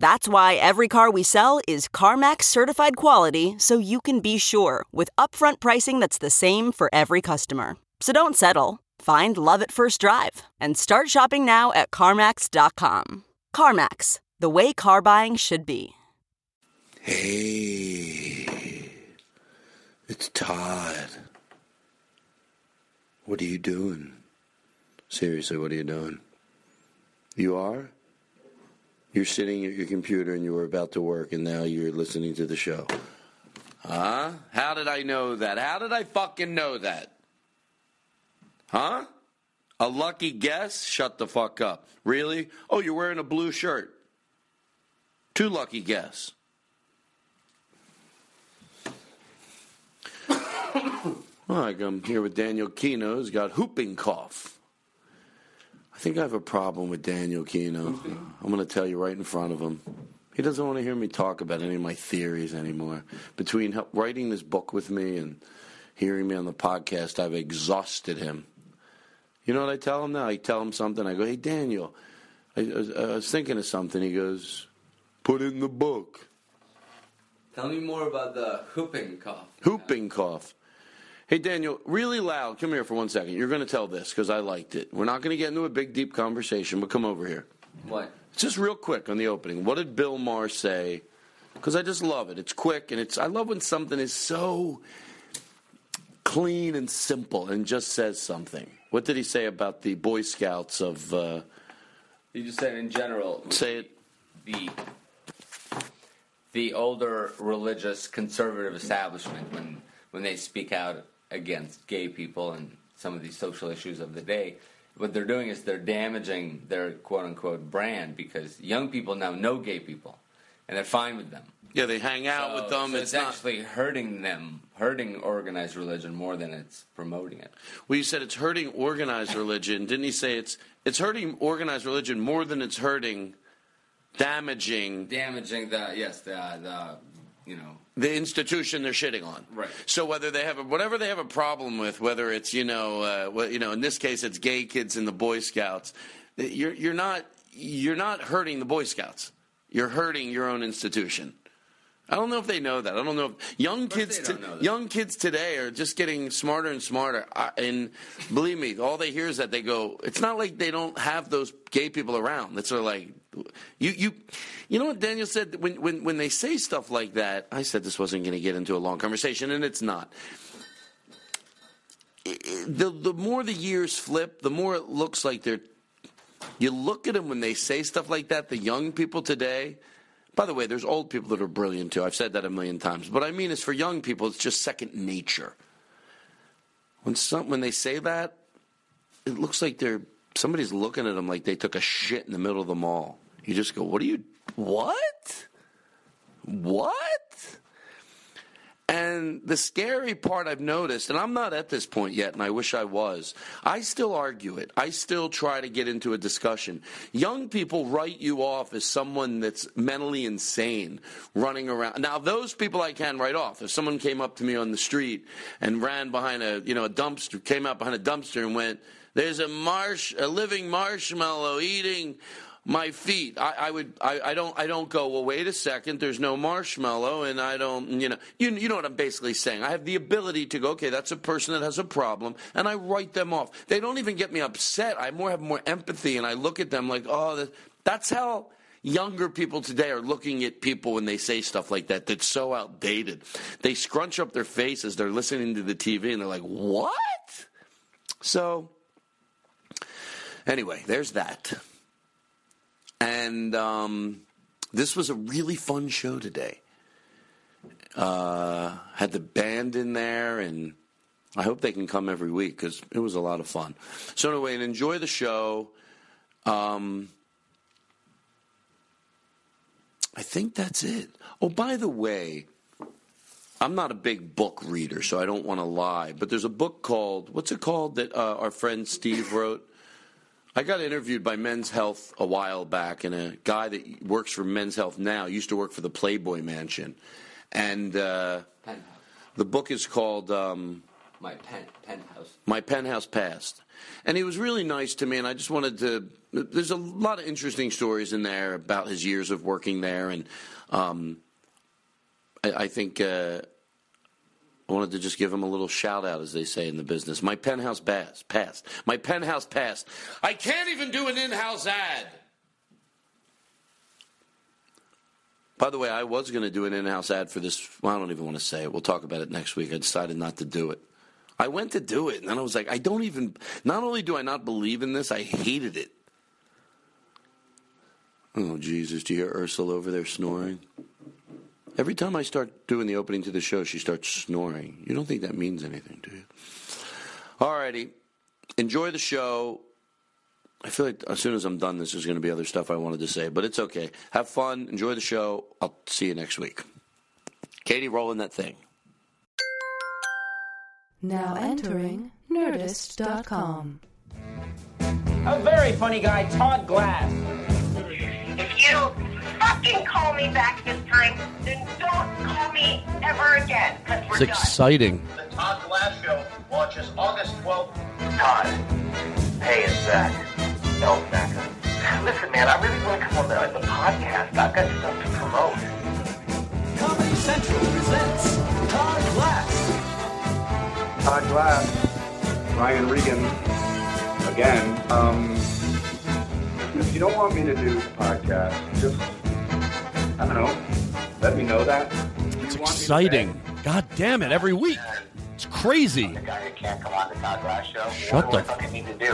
That's why every car we sell is CarMax certified quality so you can be sure with upfront pricing that's the same for every customer. So don't settle. Find love at first drive and start shopping now at CarMax.com. CarMax, the way car buying should be. Hey, it's Todd. What are you doing? Seriously, what are you doing? You are? You're sitting at your computer and you were about to work and now you're listening to the show. Huh? How did I know that? How did I fucking know that? Huh? A lucky guess? Shut the fuck up. Really? Oh, you're wearing a blue shirt. Too lucky guess. Well, like I'm here with Daniel Kino, who's got whooping cough. I think I have a problem with Daniel Kino. I'm going to tell you right in front of him. He doesn't want to hear me talk about any of my theories anymore. Between help- writing this book with me and hearing me on the podcast, I've exhausted him. You know what I tell him now? I tell him something. I go, hey, Daniel, I, I, was, I was thinking of something. He goes, put it in the book. Tell me more about the whooping cough. Whooping cough. Hey, Daniel, really loud. Come here for one second. You're going to tell this because I liked it. We're not going to get into a big, deep conversation, but come over here. What? Just real quick on the opening. What did Bill Maher say? Because I just love it. It's quick, and it's. I love when something is so clean and simple and just says something. What did he say about the Boy Scouts of. Uh, You just said in general. say it. The the older religious conservative establishment when when they speak out against gay people and some of these social issues of the day, what they're doing is they're damaging their quote unquote brand because young people now know gay people and they're fine with them. Yeah, they hang out So- with them. so it's it's not. actually hurting them, hurting organized religion more than it's promoting it. Well, you said it's hurting organized religion. Didn't he say it's it's hurting organized religion more than it's hurting damaging damaging the yes the the you know the institution they're shitting on? Right. So whether they have a, whatever they have a problem with, whether it's you know uh, wh- you know in this case it's gay kids and the Boy Scouts, you're you're not you're not hurting the Boy Scouts. You're hurting your own institution. I don't know if they know that. I don't know if young kids they to- don't know that. young kids today are just getting smarter and smarter. I- And believe me, all they hear is that they go. It's not like they don't have those gay people around. That's sort of like you you you know what Daniel said when when when they say stuff like that. I said this wasn't going to get into a long conversation, and it's not the the more the years flip, the more it looks like they're. You look at them when they say stuff like that. The young people today. By the way, there's old people that are brilliant too. I've said that a million times. But I mean, it's for young people. It's just second nature. When some when they say that, it looks like they're somebody's looking at them like they took a shit in the middle of the mall. You just go, "What are you? What? What?" And the scary part I've noticed, and I'm not at this point yet, and I wish I was, I still argue it. I still try to get into a discussion. Young people write you off as someone that's mentally insane running around. Now, those people I can write off. If someone came up to me on the street and ran behind a, you know, a dumpster, came out behind a dumpster and went, there's a marsh, a living marshmallow eating my feet. I, I would. I, I don't. I don't go. Well, wait a second. There's no marshmallow, and I don't. You know. You you know what I'm basically saying. I have the ability to go. Okay, that's a person that has a problem, and I write them off. They don't even get me upset. I more have more empathy, and I look at them like, oh, that, that's how younger people today are looking at people when they say stuff like that. That's so outdated. They scrunch up their faces. They're listening to the TV, and they're like, what? So. Anyway, there's that. And um, this was a really fun show today. Uh, had the band in there, and I hope they can come every week because it was a lot of fun. So, anyway, and enjoy the show. Um, I think that's it. Oh, by the way, I'm not a big book reader, so I don't want to lie, but there's a book called, what's it called that uh, our friend Steve wrote? I got interviewed by Men's Health a while back, and a guy that works for Men's Health now used to work for the Playboy Mansion. And uh, Penthouse. the book is called um, My pen, penthouse. My Penthouse Past. And he was really nice to me, and I just wanted to. There's a lot of interesting stories in there about his years of working there, and um, I, I think. Uh, I wanted to just give him a little shout out, as they say in the business. My penthouse pass, passed. My penthouse passed. I can't even do an in-house ad. By the way, I was going to do an in-house ad for this. Well, I don't even want to say it. We'll talk about it next week. I decided not to do it. I went to do it, and then I was like, I don't even. Not only do I not believe in this, I hated it. Oh Jesus! Do you hear Ursula over there snoring? Every time I start doing the opening to the show, she starts snoring. You don't think that means anything, do you? Alrighty. Enjoy the show. I feel like as soon as I'm done, this is going to be other stuff I wanted to say, but it's okay. Have fun. Enjoy the show. I'll see you next week. Katie, rolling that thing. Now entering Nerdist.com. A very funny guy, Todd Glass. If you fucking call me back this time, then don't call me ever again, because we're exciting. done. The Todd Glass Show launches August 12th. Todd, hey, it's Zach. No, Zach. Listen, man, I really want to come on the, the podcast. I've got stuff to promote. Comedy Central presents Todd Glass. Todd Glass, Ryan Regan, again. Um, if you don't want me to do the podcast, just I don't know. Let me know that. It's Exciting. God damn it, every week. It's crazy. The guy who can't come on the Todd Glass Show. Shut what do I the- fucking need to do?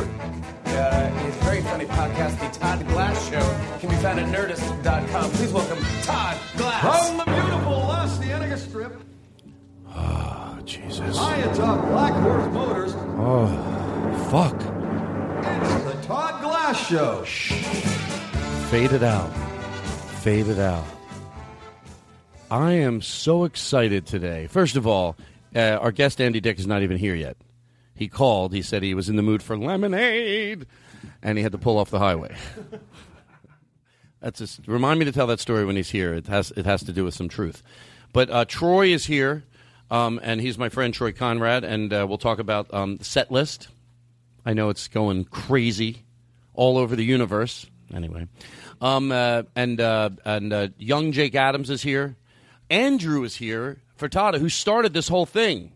Uh, his very funny podcast, The Todd Glass Show, can be found at Nerdist.com. Please welcome Todd Glass. From the beautiful Las Cienega Strip, Oh, Jesus. high atop Black Horse Motors, Oh, fuck. it's the Todd Glass Show. Fade it out. Fade it out. I am so excited today. First of all, uh, our guest Andy Dick is not even here yet. He called. He said he was in the mood for lemonade, and he had to pull off the highway. That's just, remind me to tell that story when he's here. It has it has to do with some truth. But uh, Troy is here, um, and he's my friend Troy Conrad, and uh, we'll talk about um, set list. I know it's going crazy all over the universe. Anyway, um, uh, and uh, and uh, young Jake Adams is here. Andrew is here. Furtada, who started this whole thing.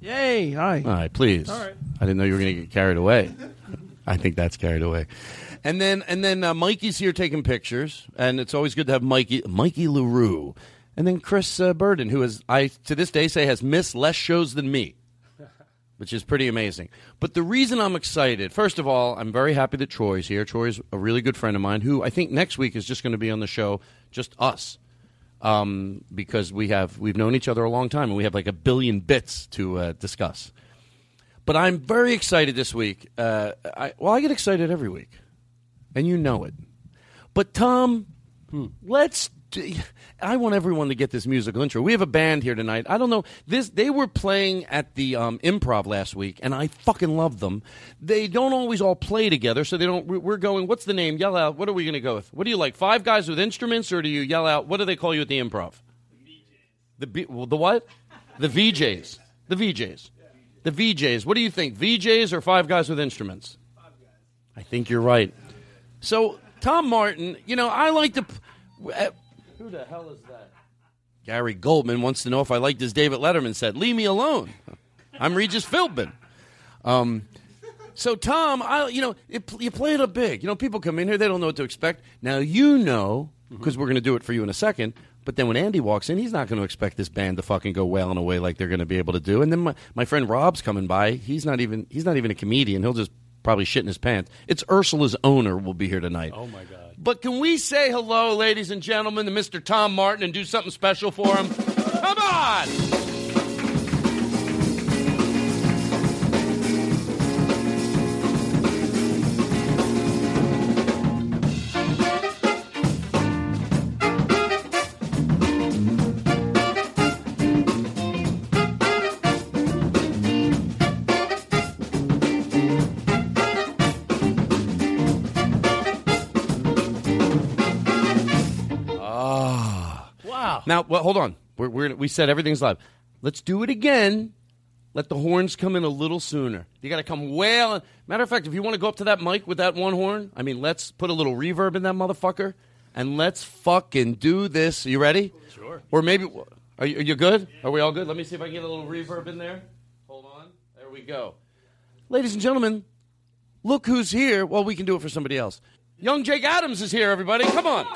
Yay! Hi. All right, please. All right. I didn't know you were going to get carried away. I think that's carried away. And then and then uh, Mikey's here taking pictures, and it's always good to have Mikey Mikey Larue, and then Chris uh, Burden, who is I to this day say has missed less shows than me, which is pretty amazing. But the reason I'm excited, first of all, I'm very happy that Troy's here. Troy's a really good friend of mine, who I think next week is just going to be on the show, just us um, because we have we've known each other a long time and we have like a billion bits to uh, discuss. But I'm very excited this week. Uh, I, well, I get excited every week, and you know it. But Tom, let's d- I want everyone to get this musical intro. We have a band here tonight. I don't know this. They were playing at the um, Improv last week, and I fucking love them. They don't always all play together, so they don't. we- We're going. What's the name? Yell out. What are we going to go with? What do you like? Five guys with instruments, or do you yell out? What do they call you at the Improv? The B, well, the what? The VJs. The VJs. The VJs. What do you think? VJs or Five Guys with Instruments? I think you're right. So Tom Martin, you know, I like to. p- w- uh, Who the hell is that? Gary Goldman wants to know if I liked his David Letterman set. Leave me alone. I'm Regis Philbin. Um, so Tom, I you know it, pl- you play it up big. You know people come in here, they don't know what to expect. Now you know because we're going to do it for you in a second. But then when Andy walks in, he's not going to expect this band to fucking go wailing away like they're going to be able to do. And then my, my friend Rob's coming by. He's not even he's not even a comedian. He'll just probably shit in his pants. It's Ursula's owner will be here tonight. Oh my god. But can we say hello, ladies and gentlemen, to Mr. Tom Martin and do something special for him? Come on! Ah. Wow. Now, well, hold on. We're, we're, we said everything's live. Let's do it again. Let the horns come in a little sooner. You got to come wailing. Matter of fact, if you want to go up to that mic with that one horn, I mean, let's put a little reverb in that motherfucker and let's fucking do this. You ready? Sure. Or maybe, are you, are you good? Are we all good? Let me see if I can get a little reverb in there. Hold on. There we go. Ladies and gentlemen, look who's here. Well, we can do it for somebody else. Young Jake Adams is here, everybody. Come on.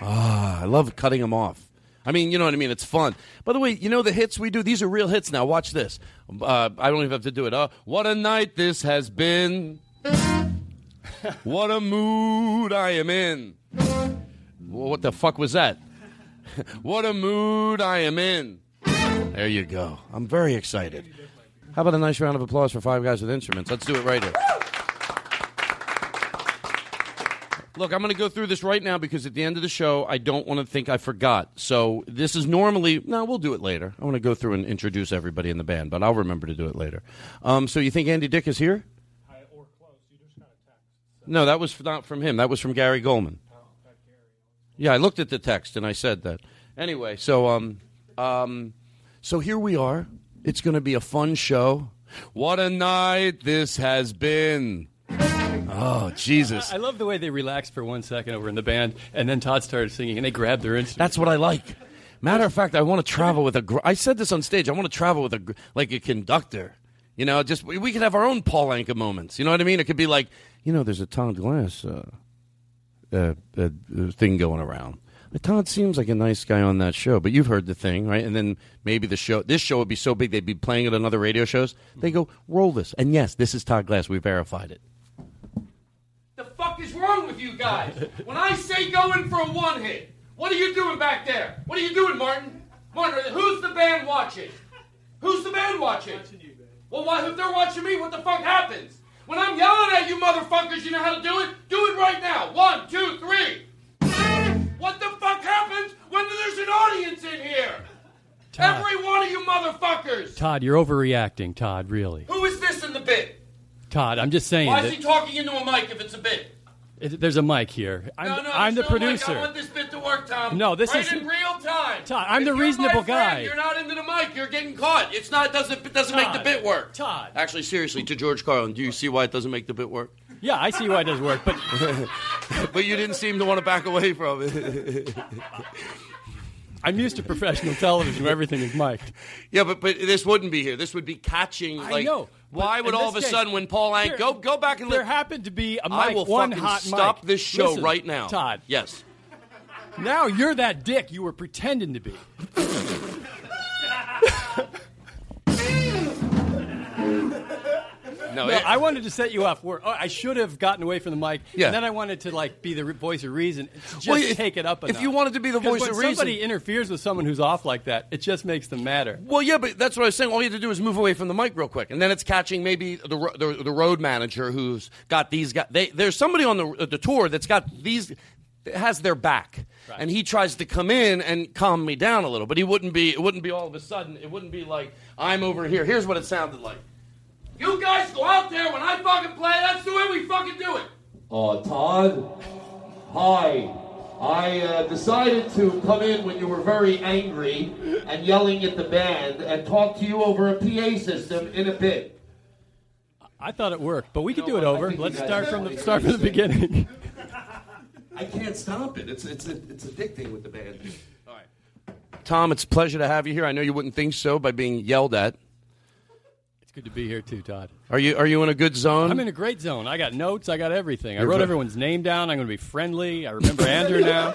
Ah, I love cutting them off. I mean, you know what I mean? It's fun. By the way, you know the hits we do? These are real hits now. Watch this. Uh, I don't even have to do it. Uh, what a night this has been. what a mood I am in. Wha- What the fuck was that? what a mood I am in. There you go. I'm very excited. How about a nice round of applause for Five Guys with Instruments? Let's do it right here. Look, I'm going to go through this right now because at the end of the show, I don't want to think I forgot. So this is normally no, we'll do it later. I want to go through and introduce everybody in the band, but I'll remember to do it later. Um, so you think Andy Dick is here? No, that was not from him. That was from Gary Goldman. Yeah, I looked at the text and I said that. Anyway, so um, um, so here we are. It's going to be a fun show. What a night this has been. Oh Jesus! I love the way they relaxed for one second over in the band, and then Todd started singing, and they grabbed their instrument. That's what I like. Matter of fact, I want to travel with a. Gr- I said this on stage. I want to travel with a gr- like a conductor. You know, just we, we could have our own Paul Anka moments. You know what I mean? It could be like, you know, there's a Todd Glass uh, uh, uh, uh, thing going around. But Todd seems like a nice guy on that show, but you've heard the thing, right? And then maybe the show, this show would be so big they'd be playing it on other radio shows. They go, roll this, and yes, this is Todd Glass. We verified it. The fuck is wrong with you guys? When I say go in for a one hit, what are you doing back there? What are you doing, Martin? Martin, who's the band watching? Who's the band watching? Well, why, if they're watching me, what the fuck happens? When I'm yelling at you motherfuckers, you know how to do it? Do it right now. One, two, three. What the fuck happens when there's an audience in here? Todd. Every one of you motherfuckers. Todd, you're overreacting. Todd, really. Who is this in the bit? Todd, I'm just saying Why that is he talking into a mic if it's a bit? it- there's a mic here. I'm, no, no, I'm the there's no mic. producer. I want this bit to work, Tom. No, this right is- in real time. Todd, I'm If the you're my reasonable friend, guy. You're not into the mic. You're getting caught. It's not. It doesn't. It doesn't make the bit work. Todd. Actually, seriously, to George Carlin, do you see why it doesn't make the bit work? Yeah, I see why it doesn't work, but but you didn't seem to want to back away from it. I'm used to professional television where everything is mic'd. yeah, but but this wouldn't be here. This would be catching. I Like, know, but Why would in all of a this case, sudden when Paul Ank there- go go back and there look- happened to be a mic, I will one fucking hot stop mic. this show Listen, right now, Todd. Yes. Now you're that dick you were pretending to be. No, it- I wanted to set you up. Where oh, I should have gotten away from the mic. Yeah. And then I wanted to like be the re- voice of reason. to Just Well, if- take it up. if Enough. you wanted to be the 'Cause voice when of reason- somebody interferes with someone who's off like that, it just makes them matter. Well, yeah, but that's what I was saying. All you have to do is move away from the mic real quick, and then it's catching maybe the ro- the, the road manager who's got these guys. They, there's somebody on the the tour that's got these has their back, and he tries to come in and calm me down a little. But he wouldn't be. It wouldn't be all of a sudden. It wouldn't be like I'm over here. Here's what it sounded like. You guys go out there when I fucking play. That's the way we fucking do it. Uh, Todd, hi. I uh, decided to come in when you were very angry and yelling at the band and talk to you over a PA system in a bit. I thought it worked, but we could do know it what? I over. think you Let's guys start know from what the you're start from the gonna say. beginning. I can't stop it. It's it's it's addicting with the band. All right. Tom, it's a pleasure to have you here. I know you wouldn't think so by being yelled at. it's good to be here too, Todd. Are you are you in a good zone? I'm in a great zone. I got notes. I got everything. I You're wrote ver- everyone's name down. I'm going to be friendly. I remember Andrew now.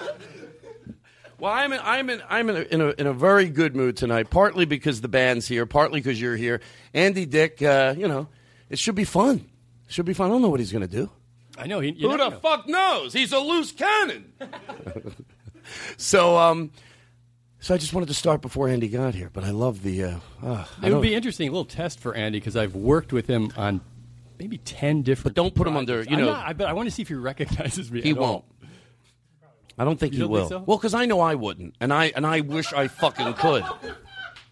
Well, I'm in, I'm in, I'm in a, in, a, in a very good mood tonight. Partly because the band's here, partly because you're here. Andy Dick, uh, you know, it should be fun. It should be fun. I don't know what he's going to do. I know. He, Who the fuck knows? He's a loose cannon. So, um, so I just wanted to start before Andy got here. But I love the. Uh, uh, I It would don't- be interesting, a little test for Andy, because I've worked with him on maybe ten different. But don't put him under, you I'm know- not- I, but I want to see if he recognizes me. He at all. won't. I don't think You he don't will. think so? Well, because I know I wouldn't, and I and I wish I fucking could.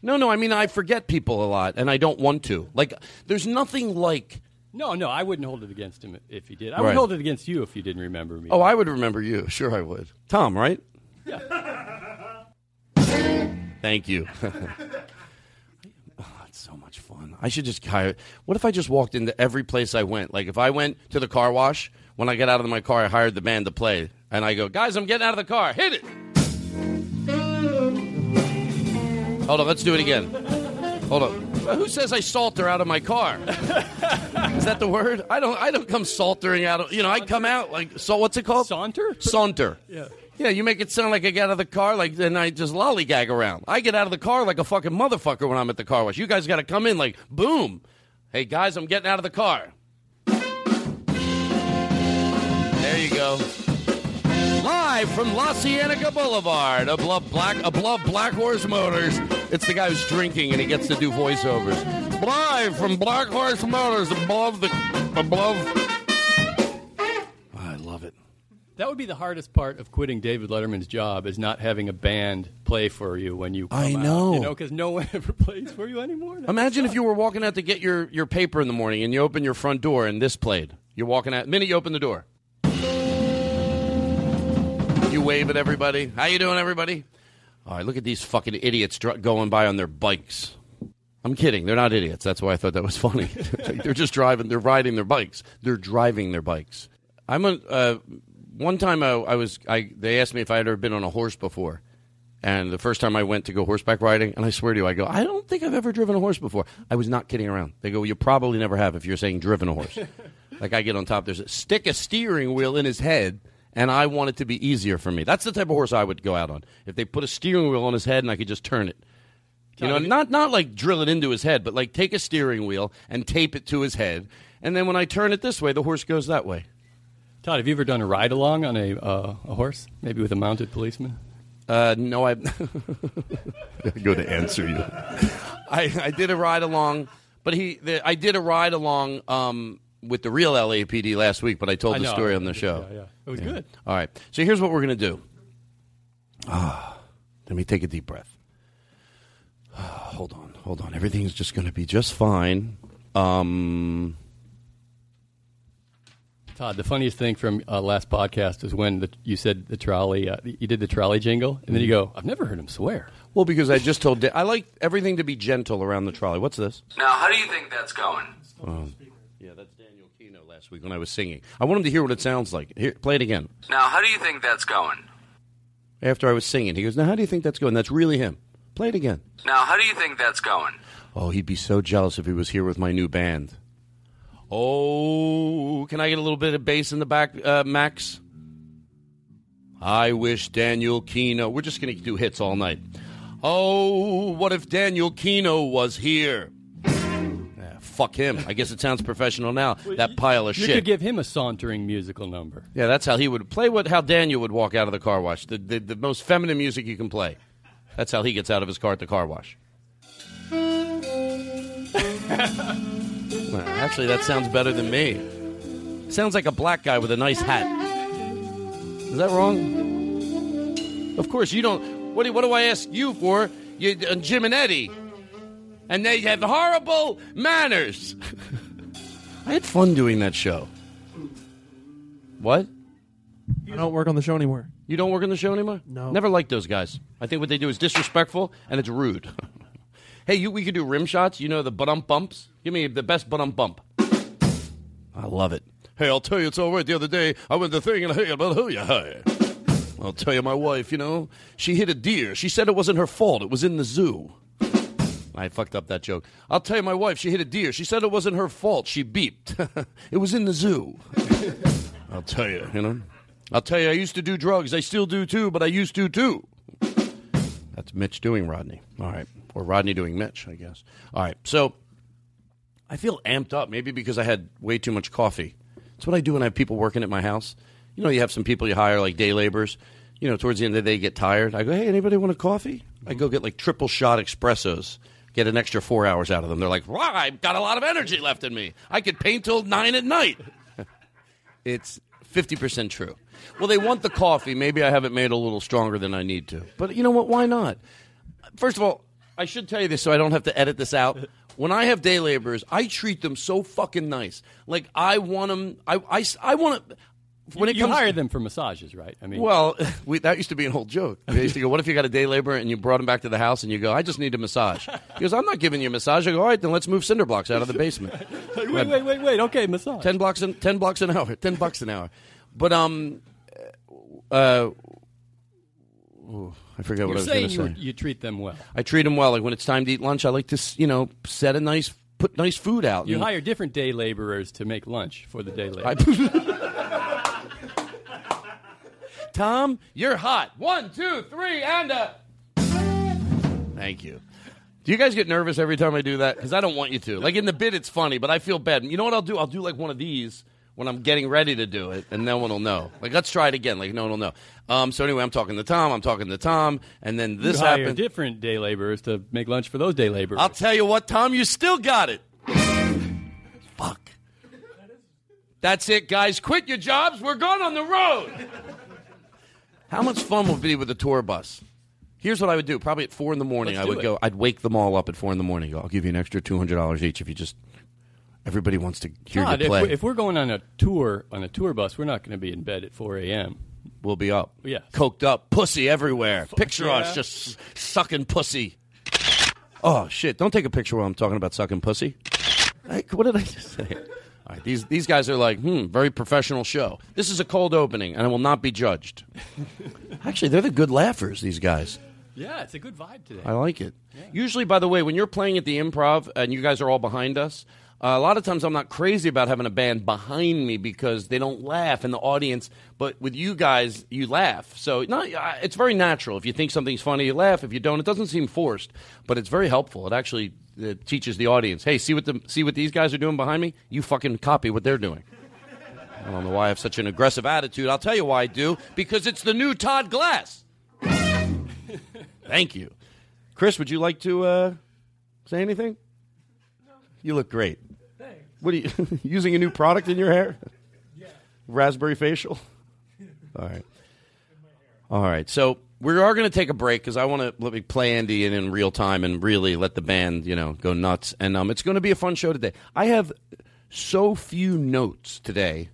No, no, I mean I forget people a lot, and I don't want to. Like, there's nothing like. No, no, I wouldn't hold it against him if he did. I Right. would hold it against you if you didn't remember me. Oh, I would remember you. Sure, I would. Tom, right? Thank you. Oh, it's so much fun. I should just hire. What if I just walked into every place I went? Like, if I went to the car wash, when I got out of my car, I hired the band to play, and I go, guys, I'm getting out of the car. Hit it. Hold on, let's do it again. Hold on. Uh, Who says I salter out of my car? Is that the word? I don't. I don't come saltering out of. You know, I come out like so. What's it called? Saunter. Saunter. Yeah. Yeah, you make it sound like I get out of the car, like then I just lollygag around. I get out of the car like a fucking motherfucker when I'm at the car wash. You guys got to come in like boom. Hey guys, I'm getting out of the car. There you go. Live from La Cienega Boulevard, above Black, above Black Horse Motors. It's the guy who's drinking and he gets to do voiceovers. Live from Black Horse Motors, above the, above. I love it. That would be the hardest part of quitting David Letterman's job is not having a band play for you when you. Come I out, know. you know, because no one ever plays for you anymore. Imagine if you were walking out to get your, your paper in the morning and you open your front door and this played. You're walking out. minute you open the door. You wave at everybody. How you doing, everybody? All right, look at these fucking idiots dr- going by on their bikes. I'm kidding. They're not idiots. That's why I thought that was funny. they're just driving. They're riding their bikes. They're driving their bikes. I'm a. Uh, one time I, I was. I they asked me if I had ever been on a horse before, and the first time I went to go horseback riding, and I swear to you, I go, I don't think I've ever driven a horse before. I was not kidding around. They go, you probably never have if you're saying driven a horse. like I get on top. There's a, stick a steering wheel in his head. And I want it to be easier for me. That's the type of horse I would go out on. If they put a steering wheel on his head and I could just turn it, you know, not not like drill it into his head, but like take a steering wheel and tape it to his head, and then when I turn it this way, the horse goes that way. Todd, have you ever done a ride along on a uh, a horse, maybe with a mounted policeman? Uh, no, I. Go to answer you. I, I did a ride along, but he. The, I did a ride along um, with the real LAPD last week, but I told I the know, I story on the remember. show. Yeah, yeah. It was good. All right, so here's what we're gonna do. Ah, let me take a deep breath. Ah, hold on, hold on. Everything's just gonna be just fine. Um. Todd, the funniest thing from uh, last podcast is when the, you said the trolley, uh, you did the trolley jingle, and then you go, I've never heard him swear. Well, because I just told. Da- I like everything to be gentle around the trolley. What's this? Now, how do you think that's going? Oh, yeah, that's Daniel Kino last week when I was singing. I want him to hear what it sounds like. Here, play it again. Now, how do you think that's going? After I was singing, he goes, "Now, how do you think that's going?" That's really him. Play it again. Now, how do you think that's going? Oh, he'd be so jealous if he was here with my new band. Oh, can I get a little bit of bass in the back, uh, Max? I wish Daniel Kino. We're just going to do hits all night. Oh, what if Daniel Kino was here? Yeah, Fuck him. I guess it sounds professional now. That pile of You shit. could give him a sauntering musical number. Yeah, that's how he would play. What how Daniel would walk out of the car wash. The, the the most feminine music you can play. That's how he gets out of his car at the car wash. Well, actually, that sounds better than me. Sounds like a black guy with a nice hat. Is that wrong? Of course you don't. What do, what do I ask you for? You, uh, Jim and Eddie, and they have horrible manners. I had fun doing that show. What? I don't work on the show anymore. You don't work on the show anymore? No. Never liked those guys. I think what they do is disrespectful and it's rude. hey, you, we could do rim shots. You know the bump bumps. Give me the best bump bump. I love it. Hey, I'll tell you, it's all right. The other day, I went to the thing and hey, about who you hey. I'll tell you, my wife. You know, she hit a deer. She said it wasn't her fault. It was in the zoo. I fucked up that joke. I'll tell you, my wife. She hit a deer. She said it wasn't her fault. She beeped. it was in the zoo. I'll tell you, you know. I'll tell you, I used to do drugs. I still do too, but I used to too. That's Mitch doing Rodney. All right. Or Rodney doing Mitch, I guess. All right. So I feel amped up, maybe because I had way too much coffee. That's what I do when I have people working at my house. You know, you have some people you hire, like day laborers. You know, towards the end of the day, you get tired. I go, hey, anybody want a coffee? I go get like triple shot espressos, get an extra four hours out of them. They're like, wow, I've got a lot of energy left in me. I could paint till nine at night. It's 50% true. Well, they want the coffee. Maybe I have it made a little stronger than I need to. But you know what? Why not? First of all, I should tell you this so I don't have to edit this out. When I have day laborers, I treat them so fucking nice. Like, I want them, I, I, I want to. When it you comes hire them for massages, right? I mean, well, we, that used to be an old joke. They used to go, "What if you got a day laborer and you brought him back to the house and you go, I just need a massage." He goes, "I'm not giving you a massage." I go, "All right, then let's move cinder blocks out of the basement." Like, wait, wait, wait, wait. Okay, massage. Ten blocks, an, ten blocks an hour. Ten bucks an hour. But um, uh, ooh, I forget you're what I was going saying to say. you, you treat them well. I treat them well. Like when it's time to eat lunch, I like to s- you know set a nice put nice food out. You And- hire different day laborers to make lunch for the I- day laborer. Tom, you're hot. One, two, three, and a. Thank you. Do you guys get nervous every time I do that? Because I don't want you to. Like in the bit, it's funny, but I feel bad. You know what I'll do? I'll do like one of these when I'm getting ready to do it, and no one will know. Like let's try it again. Like no one will know. Um, so anyway, I'm talking to Tom. I'm talking to Tom, and then this you hire happened. different day laborers to make lunch for those day laborers. I'll tell you what, Tom, you still got it. Fuck. That's it, guys. Quit your jobs. We're going on the road. How much fun would it be with a tour bus? Here's what I would do. Probably at four in the morning, Let's I do would it. go. I'd wake them all up at four in the morning. I'll give you an extra two hundred dollars each if you just. Everybody wants to hear God, you if, play. we, if we're going on a tour on a tour bus, we're not going to be in bed at 4 a.m. We'll be up. Yeah. Coked up, pussy everywhere. Picture us yeah. just s- sucking pussy. Oh shit! Don't take a picture while I'm talking about sucking pussy. Like, what did I just say? All right, these these guys are like, hmm, very professional show. This is a cold opening, and I will not be judged. Actually, they're the good laughers. These guys. Yeah, it's a good vibe today. I like it. Usually, by the way, when you're playing at the improv and you guys are all behind us, uh, a lot of times I'm not crazy about having a band behind me because they don't laugh in the audience. But with you guys, you laugh. So not, uh, it's very natural. If you think something's funny, you laugh. If you don't, it doesn't seem forced, but it's very helpful. It actually uh, teaches the audience hey, see what, the, see what these guys are doing behind me? You fucking copy what they're doing. I don't know why I have such an aggressive attitude. I'll tell you why I do because it's the new Todd Glass. Thank you. Chris, would you like to uh, say anything? You look great. Thanks. What are you using a new product in your hair? Raspberry facial. All right. All right. So we are going to take a break because I want to let me play Andy in in real time and really let the band you know go nuts. And um, it's going to be a fun show today. I have so few notes today,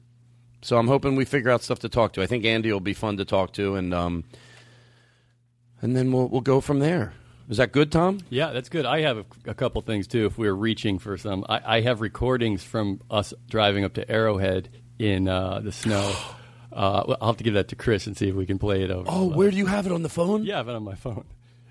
so I'm hoping we figure out stuff to talk to. I think Andy will be fun to talk to, and um, and then we'll we'll go from there. Is that good, Tom? Yeah, that's good. I have a, a couple things too. If we're reaching for some, I, I have recordings from us driving up to Arrowhead in uh, the snow. Uh, well, I'll have to give that to Chris and see if we can play it over. Oh, where do you have it on the phone? Yeah, I have it on my phone.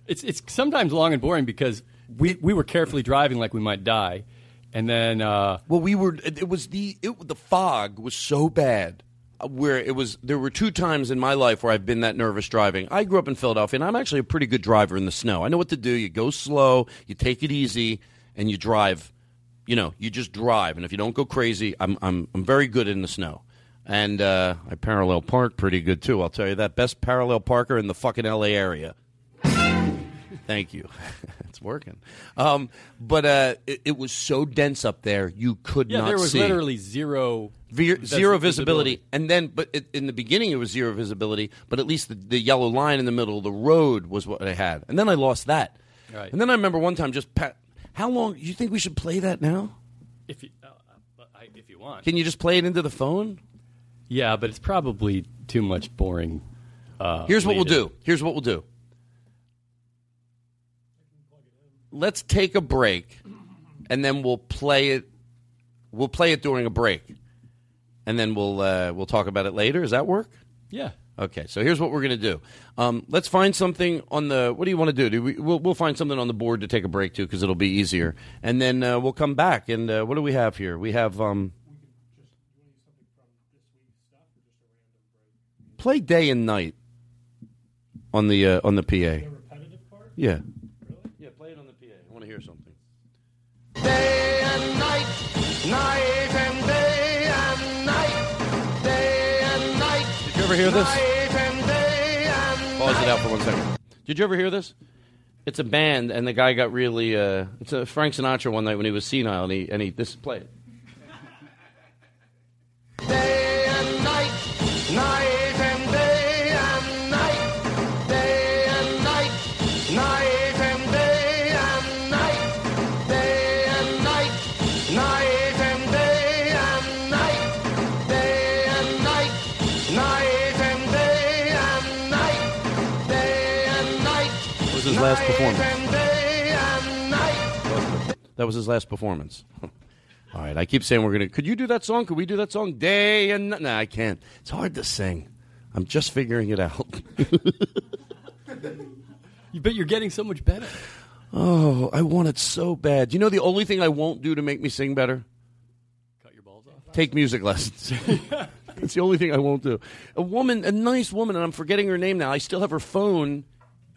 It's it's sometimes long and boring because we we were carefully driving like we might die, and then uh, Well, we were. It it was the it, the fog was so bad. uh, Where it was, there were two times in my life where I've been that nervous driving. I grew up in Philadelphia, and I'm actually a pretty good driver in the snow. I know what to do. You go slow, you take it easy, and you drive you know, you just drive, and if you don't go crazy, I'm I'm I'm very good in the snow, and uh, I parallel park pretty good too. I'll tell you that best parallel parker in the fucking L.A. area. Thank you, it's working. Um, but uh, it, it was so dense up there, you could Yeah, not there was see. literally zero Ve- vis- zero visibility. And then, but it, in the beginning, it was zero visibility. But at least the, the yellow line in the middle of the road was what I had. And then I lost that. Right. And then I remember one time just pa- how long? You think we should play that now? If you, uh, uh, I- if you want, Can you just play it into the phone? Yeah, but it's probably too much boring. Uh, Here's what we'll lead-in. do. Here's what we'll do. Let's take a break, and then we'll play it. We'll play it during a break, and then we'll uh, we'll talk about it later. Does that work? Yeah. Okay. So here's what we're gonna do. Um, let's find something on the. What do you want to do? Do we? We'll, we'll find something on the board to take a break to because it'll be easier, and then uh, we'll come back. And uh, what do we have here? We have. Um, play day and night on the uh, on the PA. Yeah. Yeah, play it on the PA. I want to hear something. Day and night, night and day and night, day and night. Did you ever hear this? Night and day and Pause it out for one second. Did you ever hear this? It's a band, and the guy got really. Uh, it's a Frank Sinatra one night when he was senile, and he and he this play it. day and night, night and day and night, day and night, night and day and night, day and night, night and day and night, day and night, night and day and night, day and night, That was his last performance. and day and night. That was his last performance. All right, I keep saying we're gonna. Could you do that song? Could we do that song? Day and night? Nah, I can't. It's hard to sing. I'm just figuring it out. You bet you're getting so much better. oh, I want it so bad. You know the only thing I won't do to make me sing better? Cut your balls off. Take music lessons. That's the only thing I won't do. A woman, a nice woman, and I'm forgetting her name now. I still have her phone,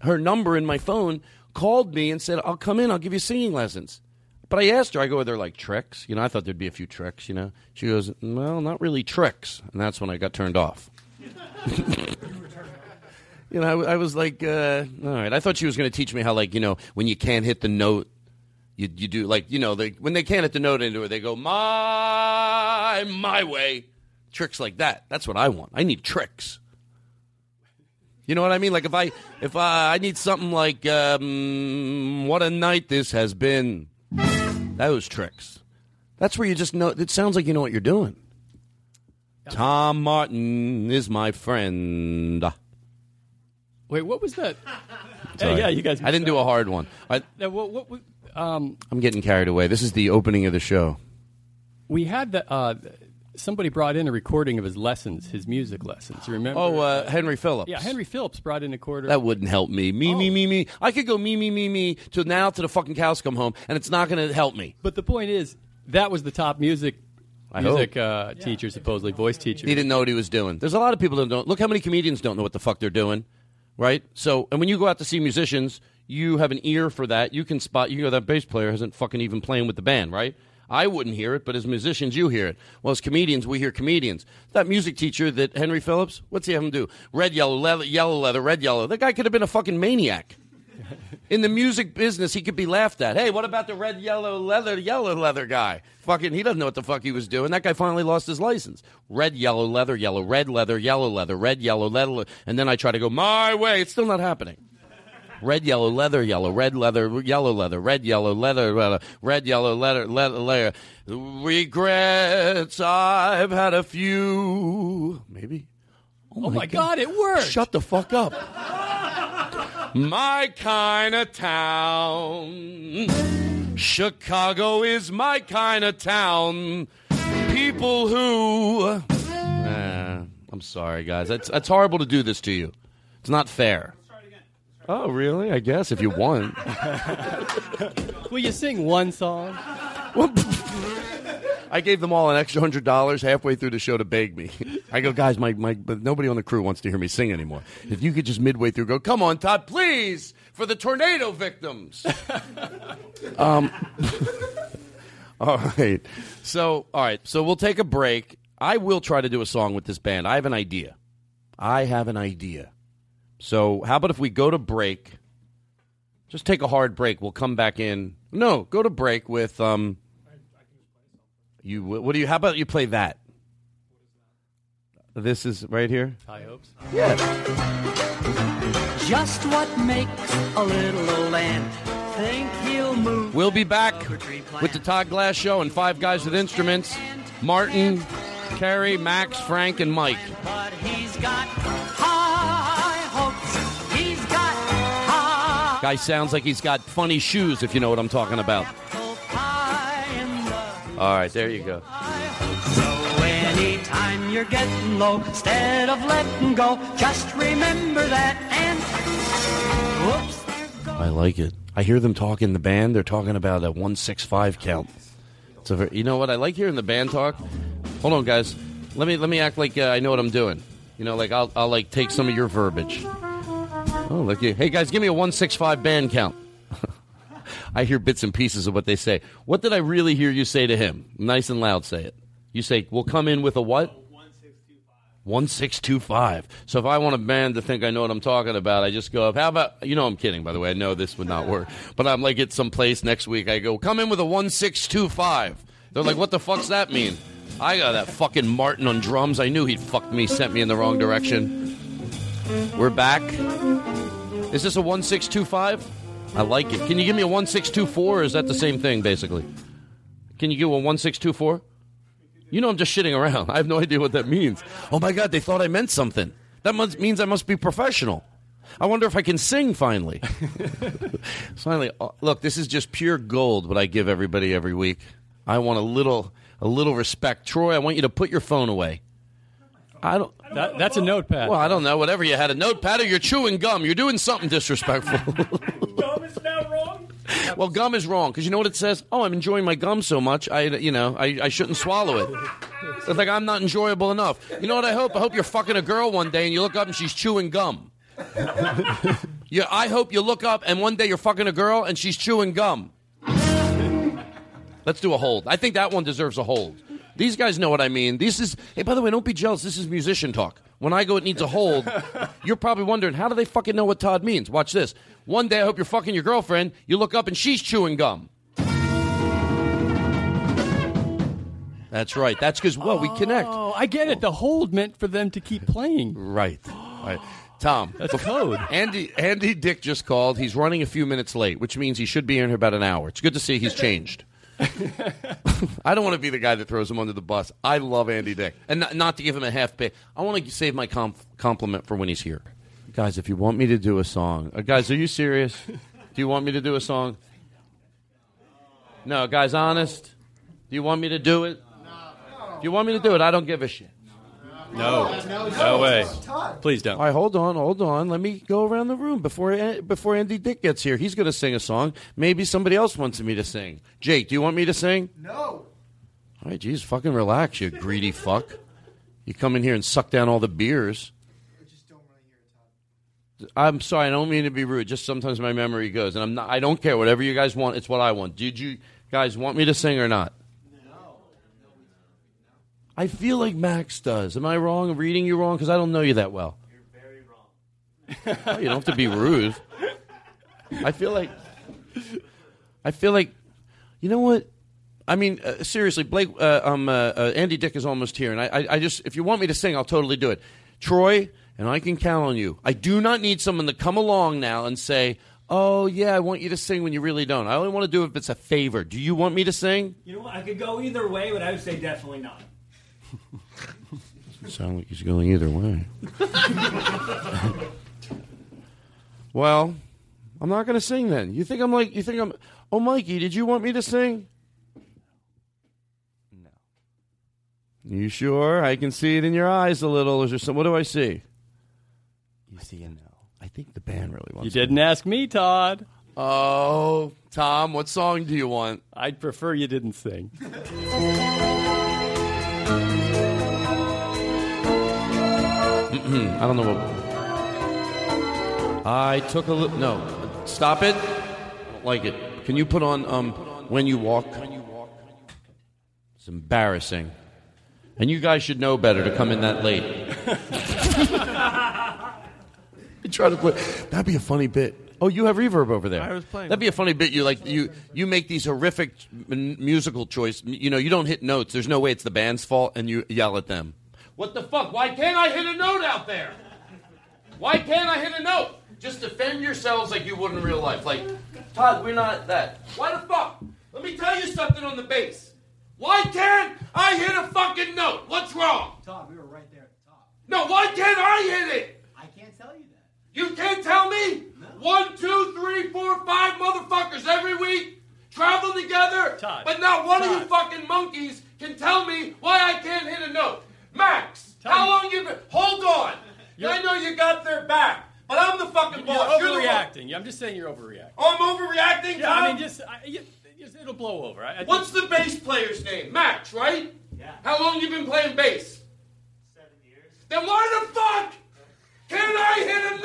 her number in my phone. Called me and said, "I'll come in. I'll give you singing lessons." But I asked her. I go, "Are there like tricks?" You know, I thought there'd be a few tricks. You know, she goes, "Well, not really tricks." And that's when I got turned off. You know, I, I was like, uh, all right. I thought she was going to teach me how, like, you know, when you can't hit the note, you you do like, you know, they, when they can't hit the note into it, they go my my way, tricks like that. That's what I want. I need tricks. You know what I mean? Like if I if I, I need something like, um, what a night this has been. Those tricks. That's where you just know. It sounds like you know what you're doing. Tom Martin is my friend. Wait, what was that? Sorry. Hey, yeah, you guys. I didn't do a hard one. I, Now, what, what, we- um, I'm getting carried away. This is the opening of the show. we had the, uh, somebody brought in a recording of his lessons, his music lessons. You remember? Oh, uh, Henry Phillips. yeah, Henry Phillips Oh. brought in a quarter. That wouldn't help me. Me, me, me, me. I could go me, me, me, me to now to the fucking cows come home, and it's not going to help me. But the point is, that was the top music I music uh, teacher, supposedly voice teacher. He didn't know what he was doing. There's a lot of people that don't. Look how many comedians don't know what the fuck they're doing, right? So, and when you go out to see musicians, you have an ear for that. You can spot. You know that bass player isn't fucking even playing with the band, right? I wouldn't hear it, but as musicians, you hear it. Well, as comedians, we hear comedians. That music teacher that Henry Phillips, what's he have him do? Red, yellow, leather, yellow, leather, red, yellow. That guy could have been a fucking maniac. In the music business, he could be laughed at. Hey, what about the red, yellow, leather, yellow leather guy? Fucking, he doesn't know what the fuck he was doing. That guy finally lost his license. Red, yellow, leather, yellow, red, leather, yellow, leather, red, yellow, leather. And then I try to go my way. It's still not happening. Red, yellow, leather, yellow, red, leather, yellow, leather, red, yellow, leather, leather, red, yellow, leather, leather, leather. Regrets, I've had a few. Maybe. Oh my God, it worked. Shut the fuck up. my kind of town. Chicago is my kind of town. People who. Eh, I'm sorry, guys. That's, that's horrible to do this to you. It's not fair. Oh, really? I guess if you want. Will you sing one song? I gave them all an extra hundred dollars halfway through the show to beg me. I go, guys, my, my but nobody on the crew wants to hear me sing anymore. If you could just midway through go, come on, Todd, please, for the tornado victims. um, All right. So, all right. So we'll take a break. I will try to do a song with this band. I have an idea. I have an idea. So, how about if we go to break? Just take a hard break. We'll come back in. No, go to break with um. You what do you? How about you play that? This is right here. High hopes. Just what makes a little old ant think he'll move? We'll be back with the Todd Glass Show and Five Guys with Instruments. Martin, Kerry, Max, Frank, and Mike. But he's got high hopes. He's got high Guy sounds like he's got funny shoes, if you know what I'm talking about. high in the All right, there you go. So anytime you're getting low, instead of letting go, just remember that and whoops. I like it. I hear them talking. The band they're talking about a one six five count. It's a ver you know what I like hearing the band talk. Hold on, guys. Let me let me act like uh, I know what I'm doing. You know, like I'll I'll like take some of your verbiage. Oh, look you. Hey guys, give me a one six five band count. I hear bits and pieces of what they say. What did I really hear you say to him? Nice and loud, say it. You say we'll come in with a what? One six two five. So if I want a band to think I know what I'm talking about, I just go up. How about you know I'm kidding by the way. I know this would not work, but I'm like at some place next week. I go come in with a one six two five. They're like, what the fuck's that mean? I got that fucking Martin on drums. I knew he'd fucked me, sent me in the wrong direction. We're back. Is this a one six two five? I like it. Can you give me a one six two four? Or is that the same thing basically? Can you give a one six two four? You know, I'm just shitting around. I have no idea what that means. Oh my God, they thought I meant something. That must, means I must be professional. I wonder if I can sing finally. finally, uh, look, this is just pure gold. What I give everybody every week. I want a little, a little respect, Troy. I want you to put your phone away. I don't. That, that's a notepad. Well, I don't know. Whatever you had a notepad or you're chewing gum. You're doing something disrespectful. Gum is now wrong. well, gum is wrong because you know what it says. Oh, I'm enjoying my gum so much. I, you know, I, I shouldn't swallow it. It's like I'm not enjoyable enough. You know what I hope? I hope you're fucking a girl one day and you look up and she's chewing gum. yeah, I hope you look up and one day you're fucking a girl and she's chewing gum. Let's do a hold. I think that one deserves a hold. These guys know what I mean. This is hey, by the way, don't be jealous. This is musician talk. When I go, it needs a hold. You're probably wondering how do they fucking know what Todd means? Watch this. One day, I hope you're fucking your girlfriend. You look up and she's chewing gum. That's right. That's because well, we connect. Oh, I get it. The hold meant for them to keep playing. Right. All right. Tom. That's code. Andy Andy Dick just called. He's running a few minutes late, which means he should be in here about an hour. It's good to see he's changed. I don't want to be the guy that throws him under the bus. I love Andy Dick, and not, not to give him a half pay. I want to save my comp- compliment for when he's here. Guys, if you want me to do a song, uh, guys, are you serious? do you want me to do a song? No, guys, honest. Do you want me to do it? If you want me to do it, I don't give a shit. No. No, No, no, way. Todd. Please don't. All right, hold on, hold on. Let me go around the room before eh, before Andy Dick gets here. He's going to sing a song. Maybe somebody else wants me to sing. Jake, do you want me to sing? No. All right, geez, fucking relax, you greedy fuck. You come in here and suck down all the beers. I'm sorry, I don't mean to be rude. Just sometimes my memory goes, and I'm not. I don't care. Whatever you guys want, it's what I want. Did you guys want me to sing or not? I feel like Max does. Am I wrong? Reading you wrong because I don't know you that well. You're very wrong. you don't have to be rude. I feel like. I feel like, you know what? I mean, uh, seriously, Blake. Uh, um, uh, uh, Andy Dick is almost here, and I, I, I just if you want me to sing, I'll totally do it. Troy, and I can count on you. I do not need someone to come along now and say, "Oh yeah, I want you to sing," when you really don't. I only want to do it if it's a favor. Do you want me to sing? You know what? I could go either way, but I would say definitely not. Sound like he's going either way. well, I'm not going to sing then. You think I'm like you think I'm? Oh, Mikey, did you want me to sing? No. You sure? I can see it in your eyes a little. Is there some? What do I see? You see a no. I think the band really wants. You didn't ask me, Todd. Oh, Tom, what song do you want? I'd prefer you didn't sing. I don't know what. I took a look. No, stop it. I don't like it. Can you put on um when you walk? It's embarrassing. And you guys should know better to come in that late. you try to play. That'd be a funny bit. Oh, you have reverb over there. I was playing That'd be a funny bit. You like you you make these horrific m- musical choice. You know you don't hit notes. There's no way it's the band's fault, and you yell at them. What the fuck? Why can't I hit a note out there? Why can't I hit a note? Just defend yourselves like you would in real life. Like, Todd, we're not that. Why the fuck? Let me tell you something on the bass. Why can't I hit a fucking note? What's wrong? Todd, we were right there at the top. No, why can't I hit it? I can't tell you that. You can't tell me? One, two, three, four, five motherfuckers every week travel together, but not one of you fucking monkeys can tell me why I can't hit a note. Max, how long you been? Hold on. I know you got their back, but I'm the fucking You're boss. You're, the one. Oh, overreacting. I'm just saying you're overreacting. I'm overreacting, Yeah, I Tom? mean, just, I, you- just- it'll blow over. I, I think- What's the bass player's name? Max, right? Yeah. How long you been playing bass? Seven years. Then why the fuck can I hit a note?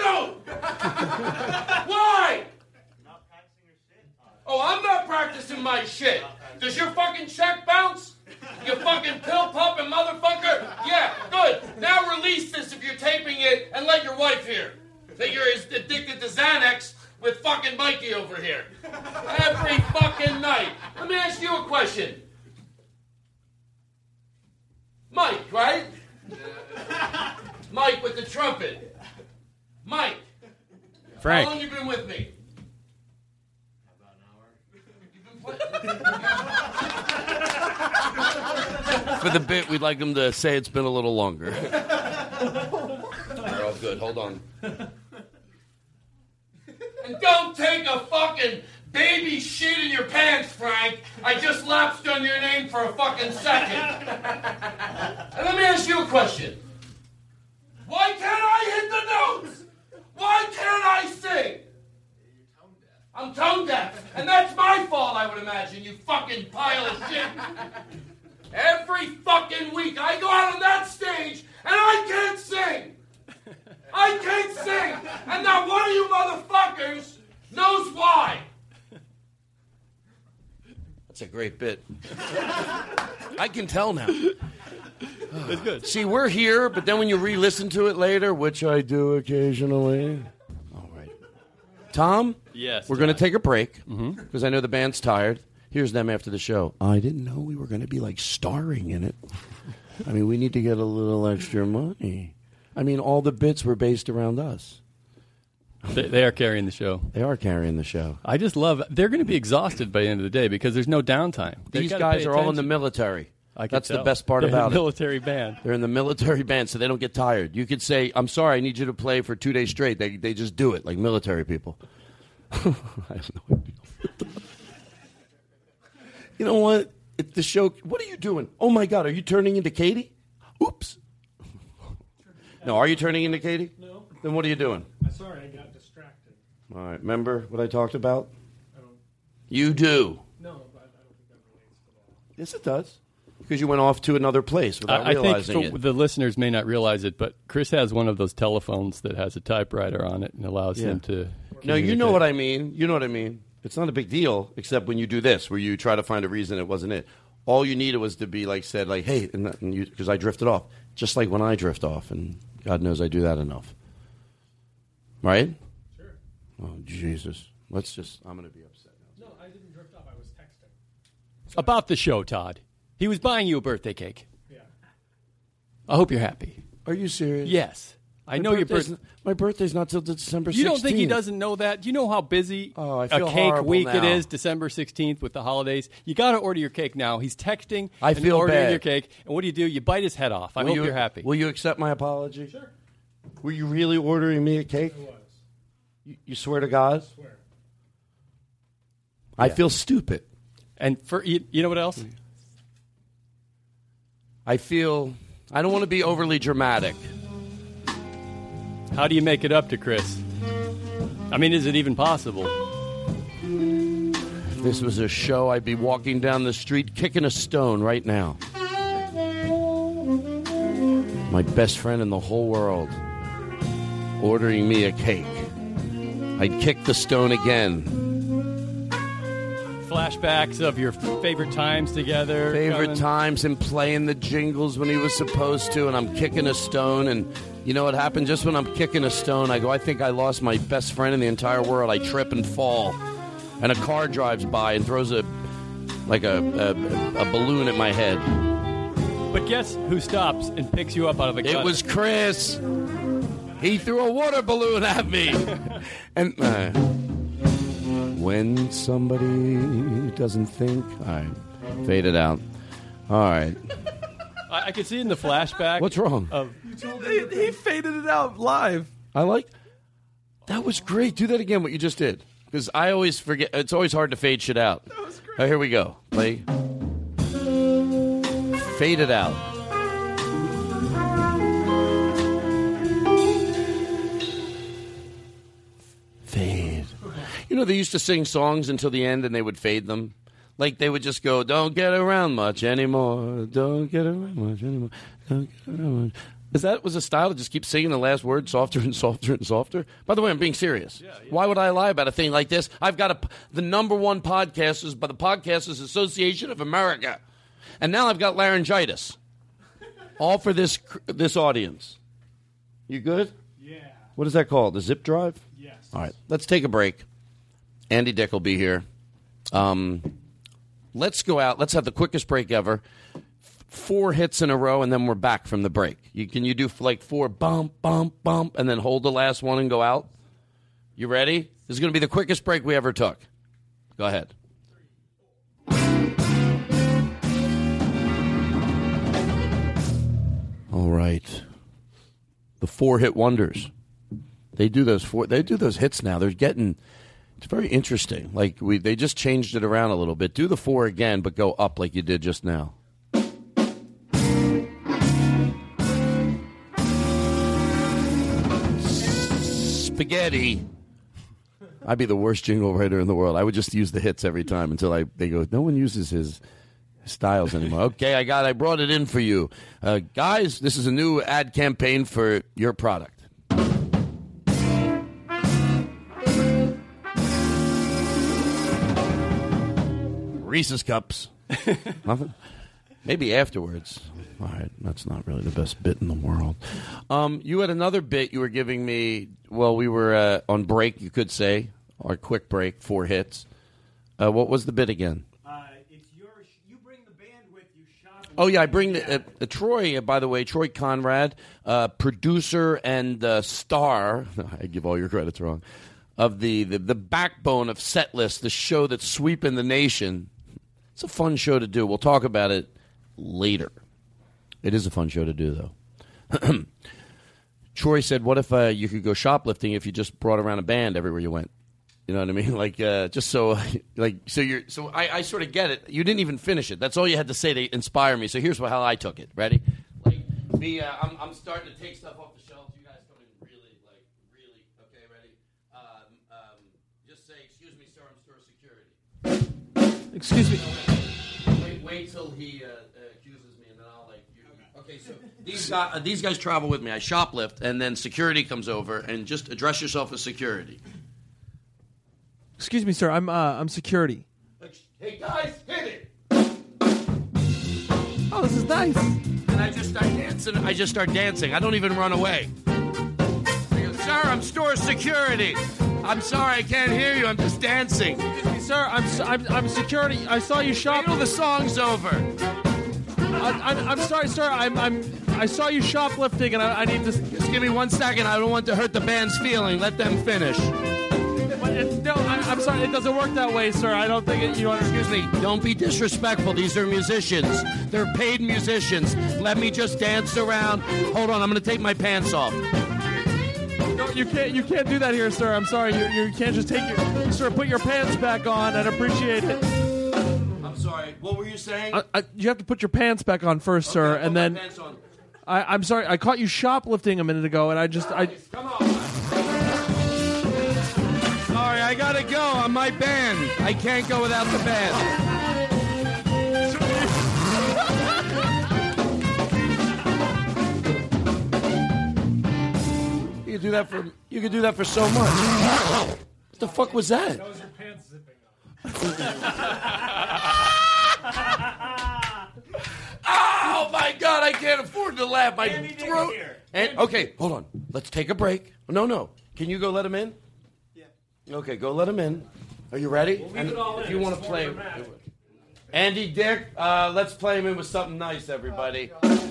why? Oh, I'm not practicing my shit. Does your fucking check bounce? You fucking pill pumping motherfucker. Yeah, good. Now release this if you're taping it and let your wife hear that you're as addicted to Xanax with fucking Mikey over here every fucking night. Let me ask you a question, Mike. Right? Mike with the trumpet. Mike. Frank. How long you been with me? For the bit, we'd like them to say it's been a little longer. They're all good. Hold on. And don't take a fucking baby shit in your pants, Frank. I just lapsed on your name for a fucking second. and let me ask you a question. Why can't I hit the notes? Why can't I sing? I'm tone deaf, and that's my fault, I would imagine, you fucking pile of shit. Every fucking week I go out on that stage and I can't sing. I can't sing, and not one of you motherfuckers knows why. That's a great bit. I can tell now. That's good. See, we're here, but then when you re-listen to it later, which I do occasionally. All right, Tom. Yes, Mm-hmm. We're Tom. going to take a break because I know the band's tired. Here's them after the show. I didn't know we were going to be like starring in it. I mean, we need to get a little extra money. I mean, all the bits were based around us. they, they are carrying the show. They are carrying the show. I just love. They're going to be exhausted by the end of the day because there's no downtime. They've These gotta guys pay are all in the attention. military. I could That's the tell. best part They're in the about it. Military band. They're in the military band, so they don't get tired. You could say, "I'm sorry, I need you to play for two days straight." They they just do it like military people. I have no idea. you know what? If the show, what are you doing? Oh my God, are you turning into Katie? Oops. no, are you turning into Katie? No. Then what are you doing? Sorry, I got distracted. All right. Remember what I talked about? You do. No, Yes, it does. Because you went off to another place without I, I think realizing for, it. the listeners may not realize it, but Chris has one of those telephones that has a typewriter on it and allows Yeah. him to. No, you know what I mean. You know what I mean. It's not a big deal, except when you do this, where you try to find a reason it wasn't it. All you needed was to be like said, like, hey, and because I drifted off, just like when I drift off, and God knows I do that enough, right? Sure. Oh Jesus, let's just. I'm gonna be upset. I didn't drift off. I was texting. about the show, Todd. He was buying you a birthday cake. Yeah. I hope you're happy. Are you serious? Yes. I know your birthday's birth- n- My birthday's not till December. You don't think he 16th. doesn't know that? Do you know how busy Oh, I a feel cake horrible week it now. is, December 16th with the holidays? You got to order your cake now. He's texting I and feel ordering bad. your cake. And what do you do? You bite his head off. I Will hope you- you, are happy. Will you accept my apology? Sure. Were you really ordering me a cake? I was. You, you swear to God? I swear. I feel stupid. And for you, you know what else? I feel I don't want to be overly dramatic. How do you make it up to Chris? I mean, is it even possible? If this was a show, I'd be walking down the street kicking a stone right now. My best friend in the whole world ordering me a cake. I'd kick the stone again. flashbacks of your favorite times together. Favorite Conan? times him playing the jingles when he was supposed to, and I'm kicking a stone. And you know what happened? Just when I'm kicking a stone, I go, I think I lost my best friend in the entire world. I trip and fall, and a car drives by and throws a like a a, a balloon at my head. But guess who stops and picks you up out of the gutter? It was Chris. He threw a water balloon at me, and. Uh, when somebody doesn't think, all right, fade it out. All right. I, I could see in the flashback. What's wrong? Of, He, he faded it out live. I like that was great. Do that again. What you just did because I always forget. It's always hard to fade shit out. That was great. here we go. Play. Fade it out. Fade. You know they used to sing songs until the end and they would fade them. Like they would just go, "Don't get around much anymore. Don't get around much anymore. Don't get around much." Is that was a style to just keep singing the last word softer and softer and softer? By the way, I'm being serious. Why would I lie about a thing like this? I've got a, p- the number one podcast is by the Podcasters Association of America, and now I've got laryngitis. All for this cr- this audience. You good? Yeah. What is that called? The zip drive? Yes. All right. Let's take a break. Andy Dick will be here. Um, let's go out. Let's have the quickest break ever. Four hits in a row, and then we're back from the break. You can you do like four bump, bump, bump, and then hold the last one and go out. You ready? This is going to be the quickest break we ever took. Go ahead. All right. The four hit wonders. They do those four they do those hits now. They're getting it's very interesting. Like we they just changed it around a little bit. Do the four again, but go up like you did just now. Spaghetti. I'd be the worst jingle writer in the world. I would just use the hits every time until I they go. No one uses his styles anymore. okay, I got. I brought it in for you, uh, guys. This is a new ad campaign for your product. Reese's cups. Nothing. Maybe afterwards. All right, that's not really the best bit in the world. Um, you had another bit you were giving me. Well, we were uh, on break. You could say our quick break, four hits. Uh, what was the bit again? Oh yeah, I bring the, uh, uh, Troy. Uh, by the way, Troy Conrad, uh, producer and uh, star. I give all your credits wrong. Of the, the the backbone of Setlist, the show that's sweeping the nation. It's a fun show to do. We'll talk about it later. It is a fun show to do, though. Troy said, "What if uh, you could go shoplifting if you just brought around a band everywhere you went?" You know what I mean? Like uh, just so, like so you're so I, I sort of get it. You didn't even finish it. That's all you had to say to inspire me. So here's wh- how I took it. Ready? Me, uh, I'm, I'm starting to take stuff off the shelves. You guys come in really, like, really. Okay, ready? Um, um, just say, excuse me, sir, I'm store security. Excuse me. Wait, wait till he uh, uh, accuses me, and then I'll like. You, okay, so these guys, uh, these guys travel with me. I shoplift, and then security comes over, and just address yourself as security. Excuse me, sir. I'm uh, I'm security. Hey guys, hit it! Oh, this is nice. And I just start dancing. I just start dancing. I don't even run away. I go, Sir, I'm store security. I'm sorry, I can't hear you. I'm just dancing. Excuse me, sir. I'm s- I'm, I'm security. I saw you shop. Till the song's over. I, I'm, I'm sorry, sir. I'm I'm I saw you shoplifting, and I, I need to. Just give me one second. I don't want to hurt the band's feeling. Let them finish. What, it, no, I, I'm sorry. It doesn't work that way, sir. I don't think it, you don't understand. Excuse me. Don't be disrespectful. These are musicians. They're paid musicians. Let me just dance around. Hold on. I'm going to take my pants off. No, you can't you can't do that here, sir. I'm sorry. You, you can't just take your sir. Put your pants back on and appreciate it. I'm sorry. What were you saying? I, I, you have to put your pants back on first, Uh, sir, and then. on. I, I'm sorry. I caught you shoplifting a minute ago, and I just I. Come on. Sorry, I gotta go. I'm my band. I can't go without the band. You could do that for you could do that for so much. What the fuck was that? Those are pants zipping up. Oh my God! I can't afford to laugh. My throat. And okay, hold on. Let's take a break. No, no. Can you go let him in? Yeah. Okay, go let him in. Are you ready? And if you want to play, Andy Dick, uh, let's play him in with something nice, everybody. Oh,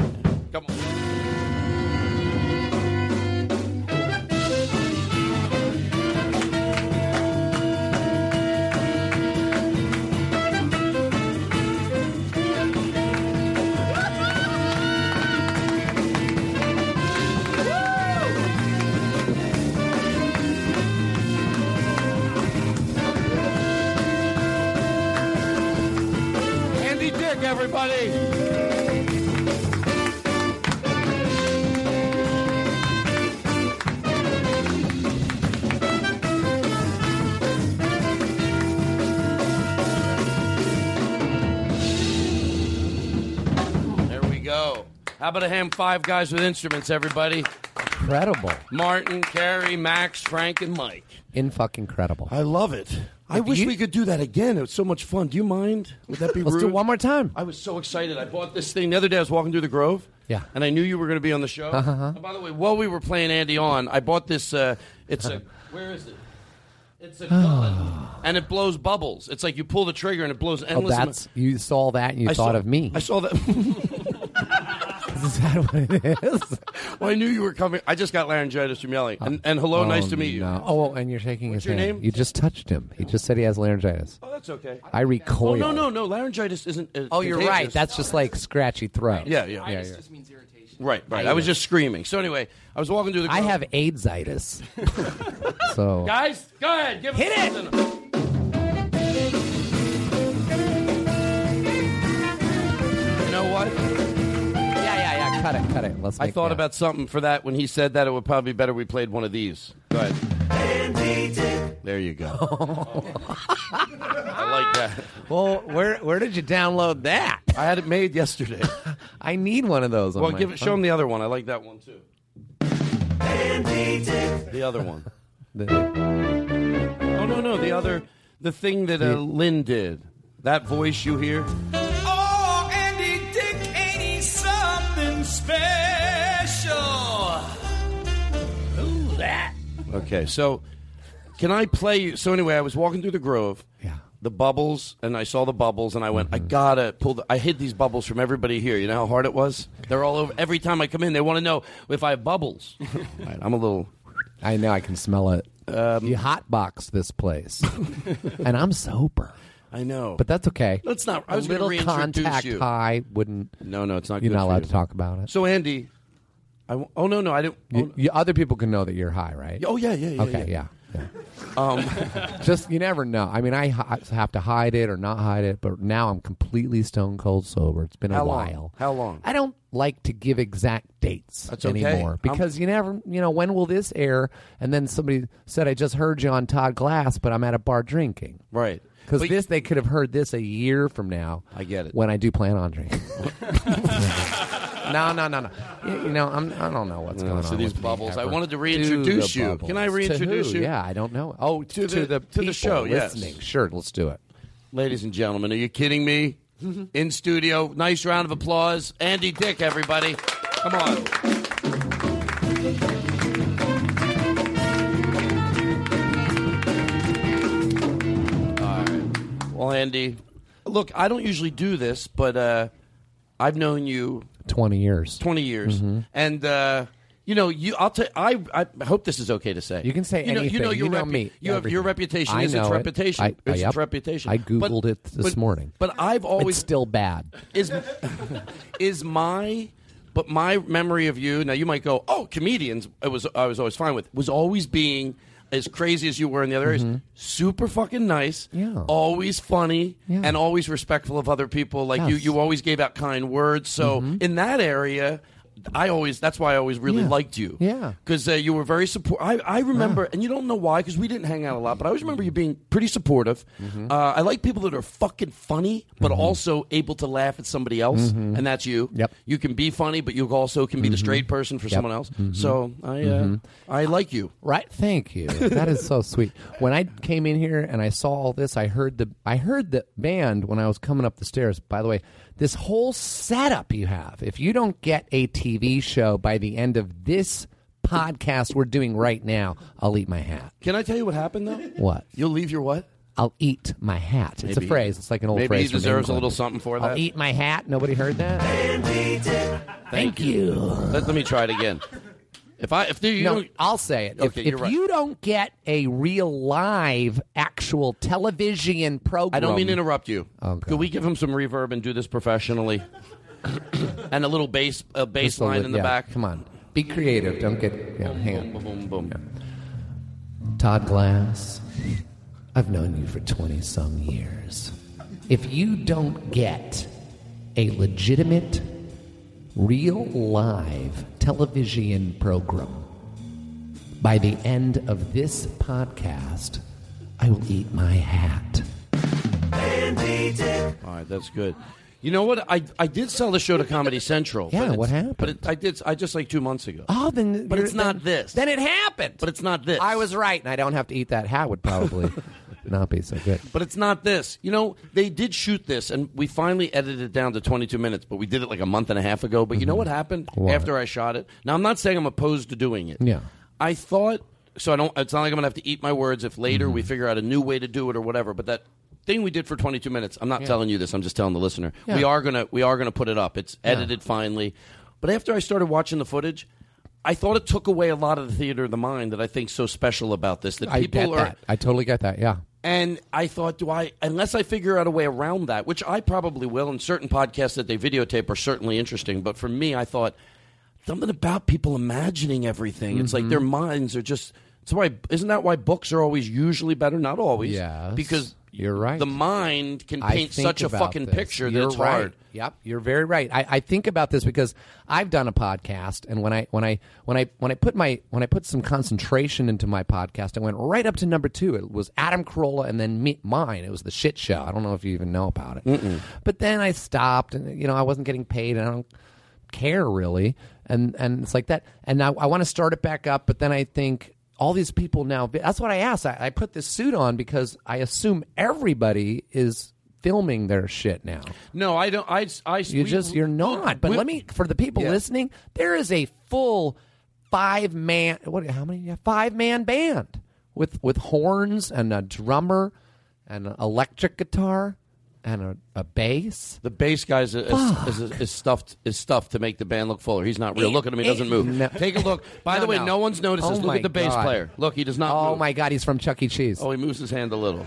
Come on. Andy Dick, everybody. There we go. How about a ham five guys with instruments, everybody? Incredible. Martin, Carrie, Max, Frank, and Mike. In fucking credible. I love it. I wish we could do that again. It was so much fun. Do you mind? Would that be Let's rude? do it one more time. I was so excited. I bought this thing the other day. I was walking through the Grove. Yeah. And I knew you were going to be on the show. Uh-huh. And by the way, while we were playing Andy on, I bought this. Uh, it's a Where is it? It's a gun, and it blows bubbles. It's like you pull the trigger and it blows Oh, endless. that's you saw that and you I thought saw- of me. I saw that. Is that what it is? well, I knew you were coming. I just got laryngitis from yelling. And, and hello, Oh, nice to meet you. no. Oh, and you're shaking What's his your hand. name? You just touched him. He just said he has laryngitis. Oh, that's okay. I recoil. Oh, no, no, no. Laryngitis isn't. Uh, Oh, you're contagious. right. That's just like scratchy throat. Yeah, yeah. yeah, Itis yeah. just Right, right. I Itis. was just screaming. So anyway, I was walking through the. I Grove. have AIDS-itis. so Guys, go ahead. Give Hit it. something. You know what? Yeah, yeah, yeah. Cut it, cut it. Let's. I thought about something for that when he said that it would probably be better we played one of these. Go ahead. There you go. I like that. Well, where where did you download that? I had it made yesterday. I need one of those. on well, my give it, show phone. him the other one. I like that one too. The other one. Oh no, no, the other, the thing that uh, Lynn did. That voice you hear. Oh, Andy Dick, ain't he something special? Who's that? Okay, so can I play you? So anyway, I was walking through the Grove. Yeah. The bubbles, and I saw the bubbles, and I went, I Mm-hmm. gotta pull. The, I hid these bubbles from everybody here. You know how hard it was. They're all over. Every time I come in, they want to know if I have bubbles. all right, I'm a little. I know. I can smell it. Um, you hotbox this place, and I'm sober. I know, but that's okay. Let's not- I A was gonna little reintroduce contact you. high wouldn't. No, no, it's not. You're good not for allowed you. to talk about it. So Andy, I w- oh no no I didn't. You, you- other people can know that you're high, right? Oh yeah yeah yeah. okay, yeah. yeah. Um, Just you never know. I mean, I hi- have to hide it or not hide it, but now I'm completely stone cold sober. It's been a How while. long? How long? I don't like to give exact dates That's okay. anymore I'm- because you never, you know, when will this air? And then somebody said, "I just heard you on Todd Glass, but I'm at a bar drinking." Right. Because But- this, they could have heard this a year from now. I get it. When I do plan on drinking. no, no, no, no. You, you know, I'm, I don't know what's Yeah, going Uh, so on. these with me bubbles. I ever. wanted to Do the reintroduce you. bubbles. Can I To who? reintroduce you? Yeah, I don't know. Oh, to, the- to the, the people show, yes. Listening. Sure, let's do it. Ladies and gentlemen, are you kidding me? In studio, nice round of applause. Andy Dick, everybody. Come on. All right. Well, Andy, look, I don't usually do this, but uh, I've known you 20 years. 20 years. Mhm. And, uh, you know, you. I'll tell. I. I hope this is okay to say. You can say you know, anything. You know, your You know repu- me. You have your Everything. reputation I is know its it. reputation. I- it's I- its yep. reputation. I But- Googled it this but- morning. But I've always it's still bad. is is my but my memory of you now you might go oh comedians it was I was always fine with was always being as crazy as you were in the other areas Mhm. super fucking nice yeah always funny and always respectful of other people like you Yes. Mm-hmm. you always gave out kind words so in that area I always that's why I always really liked you. Yeah. Ah. Because uh, you were very support. I, I remember, and you don't know why, because we didn't hang out a lot. But I always remember you being pretty supportive. Mm-hmm. Uh, I like people that are fucking funny, but also able to laugh at somebody else, Mhm. and that's you. Yep. You can be funny, but you also can be the straight person for Mm-hmm. Yep. someone else. Mhm. So I uh, Mhm. I like you. Right. Thank you. That is so sweet. When I came in here and I saw all this, I heard the I heard the band when I was coming up the stairs. By the way, this whole setup you have. If you don't get a TV show by the end of this podcast we're doing right now, I'll eat my hat. Can I tell you what happened though? What? You'll leave your what? I'll eat my hat. It's Maybe- a phrase. It's like an old maybe phrase. he from deserves a England. little something for I'll that. eat my hat. Nobody heard that. Thank you. Let, let me try it again. If I if you No, don't- I'll say it. Okay, if you're if right. you don't get a real live, actual television program, I don't mean to interrupt you. Okay. Could we give him some reverb and do this professionally? and a little bass, a bass Just a line li- in the yeah, back. Come on, be creative. Don't get yeah, hang on. Boom, boom, boom. Todd Glass, I've known you for 20 some years. If you don't get a legitimate, real live television program by the end of this podcast, I will eat my hat. All right, that's good. You know what? I I did sell the show to Comedy Central. Yeah, but what it's- happened? But it, I did. I just like two months ago. Oh, then But you're- it's not then- this. Then it happened. But it's not this. I was right, and I don't have to eat that hat. Would probably not be so good. But it's not this. You know, they did shoot this, and we finally edited it down to 22 minutes, but we did it like a month and a half ago. But you Mm-hmm. know what happened What? after I shot it? Now, I'm not saying I'm opposed to doing it. Yeah. I thought, so I don't, it's not like I'm going to have to eat my words if later Mm-hmm. we figure out a new way to do it or whatever, but that. Thing we did for 22 minutes. I'm not Yeah. telling you this. I'm just telling the listener. Yeah. We are gonna we are gonna put it up. It's Yeah. edited finally. But after I started watching the footage, I thought it took away a lot of the theater of the mind that I think's so special about this. That I people get are that. I totally get that. Yeah. and I thought, do I, unless I figure out a way around that, which I probably will, and certain podcasts that they videotape are certainly interesting. But for me, I thought something about people imagining everything. It's Mm-hmm. like their minds are just. So why isn't that why books are always usually better? Not always, Yes. Because You're right. The mind can I paint think such a about fucking this. picture that You're it's right. hard. Yep, you're very right. I, I think about this because I've done a podcast, and when I when I when I when I put my when I put some concentration into my podcast, I went right up to number two. It was Adam Carolla, and then me, mine. It was the shit show. I don't know if you even know about it, but then I stopped, and you know I wasn't getting paid, and I don't care really, and and it's like that. And now I want to start it back up, but then I think all these people now that's what i asked I, I put this suit on because i assume everybody is filming their shit now No, I don't. I, I you just you're not but let me for the people Yeah. listening there is a full five man what how many yeah, five man band with with horns and a drummer and an electric guitar and a, a bass The bass guy's is, is, is, is stuffed is stuffed to make the band look fuller. He's not real. Look at him; he doesn't move. Take a look. By No, the way, no. no, one's noticed Oh this. Look my at the bass God. player. Look, he does not. Oh move. my God, he's from Chuck E. Cheese. Oh, he moves his hand a little.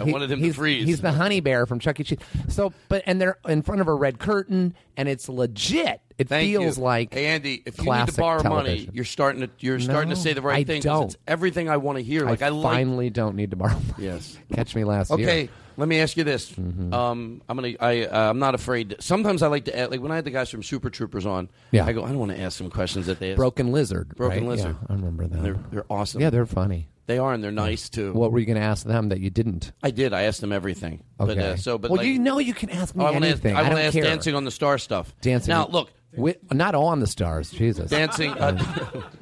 I He- wanted him to he's, freeze. He's the honey bear from Chuck E. Cheese. So, but and they're in front of a red curtain, and it's legit. It Thank feels you. like hey Andy, if you need to classic borrow money, television. you're starting to you're starting to No, say the right I thing. 'cause Don't. It's everything I want to hear. Like I, like. finally don't need to borrow. Money. Yes. Catch me last year. Okay, let me ask you this. Mm-hmm. Um, I'm gonna. I uh, I'm not afraid. Sometimes I like to add, like when I had the guys from Super Troopers on. Yeah. I go. I don't want to ask them questions that they ask. Broken Lizard. Broken right? Lizard. Yeah, I remember that. They're they're awesome. yeah, they're funny. They are, and they're nice too. What were you going to ask them that you didn't? I did. I asked them everything. But, Okay. uh, so, but well, like, Oh, you know you can ask me I wanna ask, anything. I I, wanna don't ask care. Dancing on the Star stuff. Dancing. Now, look, Wi- not on the stars. Jesus. dancing, uh,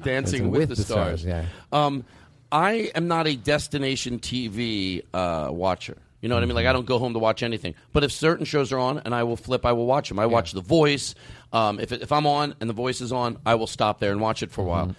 dancing with, the, stars. yeah. Um, I am not a destination TV uh, watcher. You know what I mean? Like I don't go home to watch anything. But if certain shows are on, and I will flip, I will watch them. I watch The Voice. Um, if it- if I'm on and The Voice is on, I will stop there and watch it for a while.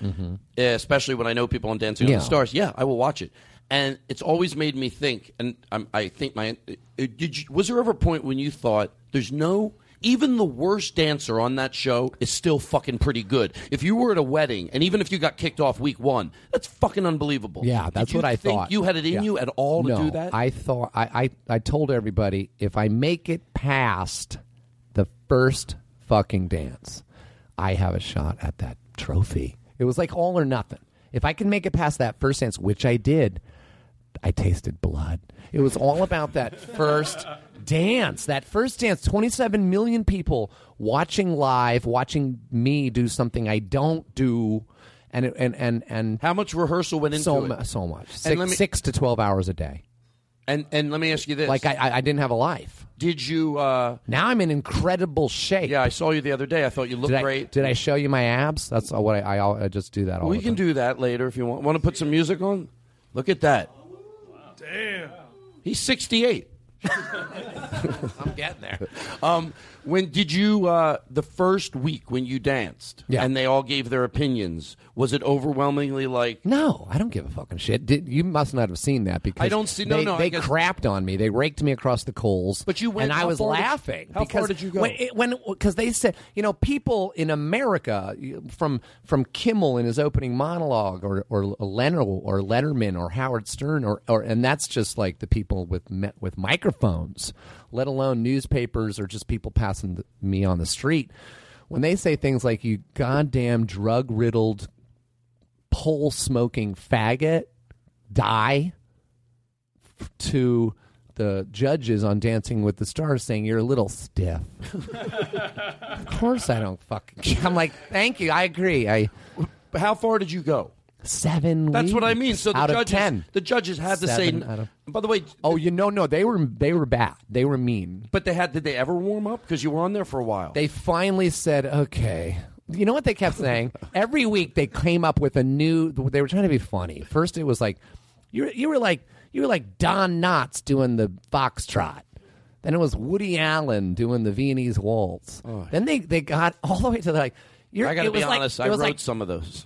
Especially when I know people on Dancing Yeah. on the Stars. Mm-hmm, Yeah, I will watch it. And it's always made me think. And I'm, I think my uh, did you, was there ever a point when you thought there's no even the worst dancer on that show is still fucking pretty good. If you were at a wedding, and even if you got kicked off week one, that's fucking unbelievable. Yeah, Did that's you what I think thought. You had it in Yeah. you at all to no, do that? I thought I, I I told everybody if I make it past the first fucking dance, I have a shot at that trophy. It was like all or nothing. If I can make it past that first dance, which I did, I tasted blood. It was all about that first dance, that first dance, 27 million people watching live, watching me do something I don't do. And, it, and and and how much rehearsal went so into it? mu- So much, And six, let me- six to twelve hours a day. And and let me ask you this: Like I, I, I didn't have a life. Did you? Uh, now I'm in incredible shape. Yeah, I saw you the other day. I thought you looked did I, great. Did I show you my abs? That's what I, I, al- I just do that all. we the can do that later if you want. Want to put some music on? Look at that. Damn. He's sixty-eight. I'm getting there. Um, when did you uh, the first week when you danced? Yeah. and they all gave their opinions. Was it overwhelmingly like No, I don't give a fucking shit. Did, you must not have seen that because I don't see- no, they, no, I They guess- crapped on me. They raked me across the coals. But you went- and I how was far did- laughing. how far because did you go? When it- when because they said you know people in America from from Kimmel in his opening monologue or or Leno or Letterman or Howard Stern or, or and that's just like the people with me- with microphones, let alone newspapers or just people passing th- me on the street. When they say things like you goddamn drug riddled pole smoking faggot die f- to the judges on Dancing with the Stars saying you're a little stiff. of course I don't fucking. I'm like, thank you, I agree. I. How far did you go? Seven. That's what I weeks mean. So the out judges, of ten. the judges had to Seven say. out of- by the way, oh, you know, no, they were they were bad. They were mean. but they had. Did they ever warm up? Because you were on there for a while. They finally said, okay. You know what they kept saying? Every week they came up with a new. They were trying to be funny. First it was like, you you were like you were like Don Knotts doing the foxtrot. Then it was Woody Allen doing the Viennese waltz. Then they, they got all the way to like. You're, I got it to be was like- honest. it I was wrote like some of those.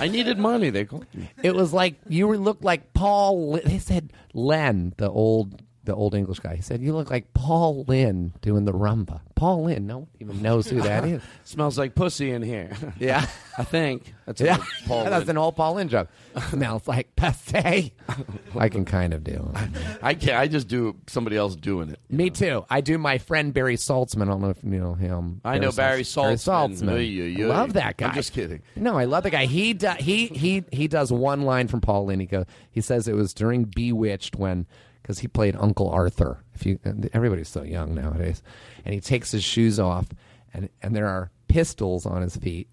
I needed money. They called me. it was like you were looked like Paul. Lin- They said Len, the old the old English guy. He said you look like Paul Lynn doing the rumba. Paul Lynn. No one even knows who that is. Smells like pussy in here. Yeah. I think that's yeah, an old Paul that's Lynn. an old Paul Lynn joke. Smells like passe. I can kind of do. I can't. I just do somebody else doing it. Me too. I do my friend Barry Saltzman. I don't know if you know him. I know Barry Saltzman. Barry Saltzman. Oy, oy, I oy. love that guy. I'm just kidding. No, I love the guy. He do, he he he does one line from Paul Lynn. He goes. He says it was during Bewitched when because he played Uncle Arthur. If you everybody's so young nowadays, and he takes his shoes off, and and there are pistols on his feet,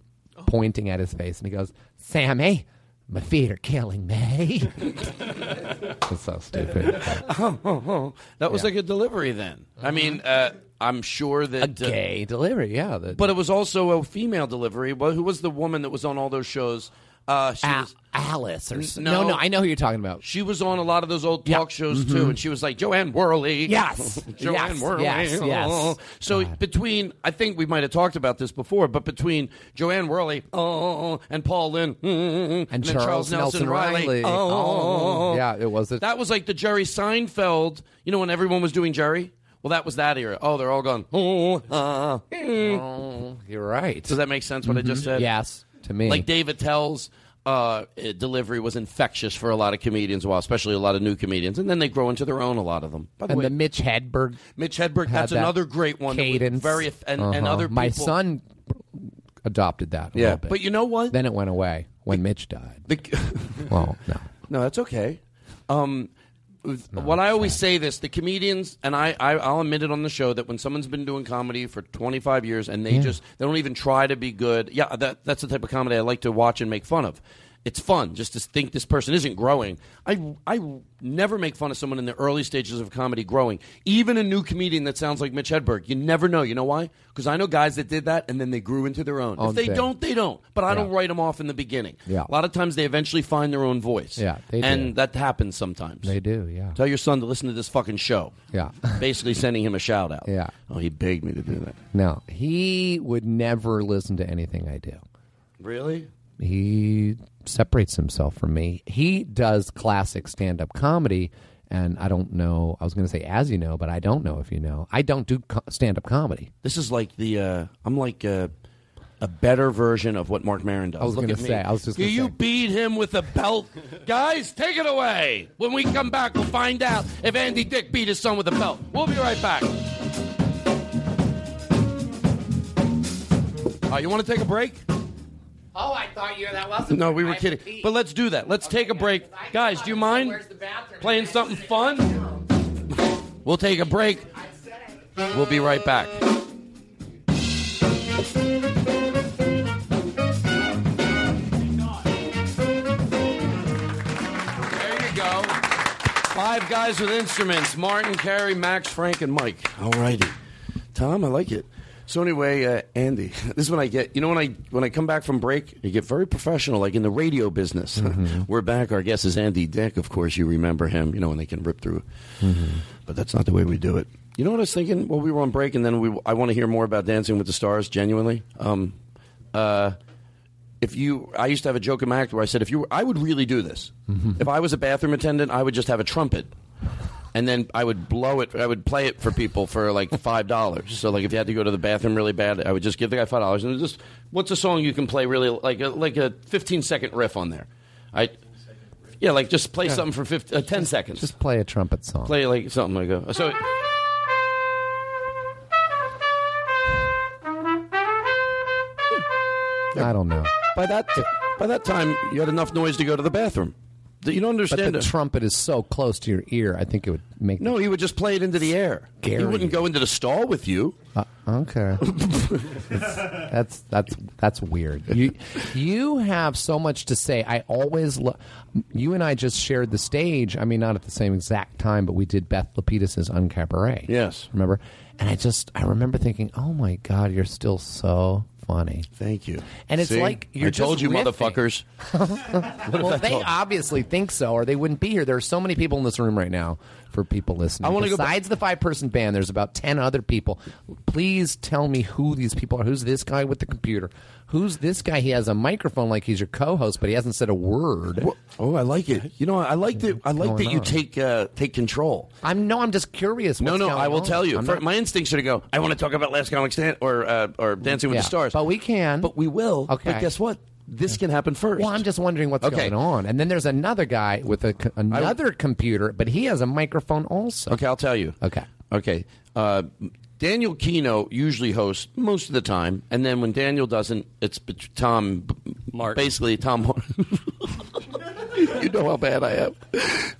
pointing at his face, and he goes, "Sammy, my feet are killing me." That's so stupid. That was Yeah. like a delivery. Then I mean, uh, I'm sure that a gay delivery. Yeah, the- but it was also a female delivery. Well, who was the woman that was on all those shows? Uh, she was, Alice or s- no, no, I know who you're talking about. She was on a lot of those old talk shows too, Mhm. and she was like Joanne Worley. Yes. Joanne Yes, Worley. yes, yes. So between, I think we might have talked about this before, but between Joanne Worley oh, and Paul Lynn and, And then Charles Charles Nelson, Nelson Riley, Riley. oh. Oh. Yeah, it was a- that was like the Jerry Seinfeld. You know when everyone was doing Jerry. Well, that was that era. Oh, they're all gone. Oh, uh, mm. You're right. Does that make sense? What I just Mhm. said? Yes, to me. Like David Tell's uh, eh, delivery was infectious for a lot of comedians, well, especially a lot of new comedians, and then they grow into their own. A lot of them. By the and way, the Mitch Hedberg. Mitch Hedberg. had That's that another great one. that was Cadence. Very eff- and, and Uh-huh. other people. My son adopted that. A Yeah, little bit. but you know what? Then it went away when Mitch died. well, no. No, that's okay. Um, what I always say this: the comedians and I, I, I'll admit it on the show that when someone's been doing comedy for 25 years and they Yeah. just they don't even try to be good, yeah, that, that's the type of comedy I like to watch and make fun of. It's fun just to think this person isn't growing. I, I never make fun of someone in the early stages of comedy growing. Even a new comedian that sounds like Mitch Hedberg, you never know. You know why? Because I know guys that did that and then they grew into their own. Own if they thing. don't, they don't. But I Yeah. don't write them off in the beginning. Yeah. A lot of times they eventually find their own voice. Yeah, they do. and that happens sometimes. They do, yeah. Tell your son to listen to this fucking show. Yeah. Basically sending him a shout out. Yeah. Oh, he begged me to do that. No. He would never listen to anything I do. Really? He separates himself from me. He does classic stand up comedy. And I don't know. I was going to say, as you know, but I don't know if you know. I don't do co- stand up comedy. This is like the uh, I'm like a, a better version of what Mark Maron does. I was Look gonna at me. say, I was just Do gonna you say. beat him with a belt? Guys, take it away. When we come back, we'll find out if Andy Dick beat his son with a belt. We'll be right back. All right, Uh, you want to take a break? Oh, I thought you that wasn't. No, we were kidding. But let's do that. Let's take a break. Guys, do you mind playing something fun? We'll take a break. We'll be right back. There you go. Five guys with instruments Martin, Carey, Max, Frank, and Mike. All righty. Tom, I like it. So anyway, uh, Andy, this is when I get. You know when I when I come back from break, I get very professional, like in the radio business. We're back. Our guest is Andy Dick. Of course, you remember him. You know, and they can rip through. But that's not the way we do it. You know what I was thinking? Well, we were on break, and then we. I want to hear more about Dancing with the Stars. Genuinely, um, uh, if you, I used to have a joke in my act where I said, if you, were, I would really do this. If I was a bathroom attendant, I would just have a trumpet, and then I would blow it. I would play it for people for like five dollars. So like, if you had to go to the bathroom really bad, I would just give the guy five dollars and just, what's a song you can play really like a, like a fifteen second riff on there? I. Yeah, like just play Yeah. something for 15, uh, 10 seconds. Just play a trumpet song. Play like something like a so. I don't know. By that by that time, you had enough noise to go to the bathroom. You don't understand. But the it. trumpet is so close to your ear. I think it would make. No, he would just play it into the air. He Scary. wouldn't go into the stall with you. Uh, okay. that's that's that's weird. You you have so much to say. I always love. You and I just shared the stage. I mean, not at the same exact time, but we did Beth Lapidus's Uncabaret. Yes, remember? And I just I remember thinking, oh my god, you're still so funny. Thank you. And it's See? like you're I told just you, riffing. motherfuckers. What if I well, they told- obviously think so, or they wouldn't be here. There are so many people in this room right now for people listening. I wanna go Besides the five person band, there's about 10 other people. Please tell me who these people are. Who's this guy with the computer? Who's this guy? He has a microphone like he's your co host, but he hasn't said a word. Oh, I like it. You know, I like that. I like that you take uh, take control. I'm no, I'm just curious. No, what's no, going I will on. tell you. I'm For- not- my instincts are to go. I want to talk about Last Comic Stand or uh, or Dancing with Yeah, the Stars. but we can. But we will. Okay. But guess what? This can happen first. Well, I'm just wondering what's Okay. going on. And then there's another guy with a, co- another computer, but he has a microphone also. Okay, I'll tell you. Okay. Okay. Uh, Daniel Kino usually hosts most of the time, and then when Daniel doesn't, it's b- Tom. Martin. Basically, Tom. Mar- you know how bad I am.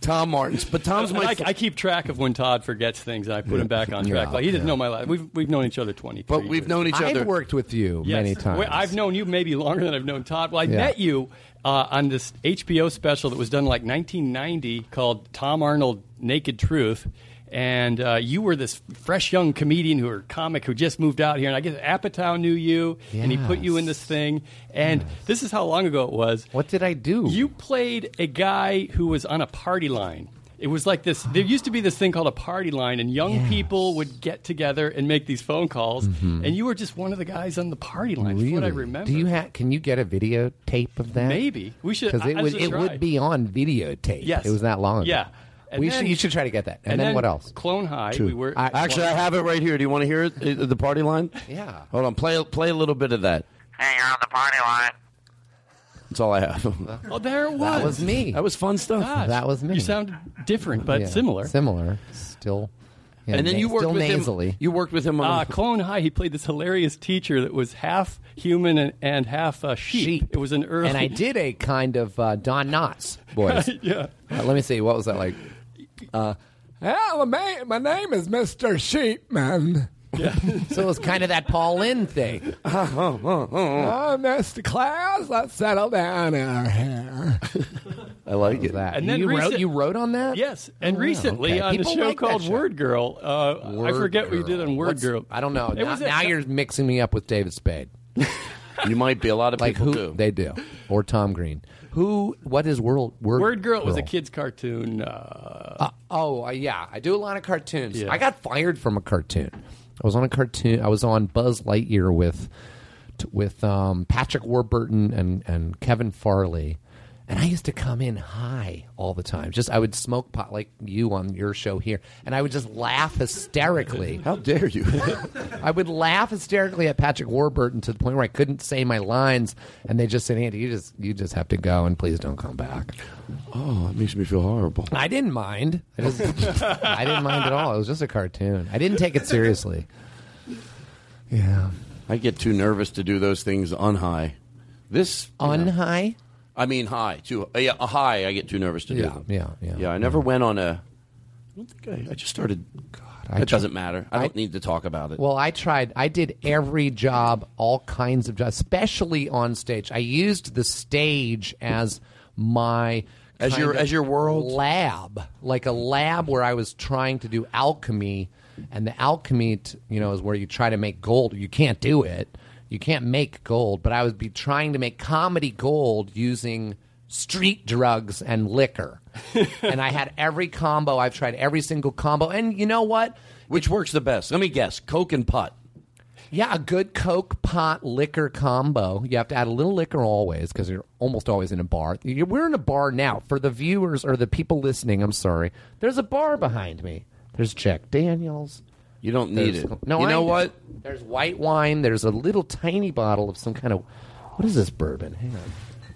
Tom Martin's, but Tom's And my. I, I keep track of when Todd forgets things, and I put him back on track. Yeah, like he didn't yeah. know my life. We've we've known each other twenty. But we've known each I've other- worked with you many times. I've known you maybe longer than I've known Todd. Well, I Yeah. met you uh, on this HBO special that was done like 1990 called Tom Arnold Naked Truth. And uh, you were this fresh young comedian who or comic who just moved out here, and I guess Apatow knew you, and he put you in this thing. And this is how long ago it was. What did I do? You played a guy who was on a party line. It was like this. There used to be this thing called a party line, and young people would get together and make these phone calls. Mhm. And you were just one of the guys on the party line. Really? That's what I remember. Do you ha- can you get a videotape of that? Maybe. We should- because I- it I would should it try. would be on videotape. Yes. it was that long. ago. Yeah. And we then- should you should try to get that. And, then, what else? Clone High. Two. We were Actually, I have it right here. Do you want to hear it? Uh, The party line. Yeah. Hold on. Play play a little bit of that. Hey, you're on the party line. That's all I have. Oh, there it was. That was me. That was fun stuff. Gosh. That was me. You sounded different, but Yeah. similar. Similar. Still. yeah, And then na- you worked still with him- nasally. Ah, You worked with him on Uh, Clone High. He played this hilarious teacher that was half human and, and half uh, sheep. It was an early. and I did a kind of uh, Don Knotts voice. yeah. Uh, let me see. What was that like? Uh, Hello, my, my name is Mr. Sheepman. so it was kind of that Paul Lynn thing. Oh, Mr. Klaus, let's settle down our hair. I like it. That. And then you, wrote, recent- you wrote on that? Yes, and Oh, wow, recently okay. on People the show like that called show. Word Girl, uh, I Word forget what you Girl. did on Word What's- Girl. I don't know. It Now, was a- now you're mixing me up with David Spade. you might be. A lot of like people who, do. They do. Or Tom Green. Who? What is World Word, Word Girl was a kids' cartoon. Uh, oh, uh, yeah. I do a lot of cartoons. Yeah. I got fired from a cartoon. I was on a cartoon. I was on Buzz Lightyear with t- with um, Patrick Warburton and and Kevin Farley, and I used to come in high all the time. Just I would smoke pot like you on your show here, and I would just laugh hysterically. How dare you? I would laugh hysterically at Patrick Warburton to the point where I couldn't say my lines, and they just said, "Andy, you just you just have to go, and please don't come back." Oh, it makes me feel horrible. I didn't mind. I, just, I didn't mind at all. It was just a cartoon. I didn't take it seriously. Yeah. I get too nervous to do those things on high. This on high. I mean high too. Uh, yeah, a high. I get too nervous to do Yeah, them. yeah, yeah. Yeah, I never went on a. I don't think I. I just started. God, I it tr- doesn't matter. I don't need to talk about it. Well, I tried. I did every job, all kinds of jobs, especially on stage. I used the stage as my As your- kind of as your world? lab, like a lab where I was trying to do alchemy, and the alchemy, t- you know, is where you try to make gold. You can't do it. You can't make gold, but I would be trying to make comedy gold using street drugs and liquor. and I had every combo. I've tried every single combo. And you know what? Which works the best? Let me guess. Coke and pot. Yeah, a good Coke, pot, liquor combo. You have to add a little liquor always because you're almost always in a bar. You- We're in a bar now. For the viewers or the people listening, I'm sorry. There's a bar behind me. There's Jack Daniels. You don't need There's- it. No, you I know do. what? There's white wine. There's a little tiny bottle of some kind of. What is this bourbon? Hang on.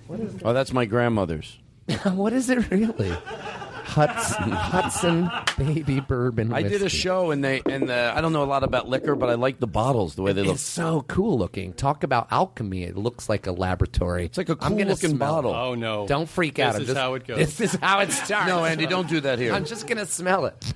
What is Oh, that's my grandmother's. what is it really? Hudson, Hudson baby bourbon. I did a whiskey. show and they and uh, I don't know a lot about liquor, but I like the bottles the way they look. It's so cool looking. Talk about alchemy. It looks like a laboratory. It's like a I'm gonna cool-looking smell it. bottle. Oh, no. Don't freak This out. I'm is just- how it goes. This is how it starts. No, Andy, don't do that here. I'm just gonna smell it.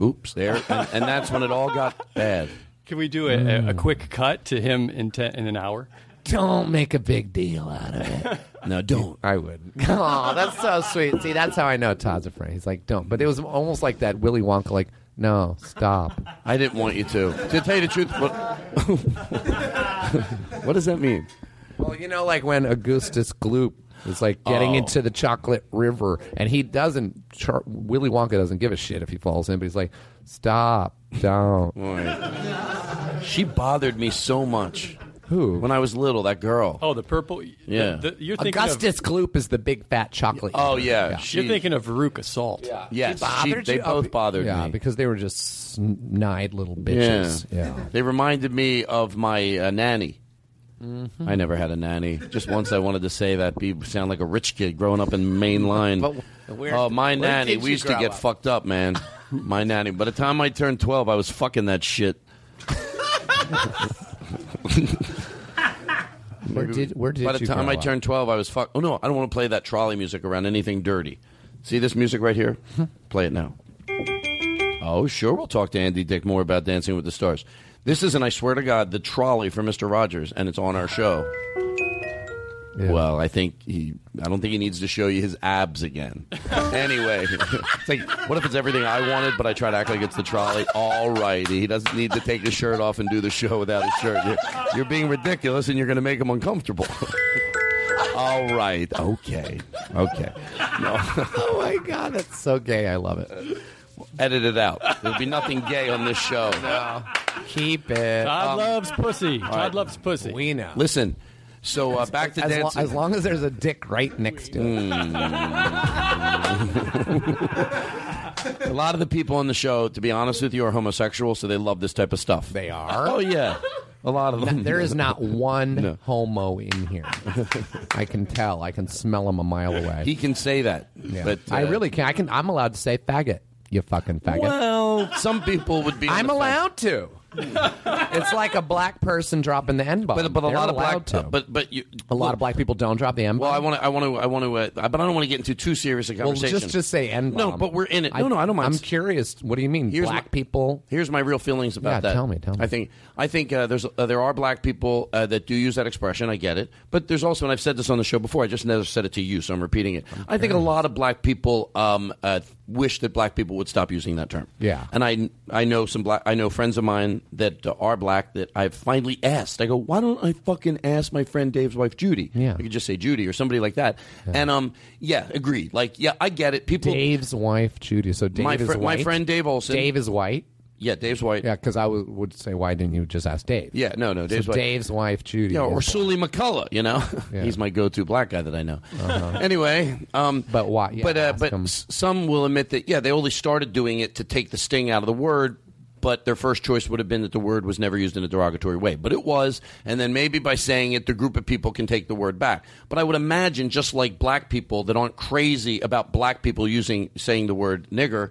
Oops, there, and, and that's when it all got bad. Can we do a, Mm. a, a quick cut to him in ten, in an hour? Don't make a big deal out of it. no, don't. I would. oh, that's so sweet. See, that's how I know Todd's a friend. He's like, don't. But it was almost like that Willy Wonka, like, no, stop. I didn't want you to. To tell you the truth, what, what does that mean? Well, you know, like when Augustus Gloop is like getting Oh. into the chocolate river, and he doesn't. Char- Willy Wonka doesn't give a shit if he falls in, but he's like, "Stop, don't." She bothered me so much. Who? When I was little, that girl. Oh, the purple. Yeah. the- you're thinking of- Augustus Gloop is the big fat chocolate. Oh, eater. yeah, she- You're thinking of Veruca Salt. Yeah. Yes, She bothered they you? Oh, both bothered yeah, me. because they were just snide little bitches. Yeah. They reminded me of my uh, nanny. Mm-hmm. I never had a nanny. Just once I wanted to say that, be sound like a rich kid growing up in Main Line. But where- oh, my where nanny. did We you used to grow get up? fucked up, man. my nanny. By the time I turned 12, I was fucking that shit. Where did where did By the you time grow I up? turned 12, I was fuck. Oh, no, I don't want to play that trolley music around anything dirty. See this music right here? Hmm. play it now. Oh, sure. We'll talk to Andy Dick more about Dancing with the Stars. This is, and I swear to God, the trolley for Mr. Rogers, and it's on our show. Well, I think he. I don't think he needs to show you his abs again. anyway, it's like, what if it's everything I wanted, but I try to act like it's the trolley? All right, he doesn't need to take his shirt off and do the show without his shirt. You're, you're being ridiculous, and you're going to make him uncomfortable. All right, okay, okay. No. oh my god, that's so gay. I love it. Edit it out. There'll be nothing gay on this show. No. Keep it. Todd Um, loves pussy. Todd right. loves pussy. We know. Listen, so uh, back to as, lo- dancing. Mm. as long as there's a dick right next to it. a lot of the people on the show, to be honest with you, are homosexual, so they love this type of stuff. They are. Oh yeah, a lot of them. No, there is not one homo in here. I can tell. I can smell him a mile away. He can say that, Yeah. but I uh, really can. I can. I'm allowed to say faggot. You fucking faggot. Well, some people would be. I'm allowed to. it's like a black person dropping the n bomb. But, but a lot of black. to. But but you, a lot of black people don't drop the n bomb. Well, I want to. I want to. I want to. Uh, but I don't want to get into too serious a Well, conversation. just just say n bomb. No, but we're in it. No, no, I don't mind. I'm curious. What do you mean? Here's black my- people? Here's my real feelings about Yeah, that. tell me, tell me. I think I think uh, there's uh, there are black people uh, that do use that expression. I get it, but there's also, and I've said this on the show before. I just never said it to you, so I'm repeating it. I think a lot of black people um, uh, wish that black people would stop using that term. Yeah. and I I know some black I know friends of mine that uh, are black that I've finally asked. I go, why don't I fucking ask my friend Dave's wife Judy? Yeah. I could just say Judy or somebody like that. And um, yeah, agreed. Like, yeah, I get it. People, Dave's wife, Judy. So Dave my is fri- white. my friend Dave Olson. Dave is white. yeah, Dave's white. Yeah, because I w- would say, why didn't you just ask Dave? Yeah, no, no, So Dave's white. Dave's wife, Judy. Yeah, is or black. Sully McCullough, you know? Yeah. Uh-huh. He's my go to black guy that I know. Anyway, um, But why? Yeah, but, uh, ask but him. s- some will admit that, yeah, they only started doing it to take the sting out of the word, but their first choice would have been that the word was never used in a derogatory way. But it was, and then maybe by saying it, the group of people can take the word back. But I would imagine, just like black people that aren't crazy about black people using saying the word nigger,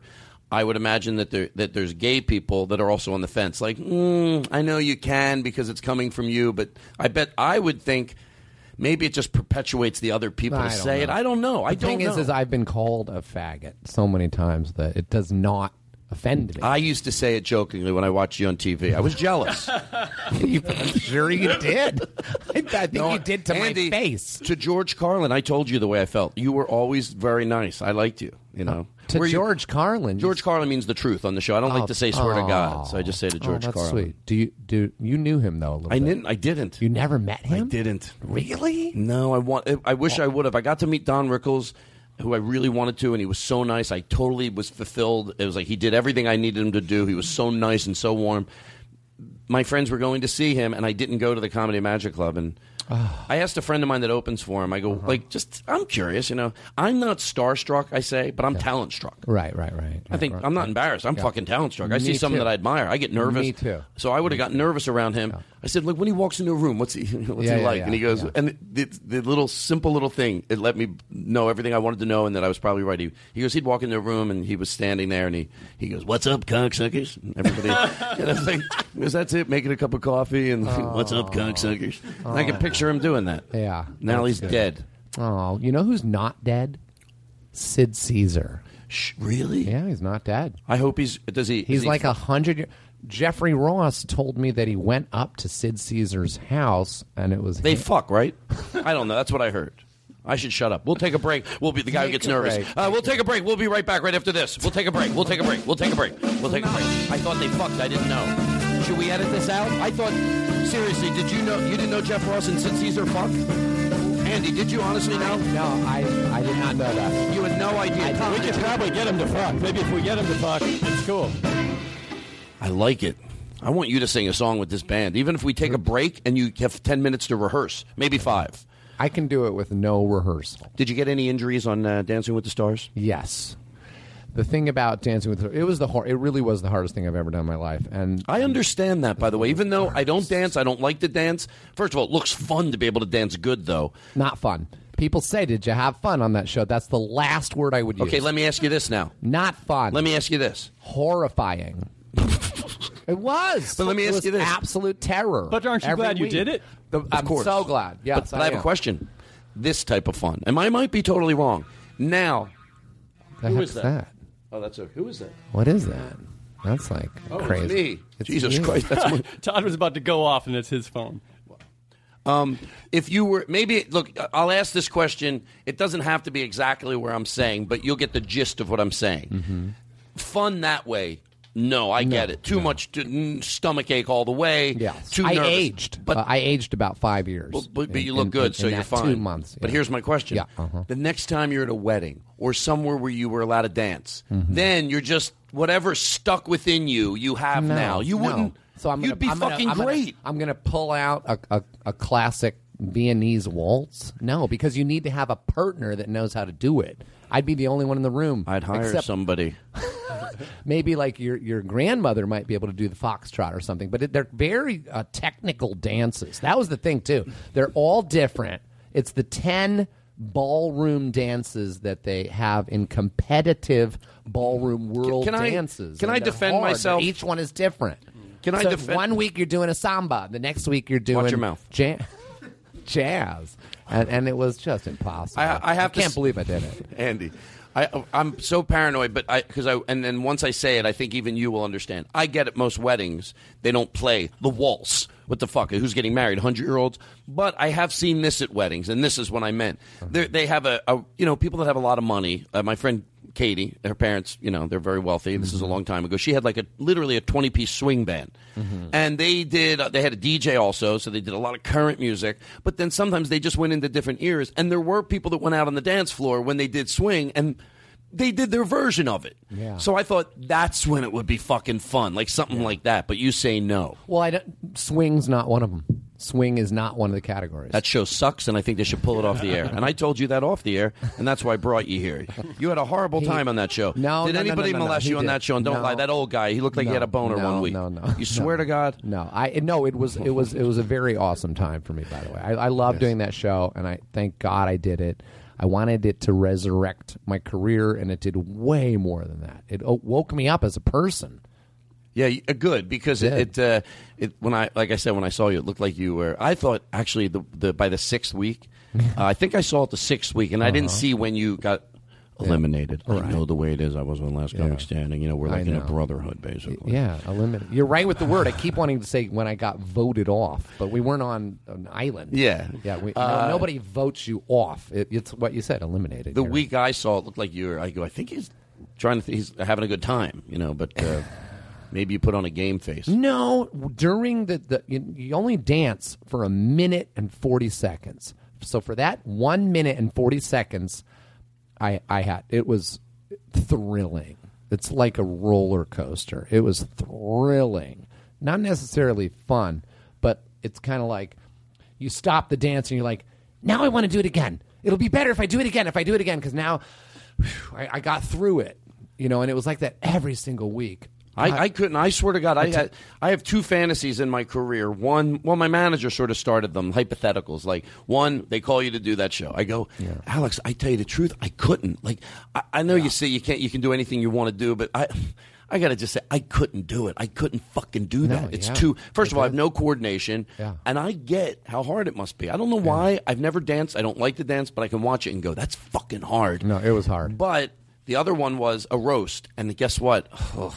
I would imagine that there that there's gay people that are also on the fence. Like, mm, I know you can because it's coming from you, but I bet I would think maybe it just perpetuates the other people to I don't say it. know. I don't know. I The don't thing know. is, is I've been called a faggot so many times that it does not offend me. I used to say it jokingly when I watched you on TV. I was jealous. you, I'm sure you did. I, I think you did to Andy, my face. To George Carlin, I told you the way I felt. You were always very nice. I liked you. You know. Uh, To Were you- George Carlin. George Carlin means the truth on the show. I don't like to say swear to God, so I just say to Oh, George that's Carlin. Sweet. Do you do you knew him though a little I bit? didn't. I didn't. You never met him. I didn't. Really? No. I want. I wish I would have. I got to meet Don Rickles, who I really wanted to, and he was so nice. I totally was fulfilled. It was like he did everything I needed him to do. He was so nice and so warm. My friends were going to see him, and I didn't go to the Comedy Magic Club. And I asked a friend of mine that opens for him. I go like, just I'm curious, you know. I'm not starstruck. I say, but I'm talent struck. Right, right, right. I think right. I'm not embarrassed. I'm Yeah. fucking talent struck. I Me see something too. that I admire. I get nervous. Me too. So I would have gotten nervous around him. I said, "Look, when he walks into a room, what's he what's Yeah, he yeah, like?" yeah, and he goes, yeah. and the, the little simple little thing it let me know everything I wanted to know and that I was probably right. He, he goes, he'd walk into a room and he was standing there and he, he goes, "What's up, cocksuckers?" And everybody, and I was like, because that's it, making a cup of coffee and "What's up, cocksuckers?" And I can Oh. picture him doing that. Yeah. Now that's he's good. dead. Oh, you know who's not dead? Sid Caesar. really? Yeah, he's not dead. I hope he's does he? He's is he- like a hundred. year- Jeffrey Ross told me that he went up to Sid Caesar's house and it was They fuck, right? I don't know. That's what I heard. I should shut up. We'll take a break. We'll be the guy who gets a nervous. break. Uh, we'll take a break. We'll be right back right after this. We'll take a break. We'll take a break. We'll take a break. We'll take a break. I thought they fucked. I didn't know. Should we edit this out? I thought. Seriously, did you know? You didn't know Jeff Ross and Sid Caesar fucked? Andy, did you honestly know? No, I I did not know that. You had no idea. We could probably get him to fuck. Maybe if we get him to fuck, it's cool. I like it. I want you to sing a song with this band, even if we take a break and you have ten minutes to rehearse, maybe five. I can do it with no rehearsal. Did you get any injuries on uh, Dancing with the Stars? Yes. The thing about Dancing with the it was the hard, it really was the hardest thing I've ever done in my life, and I understand that, by the way. Even though I don't dance, I don't like to dance. First of all, it looks fun to be able to dance good, though. not fun. People say, "Did you have fun on that show?" That's the last word I would use. Okay, let me ask you this now. Not fun. Let me ask you this. Horrifying. it was. But let me It ask was you this. Absolute terror. But aren't you every glad you week. did it? The- I'm course. so glad. but, Yes, but I, have am. a question. This type of fun, and I might be totally wrong. Now, The who heck's is that? that? Oh, that's a, who is that? What is that? That's like Oh, it's crazy. me. Jesus Christ, that's my- Todd was about to go off, and it's his phone. Um, if you were maybe look, I'll ask this question. It doesn't have to be exactly where I'm saying, but you'll get the gist of what I'm saying. Mm-hmm. Fun that way. No, I get it. Too much to, mm, stomach ache all the way. Yes. Too I nervous. aged, but Uh, I aged about five years. Well, but, but in- you look in- good, in- so in you're that fine. Two months. But yeah. here's my question: Yeah, uh-huh. The next time you're at a wedding or somewhere where you were allowed to dance, Mm-hmm. then you're just whatever stuck within you you have No, now. You no. wouldn't. So I'm gonna, you'd be I'm gonna- fucking I'm gonna- great. I'm going to pull out a, a, a classic Viennese waltz. No, because you need to have a partner that knows how to do it. I'd be the only one in the room. I'd Hire somebody. Maybe like your your grandmother might be able to do the foxtrot or something. But it, they're very uh, technical dances. That was the thing too. They're all different. It's the ten ballroom dances that they have in competitive ballroom world can I- dances. can And I they're defend hard. They're myself? Each one is different. Can I So defend- One week you're doing a samba, the next week you're doing Watch your mouth. ja- jazz, and, and it was just impossible. I, I have to can't s- believe I did it. Andy. I, I'm so paranoid, but I because I and then once I say it, I think even you will understand. I get at most weddings they don't play the waltz. What the fuck? Who's getting married? Hundred year olds. But I have seen this at weddings, and this is what I meant. They're, they have a, a you know people that have a lot of money. Uh, my friend Katie, her parents, you know, they're very wealthy. This is a long time ago. She had like a literally a twenty piece swing band. And they did. They had a DJ also, so they did a lot of current music. But then sometimes they just went into different eras. And there were people that went out on the dance floor when they did swing, and they did their version of it. Yeah. So I thought that's when it would be fucking fun, like something like that. But you say no. Well, I don't, swing's not one of them. Swing is not one of the categories. That show sucks, and I think they should pull it off the air. And I told you that off the air, and that's why I brought you here. You had a horrible time on that show. No, did no, no, anybody no, no, no. molest He you on did. that show? And don't No. lie, that old guy. He looked like he No, had a boner no, one week. No, no, You swear to God? No, I no. It was it was it was a very awesome time for me. By the way, I, I love doing that show, and I thank God I did it. I wanted it to resurrect my career, and it did way more than that. It o- woke me up as a person. Yeah, y- uh, good because it, it, uh, it when I like I said when I saw you, it looked like you were. I thought actually the, the by the sixth week, uh, I think I saw it the sixth week, and I didn't Uh-huh. see when you got eliminated. I Right. know the way it is. I was on Last Comic Yeah. Standing. You know, we're I like in a know. brotherhood, basically. Yeah, eliminate. You're right with the word. I keep wanting to say when I got voted off, but we weren't on an island. Yeah. yeah. We, Uh, no, nobody votes you off. It, it's what you said. Eliminated. The You're week I saw it looked like you were. I go. I think he's trying to. Th- he's having a good time. You know, but uh, maybe you put on a game face. No, during the, the you, you only dance for a minute and 40 seconds. So for that 1 minute and 40 seconds I I had it was thrilling. It's like a roller coaster. It was thrilling. Not necessarily fun, but it's kind of like you stop the dance and you're like, "Now I want to do it again. It'll be better if I do it again, if I do it again cuz now whew, I, I got through it." You know, and it was like that every single week. I, I couldn't. I swear to God, I had, I have two fantasies in my career. One, well, my manager sort of started them hypotheticals. Like one, they call you to do that show. I go, Alex, I tell you the truth, I couldn't. Like I, I know you say you can't, you can do anything you want to do, but I. I gotta just say, I couldn't do it. I couldn't fucking do that. It's yeah. too. First of all, I have no coordination, Yeah. and I get how hard it must be. I don't know why. I've never danced. I don't like to dance, but I can watch it and go, "That's fucking hard." No, it was hard. But the other one was a roast, and guess what? Ugh,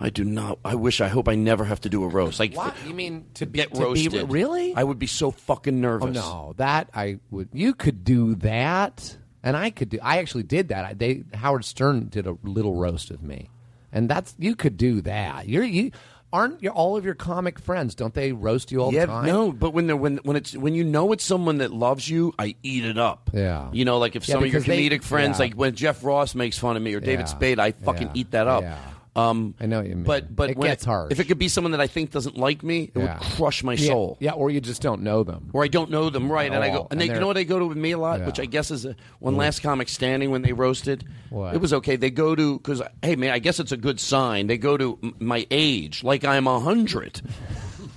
I do not. I wish. I hope I never have to do a roast. Like What? You mean to be- get to be- roasted? really? I would be so fucking nervous. Oh no, that I would. You could do that, and I could do. I actually did that. I, they Howard Stern did a little roast of me, and that's you could do that. You're you aren't your all of your comic friends? Don't they roast you all yeah, the time? no. But when they're when when it's when you know it's someone that loves you, I eat it up. Yeah. You know, like if Yeah, some of your because they- comedic friends, yeah. like when Jeff Ross makes fun of me or Yeah. David Spade, I fucking Yeah. eat that up. Yeah. Um, I know what you mean. But but It when gets harsh. If it could be someone that I think doesn't like me, it Yeah. would crush my Yeah, soul. Yeah, or you just don't know them. Or I don't know them right, and I Oh, go, and and they, you they're- know what they go to with me a lot, Yeah. which I guess is a, when Last Comic Standing when they roasted, What? it was okay. They go to because hey man, I guess it's a good sign. They go to m- my age, like I'm a hundred.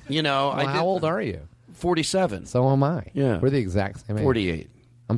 You know, I Well, did- how old are you? Forty-seven. So am I. Yeah. we're the exact same. age. 48. I'm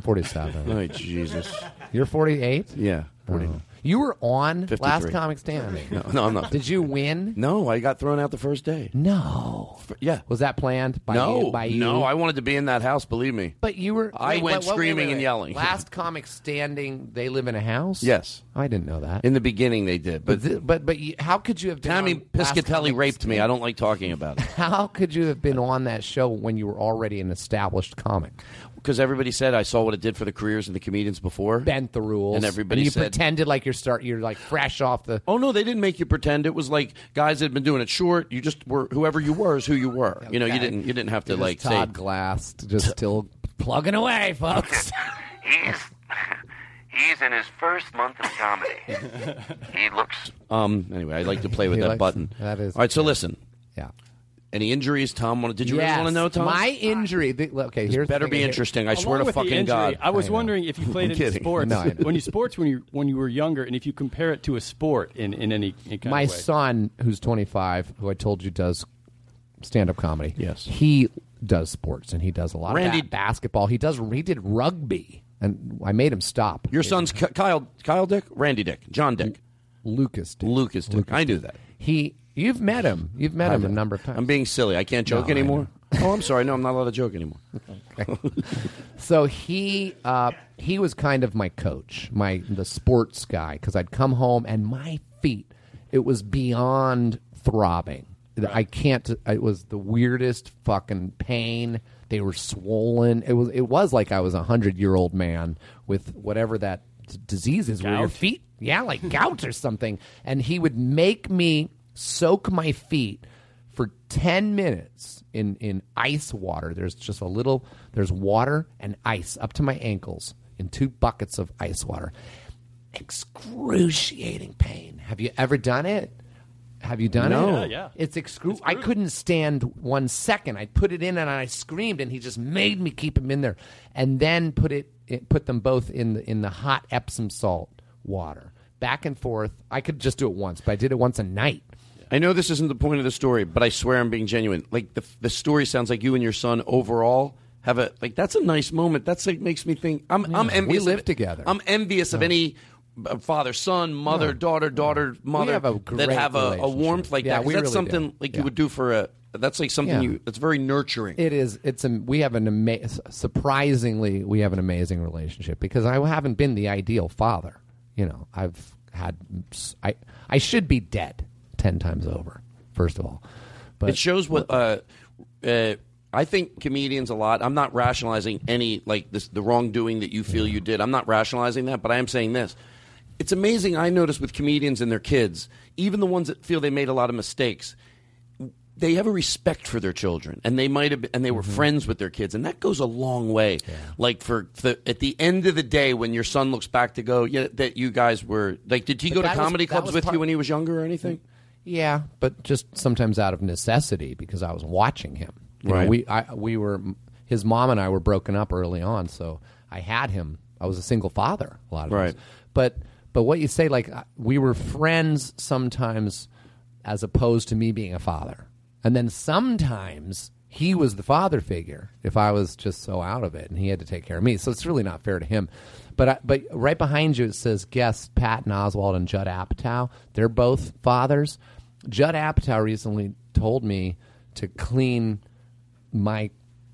47. Oh, Jesus. You're 48. Yeah, 40. You were on 53. Last Comic Standing. No, no, I'm not. Did you win? No, I got thrown out the first day. No. yeah. Was that planned by no, you? By you? no, I wanted to be in that house. Believe me. But you were. I went wait, what- what- wait, screaming wait, and wait. yelling. Last comic standing. They live in a house. Yes, I didn't know that. In the beginning, they did, but But thi- but but you, how could you have been? Tommy on Last Piscatelli Comic raped me. Standing? I don't like talking about it. How could you have been on that show when you were already an established comic? because everybody said I saw what it did for the careers of the comedians before. Bent the rules, and everybody you said, pretended like you're start. You're like fresh off the. "Oh no, they didn't make you pretend." It was like guys that had been doing it short. You just were whoever you were is who you were. You know, you Okay. didn't you didn't have to You're like just Todd say Glass, just still plugging away, folks. He's he's in his first month of comedy. he looks Um. Anyway, I like to play with He that likes- button. that is- all right. So listen. Yeah. Any injuries, Tom? Wanted, did you Yes. really want to know, Tom? My injury. The, okay, here's the better thing. be Here- interesting. I Along swear to with the fucking injury, God. I was I know. wondering if you played I'm any kidding. sports No, I know. when you sports when you when you were younger, and if you compare it to a sport in, in any, any kind my of way. son who's 25 who i told you does stand-up comedy yes he does sports and he does a lot Randy- of ba- basketball he does he did rugby and i made him stop Your son's Ky- Kyle, Kyle Dick, Randy Dick, John Dick, Lucas Dick, Lucas Dick. I knew that. he you've met him you've met him a number of times I'm being silly. I can't joke No, I anymore. Oh, I'm sorry. No, I'm not allowed to joke anymore. so he uh, he was kind of my coach, my the sports guy, because I'd come home and my feet it was beyond throbbing. I can't. It was the weirdest fucking pain. They were swollen. It was it was like I was a hundred year old man with whatever that d- disease is where your Gout? feet yeah like gout or something and he would make me soak my feet for 10 minutes in, in ice water. There's just a little, there's water and ice up to my ankles in two buckets of ice water. Excruciating pain. Have you ever done it? Have you done No. it? Yeah, yeah. It's excru. I couldn't stand one second. I put it in and I screamed, and he just made me keep him in there, and then put it, it put them both in the in the hot Epsom salt water, back and forth. I could just do it once, but I did it once a night. I know this isn't the point of the story, but I swear I'm being genuine. Like the the story sounds like you and your son overall have a like that's a nice moment. That's like makes me think I'm I'm Yeah. envious. We live of, together. I'm envious of any uh, father son mother Yeah. daughter daughter mother have a that great have a, a warmth relationship. like Yeah, that. 'Cause we that's really something do. like Yeah. you would do for a That's like something Yeah. you. That's very nurturing. It is. It's a. We have an ama- surprisingly we have an amazing relationship because I haven't been the ideal father. You know, I've had. I I should be dead ten times over. First of all, but it shows what uh, uh, I think comedians a lot. I'm not rationalizing any like this the wrongdoing that you feel you did. I'm not rationalizing that, but I am saying this. It's amazing I notice with comedians and their kids, even the ones that feel they made a lot of mistakes, they have a respect for their children and they might have been, and they were Mm-hmm. friends with their kids and that goes a long way like for the, at the end of the day when your son looks back to go yeah, that you guys were like did he But go to that was- comedy that clubs was with part- you when he was younger or anything Yeah, but just sometimes out of necessity because I was watching him. You know, Right. we I, we were his mom and I were broken up early on, so I had him. I was a single father a lot of Right. times. But but what you say, like I- we were friends sometimes, as opposed to me being a father, and then sometimes he was the father figure if I was just so out of it and he had to take care of me. So it's really not fair to him. But I, but right behind you it says guests Patton Oswald and Judd Apatow. They're both fathers. Judd Apatow recently told me to clean my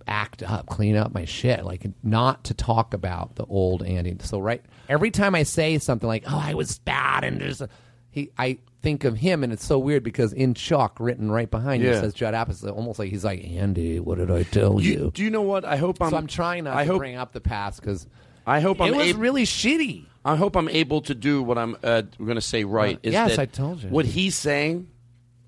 act up, clean up my shit, like not to talk about the old Andy. So right every time I say something like, "Oh, I was bad," and there's a, he, I think of him, and it's so weird because in chalk written right behind you it Yeah. says Judd Apatow, almost like he's like Andy. What did I tell you? do you know what i hope i'm so I'm trying not I to hope- bring up the past because I hope It I'm was ab- really shitty. I hope I'm able to do what I'm uh, going to say right. Uh, is yes, that I told you. what he's saying.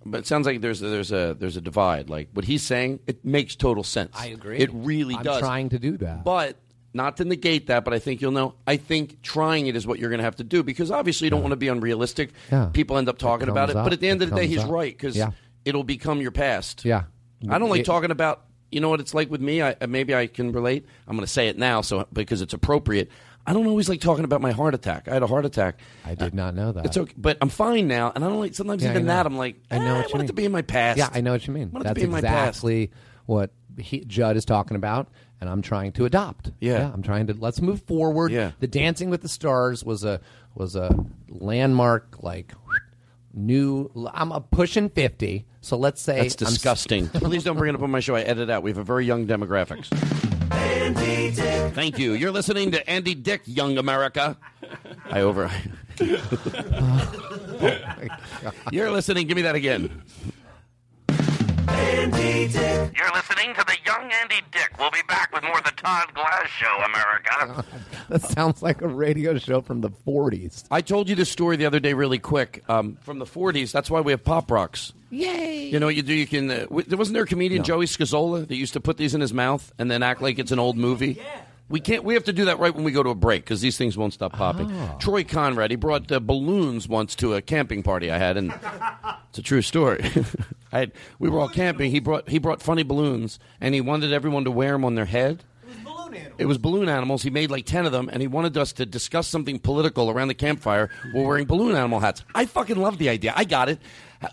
But it sounds like there's there's a there's a divide. Like what he's saying, it makes total sense. I agree. It really I'm does. trying to do that. but not to negate that. But I think you'll know. I think trying it is what you're going to have to do because obviously you don't want to be unrealistic. Yeah. People end up talking about comes it, but up. at the end It of the day, comes he's up. right because Yeah. it'll become your past. Yeah. I don't like It- talking about. You know what it's like with me. I, uh, maybe I can relate. I'm going to say it now, so because it's appropriate. I don't always like talking about my heart attack. I had a heart attack. I did not know that. It's okay, but I'm fine now, and I don't like. Sometimes Yeah, I even know. that, I'm like, I know eh, what I you want mean. it to be in my past. Yeah, I know what you mean. I want it to That's be in my past. exactly what he, Judd is talking about, and I'm trying to adopt. Yeah. I'm trying to let's move forward. Yeah. the Dancing with the Stars was a was a landmark like new. I'm a pushing fifty, so let's say That's I'm s- disgusting. Please don't bring it up on my show. I edit out. We have a very young demographics. Thank you. You're listening to Andy Dick, Young America. I over. Oh, You're listening. Give me that again. You're listening to the Young Andy Dick. We'll be back with more of the Todd Glass Show, America. that sounds like a radio show from the '40s. I told you this story the other day, really quick, um, from the '40s. That's why we have pop rocks. Yay! You know what you do? You can. Uh, w- there wasn't there a comedian Joey Scazola that used to put these in his mouth and then act like it's an old movie. Yeah. We can't. We have to do that right when we go to a break because these things won't stop popping. Troy Conrad he brought uh, balloons once to a camping party I had, and it's a true story. I had, we were all camping. He brought he brought funny balloons, and he wanted everyone to wear them on their head. It was balloon animals. He made like 10 of them, and he wanted us to discuss something political around the campfire while wearing balloon animal hats. I fucking love the idea. I got it.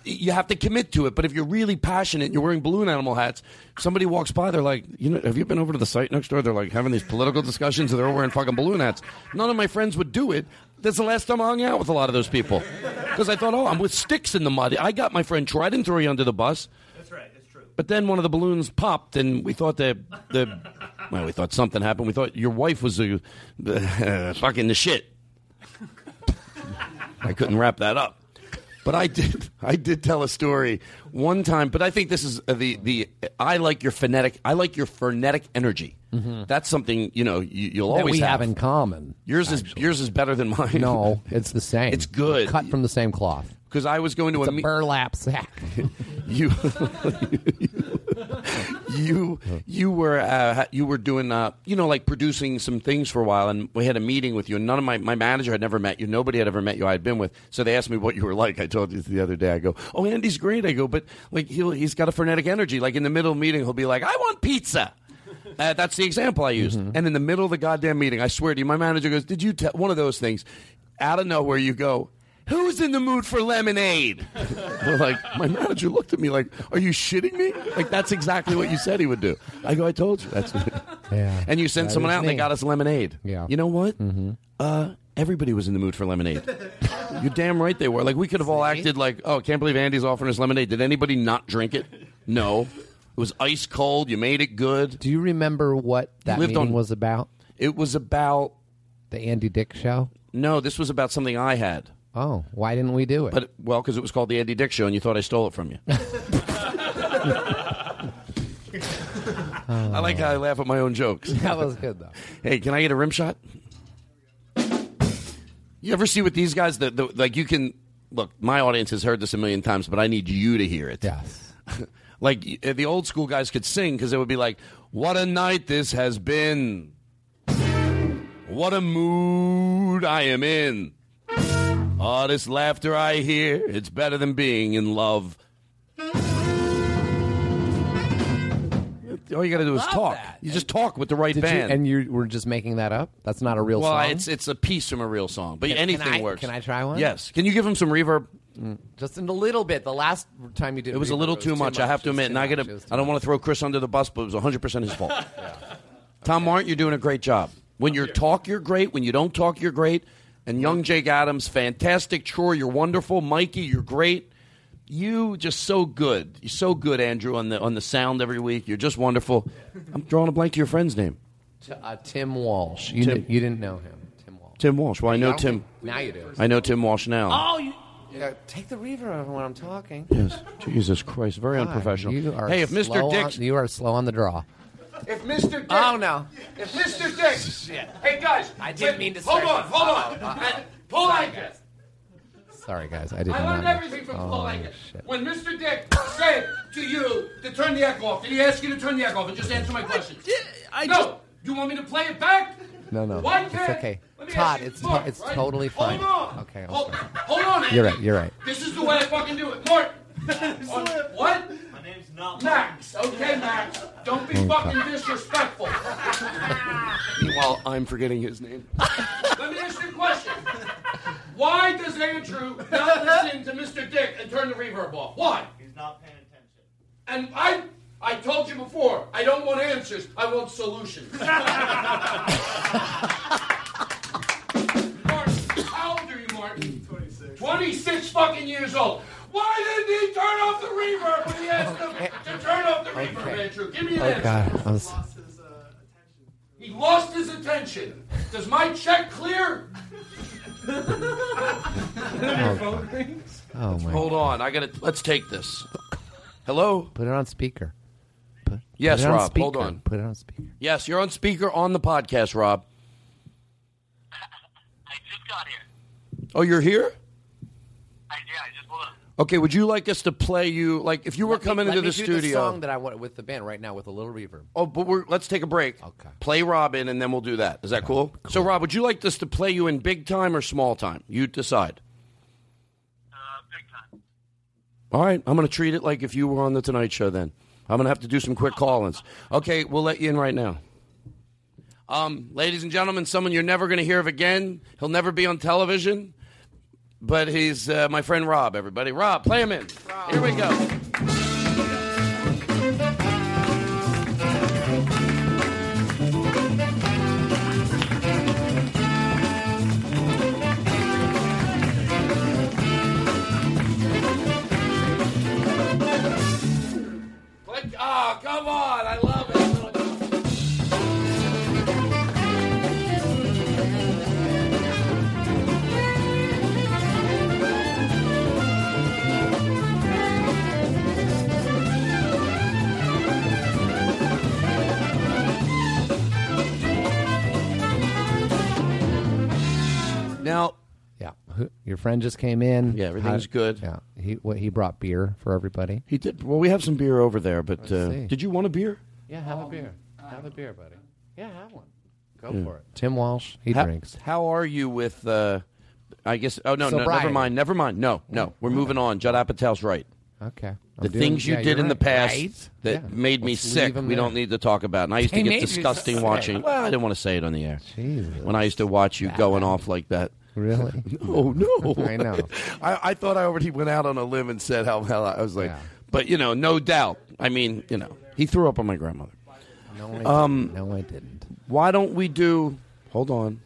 You have to commit to it, but if you're really passionate and you're wearing balloon animal hats, somebody walks by, they're like, you know, have you been over to the site next door? They're like having these political discussions, and they're all wearing fucking balloon hats. None of my friends would do it. That's the last time I hung out with a lot of those people. Because I thought, oh, I'm with sticks in the mud. I got my friend Troy. I didn't throw you under the bus. That's right. That's true. But then one of the balloons popped, and we thought that the well, we thought something happened. We thought your wife was a, fucking the shit. I couldn't wrap that up, but I did. I did tell a story one time. But I think this is uh, the the I like your phonetic. I like your phonetic energy. Mhm. That's something you know you, you'll that always we have. in common. Yours is yours is better than mine. No, it's the same. It's good. Cut from the same cloth. because I was going to It's a, a me- burlap sack. you, you, you were uh, you were doing uh, you know like producing some things for a while, and we had a meeting with you. And none of my my manager had never met you. Nobody had ever met you. I had been with, so they asked me what you were like. I told you the other day. I go, oh, Andy's great. I go, but like he he's got a frenetic energy. Like in the middle of the meeting, he'll be like, I want pizza. Uh, that's the example I used. Mm-hmm. And in the middle of the goddamn meeting, I swear to you, my manager goes, "Did you tell one of those things?" Out of nowhere, you go, "Who's in the mood for lemonade?" They're like, my manager looked at me like, "Are you shitting me?" Like that's exactly what you said he would do. I go, "I told you." That's yeah. And you sent That someone is out, and me. they got us lemonade. Yeah. Mm-hmm. You know what? Uh, everybody was in the mood for lemonade. You're damn right they were. Like we could have all acted like, "Oh, can't believe Andy's offering us lemonade." Did anybody not drink it? No, it was ice cold. You made it good. Do you remember what that lived meeting on- was about? It was about the Andy Dick show. No, this was about something I had. Oh, why didn't we do it? But well, because it was called the Andy Dick Show, and you thought I stole it from you. I like how I laugh at my own jokes. That was good though. hey, can I get a rim shot? You ever see what these guys the, the like you can look, my audience has heard this a million times, but I need you to hear it. Yes. like y- the old school guys could sing cuz it would be like, "What a night this has been. What a mood I am in. Oh, this laughter I hear, it's better than being in love." All you got to do is talk. You just talk with the right Did you, band. and you were just making that up? That's not a real well, song. it's it's a piece from a real song, but Can- can anything I- works. can I try one? Yes. Can you give him some reverb? just in a little bit. The last time you did It was a Reverb, little it too was much, I have to It admit, was too and I much. get It a, was too I don't want to throw Chris under the bus, but it was 100 percent his fault. Tom Martin, you're doing a great job. When you talk, you're great. When you don't talk, you're great. And young Jake Adams, fantastic. Troy, you're wonderful. Mikey, you're great. You just so good. You're so good, Andrew, on the on the sound every week. You're just wonderful. I'm drawing a blank to your friend's name. T- uh, Tim Walsh. You, Tim- kn- you didn't know him. Tim Walsh. Well, I know don't Tim. think- now you do. I know Tim Walsh now. Oh, you. take the reverb when I'm talking. Yes. Jesus Christ. Very God, unprofessional. You are hey, if Mr. slow Dix. on, you are slow on the draw. If Mr. Dick. Oh, no. If Mr. Dick. Hey guys. I didn't mean to. Hold on. start Hold on. And Paul Anka. Sorry, guys, I did I not. learned everything from Paul oh, Anka. shit. When Mr. Dick said to you to turn the echo off, did he ask you to turn the echo off and just answer my question? I no. You want me to play it back? No, no, Why it's can't- okay. Let me ask Todd, you, it's Mark, it's right? totally fine. Hold on. Okay, okay. Hold, hold on. Andy. You're right. You're right. This is the way I fucking do it, Mark. what? My name's not Max. Okay, Max. Don't be Okay. fucking disrespectful. Meanwhile, I'm forgetting his name. Let me ask you a question. Why does Andrew not listen to Mr. Dick and turn the reverb off? Why? He's not paying attention. And I, I told you before, I don't want answers. I want solutions. Martin, how old are you, Martin? 26. 26 fucking years old. Why didn't he turn off the reverb when he asked him to turn off the reverb, Andrew? Give me an Oh answer. God, I was. He lost his attention. Does my check clear? Oh my. Hold on. I got to. Let's take this. Hello? Put it on speaker. Put, Yes, put it on Rob, hold speaker. on. Put it on speaker. Yes, you're on speaker on the podcast, Rob. I just got here. Oh, you're here? Okay, would you like us to play you like if you were Let me- coming let into me the do studio? The song that I want with the band right now with a little reverb. Oh, but we're, let's take a break. Okay. Play Robin, and then we'll do that. Is that cool? So, Rob, would you like us to play you in big time or small time? You decide. Uh, big time. All right. I'm going to treat it like if you were on the Tonight Show. Then I'm going to have to do some quick call-ins. Okay, we'll let you in right now. Um, ladies and gentlemen, someone you're never going to hear of again. He'll never be on television, but he's uh, my friend Rob. Everybody, Rob, play him in. Here we go. Like, oh, come on. I love it. Now, Yeah, Who- your friend just came in. Yeah, everything's good. Yeah, he what he brought beer for everybody. He did. Well, we have some beer over there, but uh, see. did you want a beer? Yeah, have a beer. Have a beer, buddy. Yeah, have one. Go Yeah. for it. Hmm. Tim Walsh, he how, drinks. How are you with? Uh, I guess. Oh no, no, never Sobriety. mind. Never mind. No, no. We're moving on. Judd Apatow's right. Okay. I'm The doing- things you yeah, did you're in the right. past Right? that Yeah. made me Let's leave sick, 'em we there. don't need to talk about. And I used to They get made you disgusting sick. watching. Well, I didn't want to say it on the air. When I used to watch you going off like that. Really? oh no! I know. I, I thought I already went out on a limb and said how hell I I was like, but you know, no doubt. I mean, you know, he threw up on my grandmother. No, I didn't. Um, no, I didn't. Why don't we do? Hold on.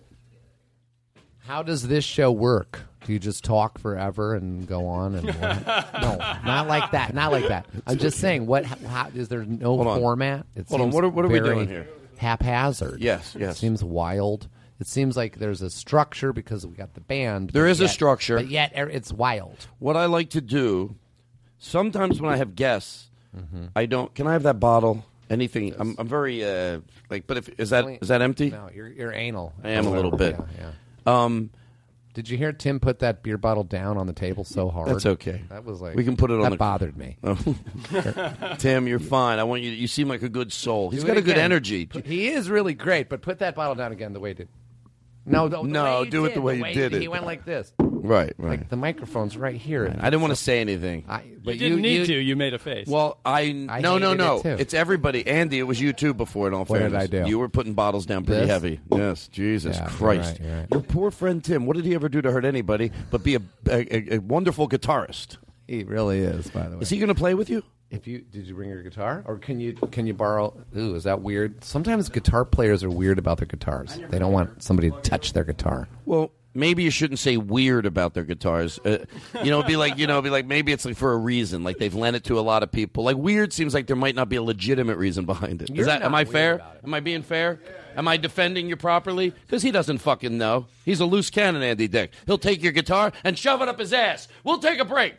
How does this show work? Do you just talk forever and go on and no, not like that, not like that. I'm just saying, what how, is there no Hold on. format? Hold on, what are- what are we very doing here? Haphazard. Yes, yes. It seems wild. It seems like there's a structure because we got the band. There but is a yet- structure. but yet er- it's wild. What I like to do sometimes when I have guests, Mm-hmm. I don't. Can I have that bottle? Anything? I'm, I'm very uh, like. But if is that is that empty? No, you're, you're anal. I am a little bit. Yeah, yeah. Um, Did you hear Tim put that beer bottle down on the table so hard? That's okay. That was like we can put it on. That the, bothered me. Tim, you're fine. I want you. You seem like a good soul. He's Do got it a good again. energy. Put- He is really great, but put that bottle down again the way it did. No, the, the No, way you do it did, the way you did it. He went like this. Right, right. The microphone's right here. I didn't want to say anything. I, you didn't need to. You made a face. Well, I, no no hated no. it, too. It's everybody. Andy, it was you too. Before in all What did fairness, I do? You were putting bottles down pretty This? heavy. Yes, Jesus Yeah, Christ. you're right, you're right. Your poor friend Tim. What did he ever do to hurt anybody? But be a, a, a, a wonderful guitarist. He really is. By the way, is he going to play with you? If you did you bring your guitar, or can you can you borrow? Ooh, is that weird? Sometimes guitar players are weird about their guitars. They don't want somebody to touch their guitar. Well, maybe you shouldn't say weird about their guitars. Uh, you know, it'd be like you know, it'd be like maybe it's like for a reason. Like they've lent it to a lot of people. Like weird seems like there might not be a legitimate reason behind it. Is You're that not am I weird fair? about Am I being fair? Am I defending you properly? Because he doesn't fucking know. He's a loose cannon, Andy Dick. He'll take your guitar and shove it up his ass. We'll take a break.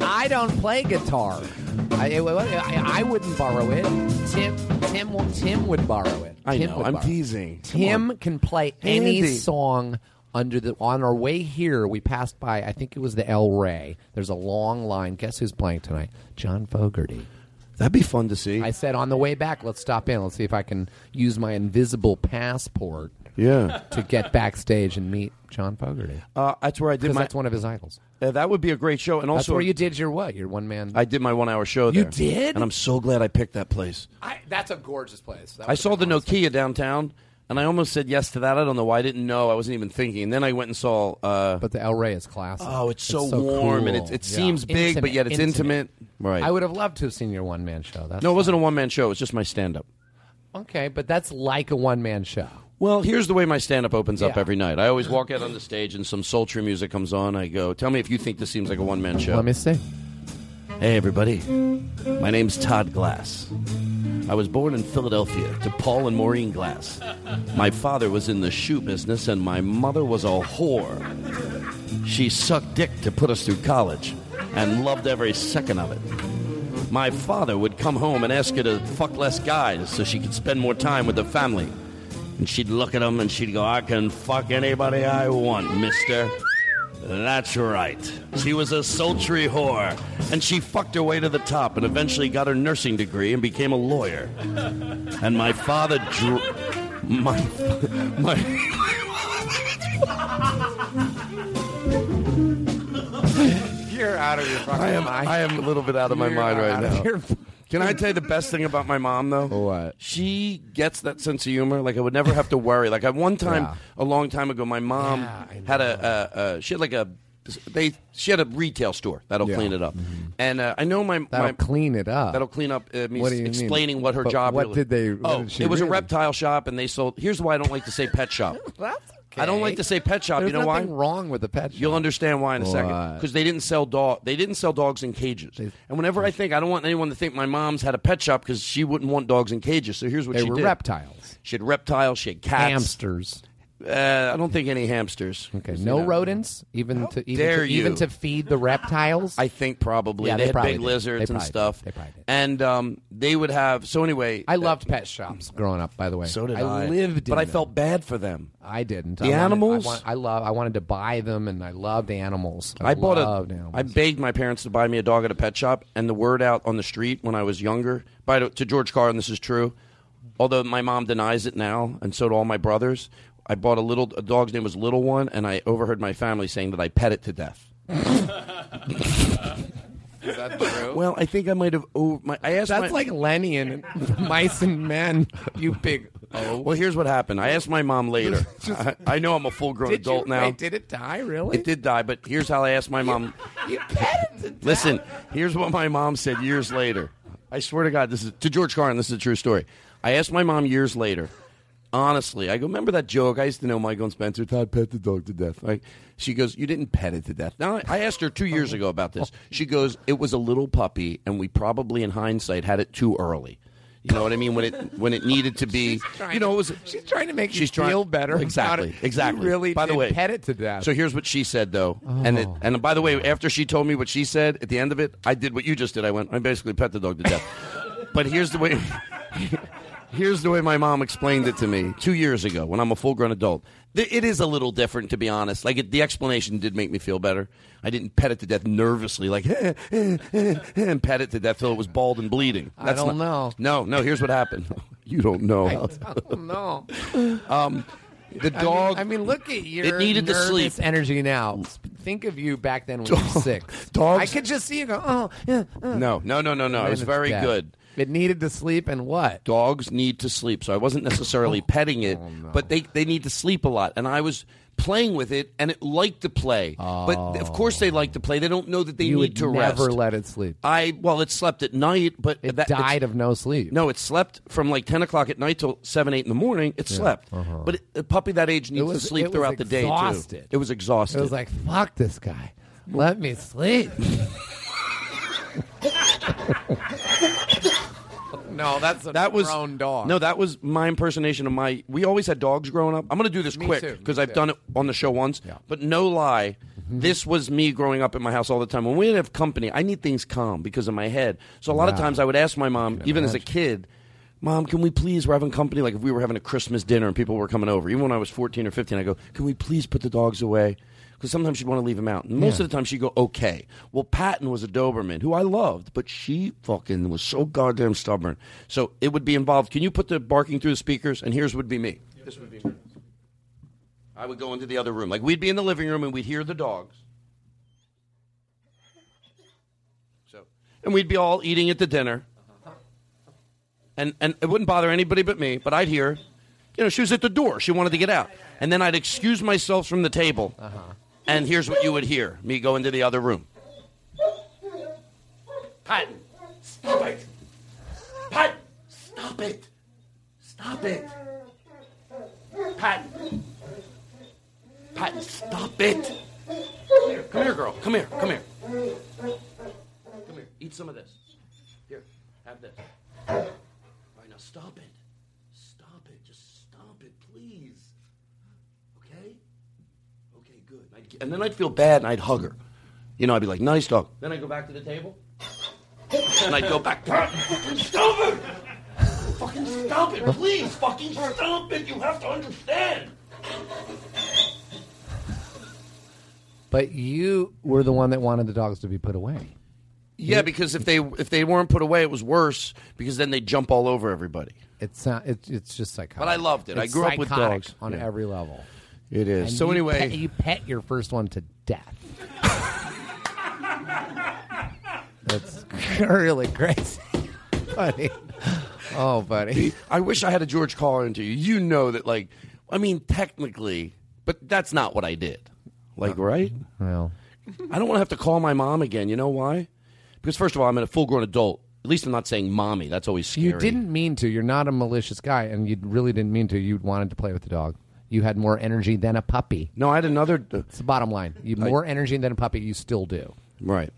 I don't play guitar. I, I- I, I wouldn't borrow it. Tim Tim will- Tim would borrow it. I Tim know, would I'm borrow it. teasing. Come Tim on. can play any Andy. song under the. On our way here, we passed by. I think it was the El Rey. There's a long line. Guess who's playing tonight? John Fogerty. That'd be fun to see. I said on the way back, let's stop in. Let's see if I can use my invisible passport. Yeah. To get backstage and meet John Fogerty. Uh, that's where I did 'Cause my. that's one of his idols. Uh, that would be a great show, and also that's where you did your what? Your one man. I did my one-hour show there. You did? and I'm so glad I picked that place. I, that's a gorgeous place. That I was- saw the Nokia downtown, and I almost said yes to that. I don't know why. I didn't know. I wasn't even thinking. And then I went and saw. Uh, but the El Rey is classic. Oh, it's so, warm, and it, cool. it Yeah. seems big, but Intimate, yet it's intimate. Right. I would have loved to have seen your one man show. That's no, it wasn't a one-man show. It's just my stand-up. okay, but that's like a one man show. Well, here's the way my stand-up opens up Yeah. every night. I always walk out on the stage, and some sultry music comes on. I go, "Tell me if you think this seems like a one-man show." Let me see. Hey, everybody. My name's Todd Glass. I was born in Philadelphia to Paul and Maureen Glass. My father was in the shoe business, and my mother was a whore. She sucked dick to put us through college and loved every second of it. My father would come home and ask her to fuck less guys so she could spend more time with the family. And she'd look at him and she'd go, I can fuck anybody I want, mister. That's right. She was a sultry whore, and she fucked her way to the top and eventually got her nursing degree and became a lawyer. And my father drew. My. my You're out of your fucking I am, I am a little bit out of my You're mind right out of now. your- Can I tell you the best thing about my mom, though? What? She gets that sense of humor. Like, I would never have to worry. Like, I one time, Yeah. a long time ago, my mom had a, a, a, she had like a, they, she had a retail store that'll Yeah. Mm-hmm. clean it up. And uh, I know my, That'll my clean it up. That'll clean up uh, me What do you mean? explaining what her But job. what really- did they- what oh, did she it was a really- reptile shop, and they sold. Here's why I don't like to say pet shop. That's I don't like to say pet shop. There's you know why? nothing wrong with the pet shop. You'll understand why in a second. Why? Because they didn't sell dog. They didn't sell dogs in cages. and whenever I think, I don't want anyone to think my mom's had a pet shop because she wouldn't want dogs in cages. So here's what They she were did. reptiles. She had reptiles. She had cats. Hamsters. Uh, I don't think any hamsters. Okay, No rodents, even to even, dare to, even you. to feed the reptiles. I think probably Yeah, they, they had probably big did. They lizards and probably did. stuff. They probably did. And um, they would have. So anyway, I loved pet shops growing up. By the way, So did I. lived, But in I them. felt bad for them. I didn't. The I wanted- I animals? want- I, love. I wanted to buy them, and I loved animals. I, I bought loved a. animals. I begged my parents to buy me a dog at a pet shop, and the word out on the street when I was younger, by the- to George Carlin, this is true. Although my mom denies it now, and so do all my brothers. I bought a little. A dog's name was Little One, and I overheard my family saying that I pet it to death. Is that true? Well, I think I might have. Oh, my, I asked. Oh. That's my- like Lenny and Mice and Men. You big O. Well, here's what happened. I asked my mom later. I, I know I'm a full grown Did you- adult now. wait, did it die really? It did die, but here's how I asked my mom. you petted it. Listen, here's what my mom said years later. I swear to God, this is to George Carlin. This is a true story. I asked my mom years later, Honestly, I go, remember that joke? I used to know Michael and Spencer. Todd pet the dog to death. Like, she goes, You didn't pet it to death. Now, I asked her two years ago about this. She goes, It was a little puppy, and we probably, in hindsight, had it too early. You know what I mean? When it when it needed to be, you know, it was. She's trying to make she's you trying- feel better. about Exactly. it. You Exactly. really by the did way, pet it to death. Oh. So here's what she said, though, and it, and by the way, after she told me what she said at the end of it, I did what you just did. I went, I basically pet the dog to death. but here's the way. Here's the way my mom explained it to me two years ago when I'm a full grown adult. Th- It is a little different, to be honest. Like, it, the explanation did make me feel better. I didn't pet it to death nervously, like, and pet it to death till it was bald and bleeding. I don't know. No, no, here's what happened. You don't know. no. Um, the I mean- dog. I mean, look at your It needed to nervous sleep. energy now. Think of you back then when you were six. Dogs. I could just see you go. Oh, yeah, uh. No, no, no, no, no. And It was then it's very dead. good. It needed to sleep, and what? Dogs need to sleep. So I wasn't necessarily Oh, petting it, but they, they need to sleep a lot. And I was playing with it, and it liked to play. But of course, they like to play. They don't know that they you need would to never rest. let it sleep. I well, it slept at night, but it died of no sleep. No, it slept from like ten o'clock at night till seven, eight in the morning. It Yeah, slept, uh-huh. but it, a puppy that age needs was- to sleep it was throughout the day too. exhausted. It was exhausted. It was like, fuck this guy. Let me sleep. no, that's a that was grown dog. No, that was my impersonation of my. We always had dogs growing up. I'm going to do this Me quick too, me because I've too. done it on the show once. But no lie, this was me growing up in my house all the time. When we didn't have company, I need things calm because of my head. So a lot of Yeah. times I would ask my mom, even as a imagine. kid. Mom, can we please? We're having company. Like if we were having a Christmas dinner and people were coming over, even when I was 14 or 15, I go, Can we please put the dogs away? Because sometimes she'd want to leave them out. And most Yeah. of the time she'd go, Okay. Well, Patton was a Doberman who I loved, but she fucking was so goddamn stubborn. So it would be involved. Can you put the barking through the speakers? And here's would be me. This would be me. I would go into the other room. Like we'd be in the living room and we'd hear the dogs. So and we'd be all eating at the dinner. And and it wouldn't bother anybody but me, but I'd hear, you know, she was at the door. She wanted to get out. And then I'd excuse myself from the table. And here's what you would hear me go into the other room. Patton, stop it. Pat, stop it. Stop it. Patton. Patton, stop it. Come here, come here, girl. Come here, come here. Come here, eat some of this. Here, have this. All right, now stop it. Stop it. Just stop it, please. Okay? Okay, good. I'd get- and then I'd feel bad and I'd hug her. You know, I'd be like, nice dog. Then I'd go back to the table. and I'd go back. Stop it! Fucking stop it, please! Fucking stop it! You have to understand! But you were the one that wanted the dogs to be put away. Yeah, because if they if they weren't put away, it was worse because then they jump all over everybody. It's not, it, it's just psychotic. But I loved it. I It's grew up with psychotic dogs. on Yeah. every level. It is. And So you anyway- pet- you pet your first one to death. That's really crazy, buddy. Oh, buddy. I wish I had a George Collar interview. You know that, like, I mean, technically, but that's not what I did. Like, right? Well, I don't want to have to call my mom again. You know why? Because first of all, I'm a full grown adult. At least I'm not saying mommy. That's always scary. You didn't mean to. You're not a malicious guy, and you really didn't mean to. You wanted to play with the dog. You had more energy than a puppy. No, I had another. uh, It's the bottom line. You I- more energy than a puppy. You still do. Right.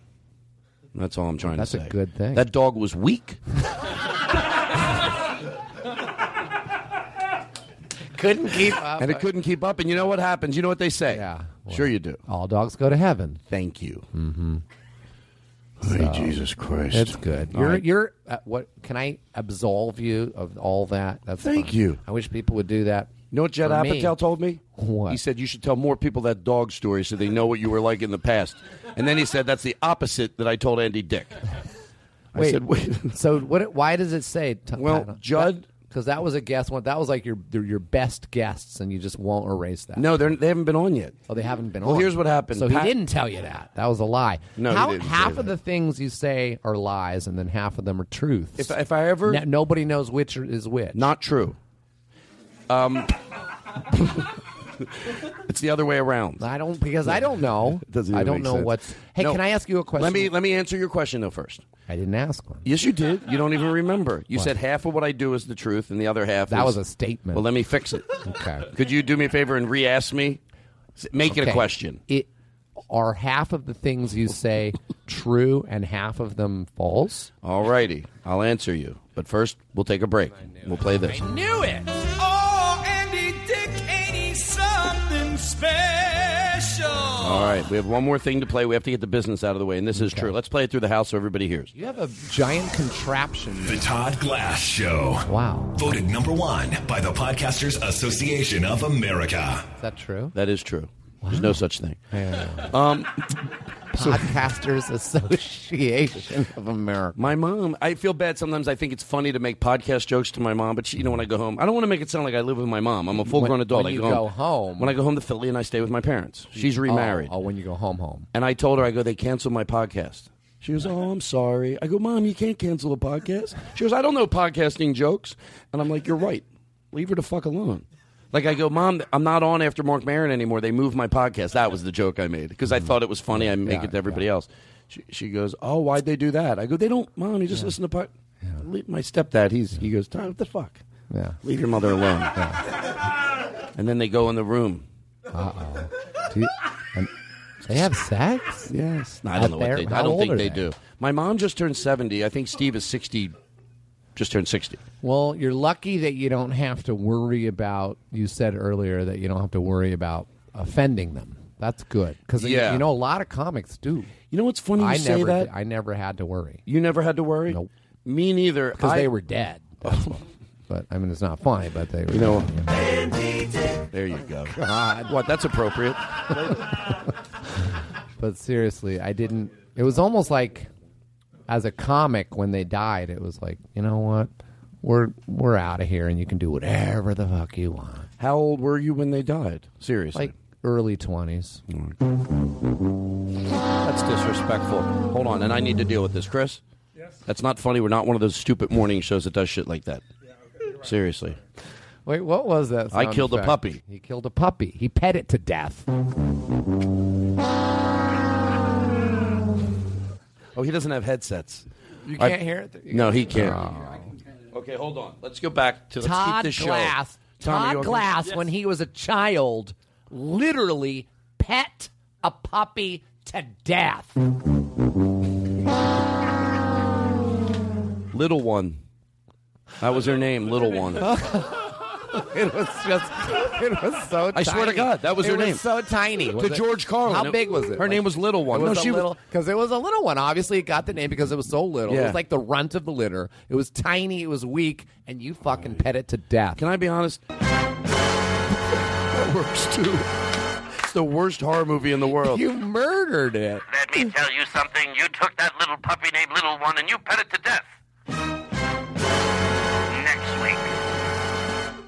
That's all I'm trying That's to a say. good thing. That dog was weak. couldn't keep up. And it couldn't keep up. And you know what happens? You know what they say? Yeah. sure you do. All dogs go to heaven. Thank you. Mm-hmm. Hey, Jesus Christ. That's good. All You're right. you're uh, what? Can I absolve you of all that? That's Thank fine. you. I wish people would do that. You know what Jed For me. Apatow told me? What? He said you should tell more people that dog story so they know what you were like in the past. And then he said that's the opposite that I told Andy Dick. I Wait, said, wait. so what? Why does it say? T- well, Judd, because that was a guest one. That was like your they're your best guests, and you just won't erase that. No, they're, they haven't been on yet. Oh, they haven't been Well, on. here's what happened. So Pat- he didn't tell you that. That was a lie. No, he How, didn't say half of the things you say are lies, and then half of them are truths. If, if I ever. No- nobody knows which is which. Not true. Um, it's the other way around. I don't because I don't know. I don't know what's. Hey, can I ask you a question? Let me let me answer your question though first. I didn't ask one. Yes, you did. You don't even remember. You What? said half of what I do is the truth, and the other half That is- was a statement. Well, let me fix it. Okay. Could you do me a favor and re-ask me? S- Make it a Okay. question. It are half of the things you say true and half of them false. All righty, I'll answer you. But first, we'll take a break. We'll play this. Knew it! Oh, Andy Dick, ain't he something special? All right, we have one more thing to play. We have to get the business out of the way, and this is true. Let's play it through the house so everybody hears. You have a giant contraption. The Todd Glass Show. Wow. Voted number one by the Podcasters Association of America. Is that true? That is true. There's no such thing. Um, Podcasters Association of America. My mom, I feel bad sometimes. I think it's funny to make podcast jokes to my mom, but she, you know, when I go home, I don't want to make it sound like I live with my mom. I'm a full grown adult. When I you go, home. home. When I go home to Philly and I stay with my parents, she's Oh, remarried. Oh, when you go home, home. And I told her, I go, they canceled my podcast. She goes, Oh, I'm sorry. I go, Mom, you can't cancel a podcast. She goes, I don't know podcasting jokes. And I'm like, You're right. Leave her the fuck alone. Like, I go, Mom, I'm not on after Mark Marin anymore. They moved my podcast. That was the joke I made because I thought it was funny. I make Mm-hmm. Yeah, it to everybody else. She, she goes, Oh, why'd they do that? I go, They don't, Mom, you just listen to pod. Leave My stepdad, he's, he goes, Tom, what the fuck? Yeah. Leave your mother alone. And then they go in the room. Uh oh. Do you, and they have sex? Yes. No, I Out don't know there? what they do. How I don't old think are they, do. My mom just turned 70. I think Steve is 60, just turned 60. Well, you're lucky that you don't have to worry about. You said earlier that you don't have to worry about offending them. That's good because Yeah. you know a lot of comics do. You know what's funny you I say never that? did- I never had to worry You never had to worry? Nope. Me neither. because I- they were dead. That's why. but I mean, it's not funny. But they were. You know. There you go. What? That's appropriate. but seriously, I didn't. It was almost like, as a comic, when they died, it was like, you know what, we're we're out of here, and you can do whatever the fuck you want. How old were you when they died? Seriously. Like early twenties. That's disrespectful. Hold on, and I need to deal with this, Chris. Yes. That's not funny. We're not one of those stupid morning shows that does shit like that. Seriously. Wait, what was that? I sound killed a effect? puppy. He killed a puppy. He pet it to death. Oh, he doesn't have headsets. You I- can't hear it? You No, can't- he can't. Okay, hold on. Let's go back to let's keep Oh. Todd this show. Glass. Tom, are Todd you okay? Glass, Yes. when he was a child, literally pet a puppy to death. Little One. That was her name, Little One. it was just, it was so. I swear to tiny. God, that was It her name. so tiny. To Was it- George Carlin. How It- big was it? her name was Little One. It No, was she a was- little because it was a little one. Obviously, it got the name because it was so little. It Yeah. was like the runt of the litter. It was tiny. It was weak, and you fucking pet it to death. Can I be honest? That works too. It's the worst horror movie in the world. You murdered it. Let me tell you something. You took that little puppy named Little One and you pet it to death. Next week.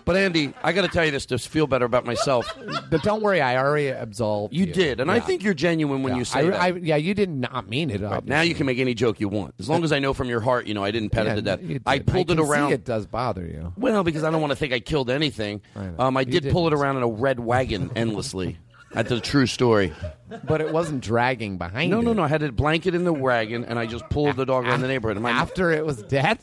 But Andy, I got to tell you this to feel better about myself. But don't worry, I already absolved you. You did, and I Yeah. think you're genuine when Yeah, you say I- that. I- yeah, you did not mean it. Right, Now you can make any joke you want, as long as I know from your heart. You know, I didn't pet it to death. You did. I pulled can it around. See it does bother you. Well, because I don't want to think I killed anything. um, I You did pull it around in a red wagon endlessly. That's a true story. But it wasn't dragging behind No, no, no. I had a blanket in the wagon, and I just pulled the dog around the neighborhood. And my After it was dead?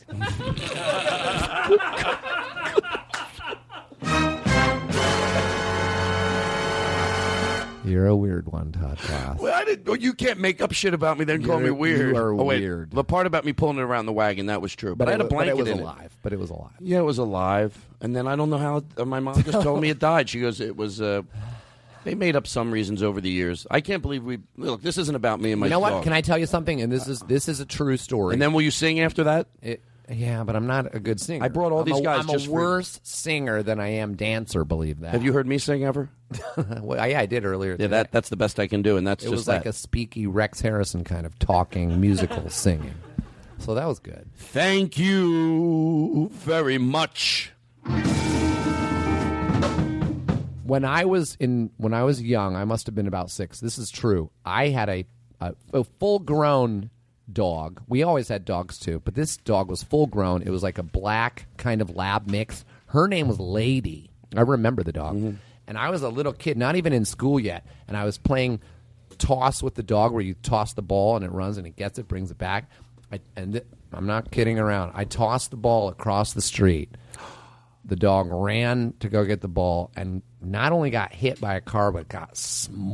You're a weird one, Todd Glass. Well, I didn't, well, you can't make up shit about me, then call me You're- weird. you are Oh, wait, weird. The part about me pulling it around the wagon, that was true. But, I had a it, wa- blanket but it was in alive. But it was alive. Yeah, it was alive. And then I don't know how it, uh, my mom just told me it died. She goes, it was. Uh, they made up some reasons over the years. I can't believe we look. This isn't about me and my. You know what? dog. Can I tell you something? And this is this is a true story. And then will you sing after that? yeah, but I'm not a good singer. I brought all I'm these a- guys I'm just a for- worse singer than I am dancer. Believe that. Have you heard me sing ever? well, yeah, I did earlier. Yeah, that that's the best I can do, and that's it just was like that. a speaky Rex Harrison kind of talking musical singing. So that was good. Thank you very much. When I was in when I was young, I must have been about 6. This is true. I had a a, a full-grown dog. We always had dogs too, but this dog was full-grown. It was like a black kind of lab mix. Her name was Lady. I remember the dog. and I was a little kid, not even in school yet, and I was playing toss with the dog, where you toss the ball and it runs and it gets it, brings it back. I, and th- I'm not kidding around. I tossed the ball across the street. The dog ran to go get the ball and not only got hit by a car, but got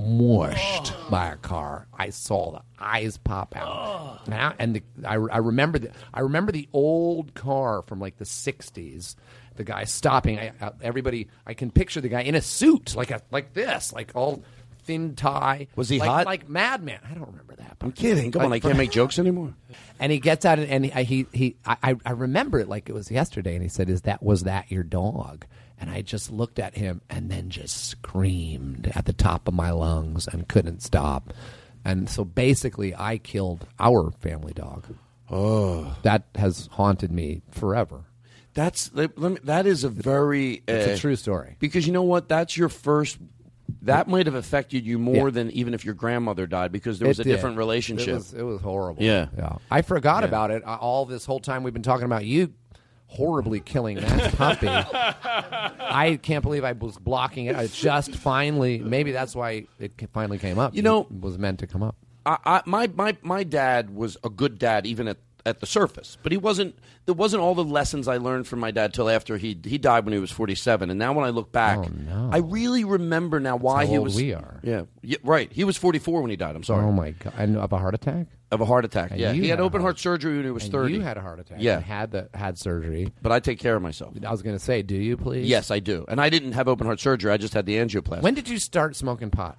smushed by a car. I saw the eyes pop out. And I, and the, I, I remember the, I remember the old car from like the 60s. The guy stopping. I, I- everybody, I can picture the guy in a suit, like a, like this, like all thin tie. Was he like, hot? Like madman. I don't remember that. I'm kidding. Come on, I can't make jokes anymore. And he gets out and, and he, he, he I, I- I remember it like it was yesterday. And he said, "Is that was that your dog?" And I just looked at him and then just screamed at the top of my lungs and couldn't stop. And so basically, I killed our family dog. Oh, that has haunted me forever. That's let, let me, that is a very It's a uh, true story. because you know what? That's your first. That might have affected you more Yeah. than even if your grandmother died because there was It a did. different relationship. It was, it was horrible. Yeah. I forgot Yeah. about it uh, all this whole time we've been talking about you horribly killing that puppy. I can't believe I was blocking it. I just finally, maybe that's why it ca- finally came up. You know, it was meant to come up. I, I, my, my, my dad was a good dad even at, at the surface, but he wasn't. There wasn't all the lessons I learned from my dad till after he he died when he was forty seven. And now when I look back, I really remember now why Oh, how he old was. we are. Yeah, yeah, right. He was forty four when he died. I'm sorry. Oh my god! And of a heart attack? Of a heart attack. And yeah, you he had a open heart- heart surgery when he was and thirty. You had a heart attack. Yeah, and had the had surgery. But I take care of myself. I was going to say, do you please? Yes, I do. And I didn't have open heart surgery. I just had the angioplasty. When did you start smoking pot?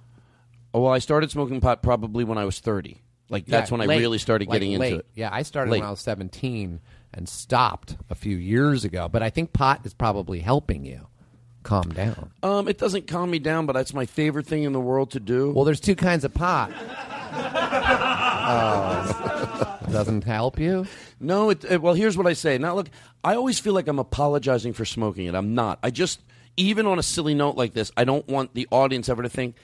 Oh, well, I started smoking pot probably when I was 30. Like that's Yeah, when I late. really started Like, getting late. into it. Yeah, I started Late. when I was 17 and stopped a few years ago. But I think pot is probably helping you calm down. Um, it doesn't calm me down, but that's my favorite thing in the world to do. Well, there's two kinds of pot. Oh. doesn't help you? No, it, it- well, here's what I say. Now, look, I always feel like I'm apologizing for smoking it. I'm not. I just, even on a silly note like this, I don't want the audience ever to think,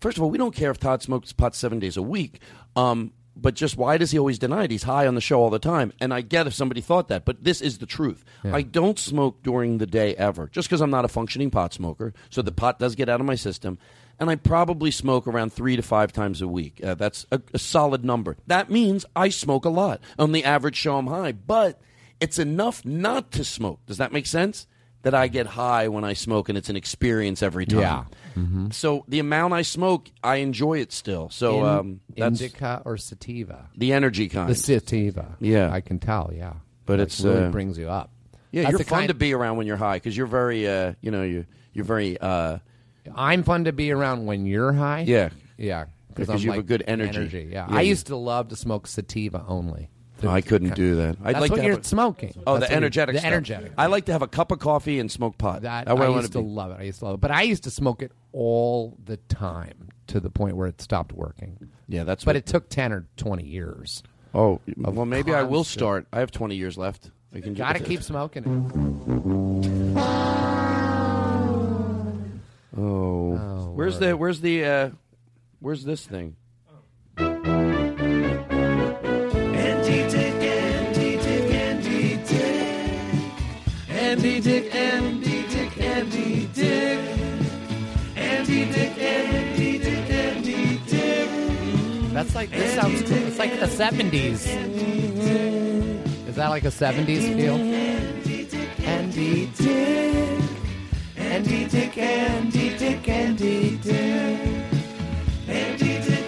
first of all, we don't care if Todd smokes pot seven days a week. Um, but just why does he always deny it? He's high on the show all the time. And I get if somebody thought that, but this is the truth. Yeah. I don't smoke during the day ever, just because I'm not a functioning pot smoker. So the pot does get out of my system. And I probably smoke around three to five times a week. Uh, that's a, a solid number. That means I smoke a lot. On the average show, I'm high, but it's enough not to smoke. Does that make sense? That I get high when I smoke, and it's an experience every time. Yeah. Mm-hmm. So the amount I smoke, I enjoy it still. So In- um, that's indica or sativa? the energy kind. The sativa. Yeah. I can tell, yeah. But Like, it's, really uh, brings you up. Yeah, That's you're the fun kind- to be around when you're high because you're very, uh, you know, you you're very. Uh, I'm fun to be around when you're high. Yeah. yeah, Because I'm you have a like good energy. Yeah. Yeah, I you- used to love to smoke sativa only. No, I couldn't do that. I'd That's like what to have you're a- smoking. Oh, That's what the you're- energetic. the stuff. energetic. I like to have a cup of coffee and smoke pot. That, That way I, I wanna used to be. love it. I used to love it, but I used to smoke it all the time to the point where it stopped working. Yeah, that's. But what- it took ten or twenty years. Oh, well, maybe I will constant- start. I have 20 years left. I can. Gotta keep smoking it. Oh. where's the Where's the uh, Where's this thing? Andy Dick, Andy Dick, Andy Dick. Andy Dick, Andy Dick, Andy Dick. Andy Dick, Andy Dick, Andy Dick. That's like this sounds. It's like the seventies. Is that like a seventies feel? Andy Dick. Andy Dick, Andy Dick, Andy Dick. Andy Dick,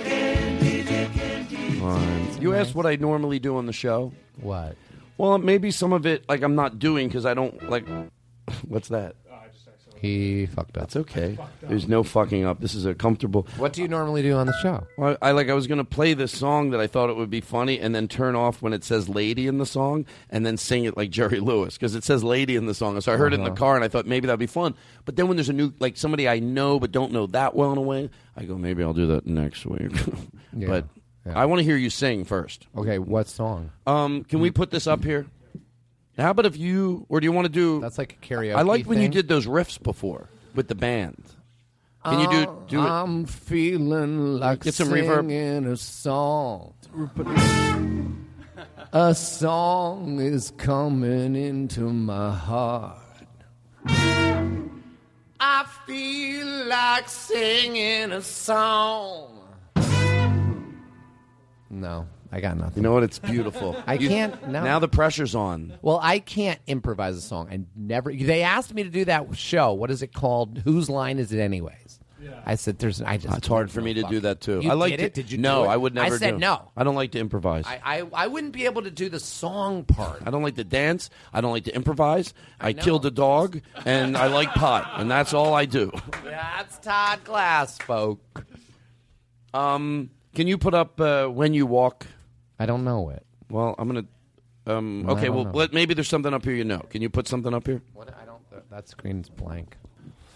Andy Dick, Andy Dick. You asked what I normally do on the show. What? Well, maybe some of it like I'm not doing because I don't like. What's that? He fucked up. That's okay. There's no fucking up. This is a comfortable. What do you normally do on the show? Well, I like. I was gonna play this song that I thought it would be funny, and then turn off when it says "lady" in the song, and then sing it like Jerry Lewis because it says "lady" in the song. So I heard it in the Uh-huh. car, and I thought maybe that'd be fun. But then when there's a new like somebody I know but don't know that well in a way, I go maybe I'll do that next week. But I want to hear you sing first. Okay, what song? Um, can we Mm-hmm. put this up here? How about if you, or do you want to do? That's like a karaoke. I liked when you thing? did those riffs before with the band. Can you do do it? I'm feeling like Get some reverb. singing a song. a song is coming into my heart. I feel like singing a song. No, I got nothing. You know what? It's beautiful. I You- can't- no. Now the pressure's on. Well, I can't improvise a song. I never. They asked me to do that show. What is it called? Whose line is it, anyways? I said, "There's." I just. It's hard for me to do that too. You I like did to, it? Did you No, do it? I would I never. said do. no. I don't like to improvise. I, I, I wouldn't be able to do the song part. don't like to dance. I don't like to improvise. I, know. killed a dog, and I like pot, and that's all I do. That's Todd Glass, folk. Um, can you put up uh, when you walk? I don't know it. Well, I'm gonna. Um, No, I okay, don't well, know. let, maybe there's something up here you know. Can you put something up here? What? I don't. That screen's blank.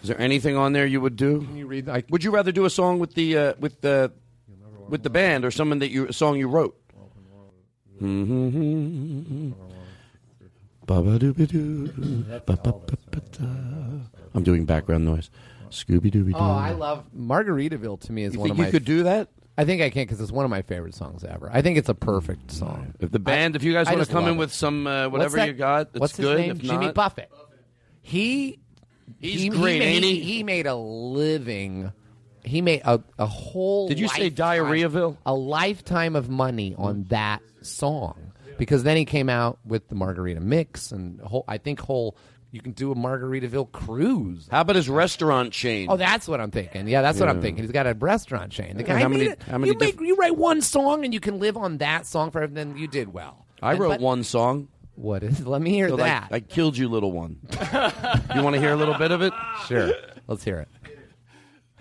Is there anything on there you would do? Can you read? I, would you rather do a song with the uh, with the with the band or someone that you a song you wrote? Mm-hmm. I'm doing background noise. Scooby Dooby Doo. Oh, I love Margaritaville. To me, is You one think of you my. could do that? I think I can because it's one of my favorite songs ever. I think it's a perfect song. If the band, if you guys I want to just come love in it. with some uh, What's whatever that- you got, it's what's his good. name? If Jimmy not- Buffett. He He's he, great, he made, ain't he? he made a living. He made a, a whole. Did you say lifetime- A lifetime of money on that song because then he came out with the margarita mix and whole. I think whole. You can do a Margaritaville cruise. How about his restaurant chain? Oh, that's what I'm thinking. Yeah, that's what I'm Yeah. thinking. He's got a restaurant chain. The And guy how made many- it- how many you, make, you write one song and you can live on that song forever. Then you did well. I And- wrote but- one song. What is? Let me hear So that. I, I killed you, little one. you want to hear a little bit of it? Sure. Let's hear it.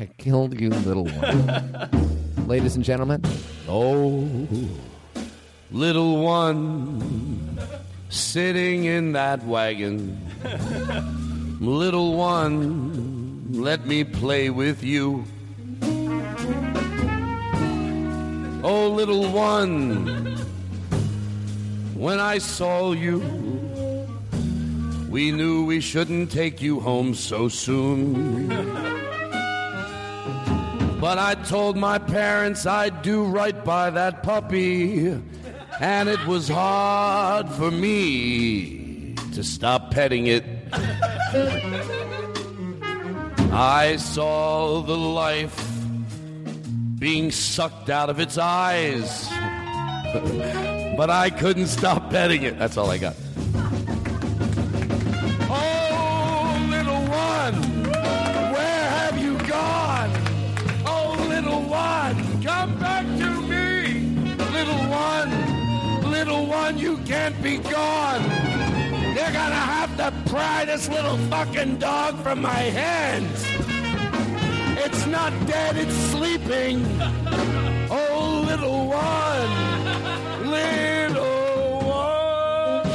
I killed you, little one. Ladies and gentlemen. Oh, little one, sitting in that wagon. Little one, let me play with you. Oh, little one, when I saw you, we knew we shouldn't take you home so soon. But I told my parents I'd do right by that puppy, and it was hard for me to stop petting it. I saw the life being sucked out of its eyes, but I couldn't stop petting it. That's all I got. Oh, little one, where have you gone? Oh, little one, come back to me. Little one, little one, you can't be gone. They're gonna have to pry this little fucking dog from my hands. It's not dead, it's sleeping. Oh, little one, little one.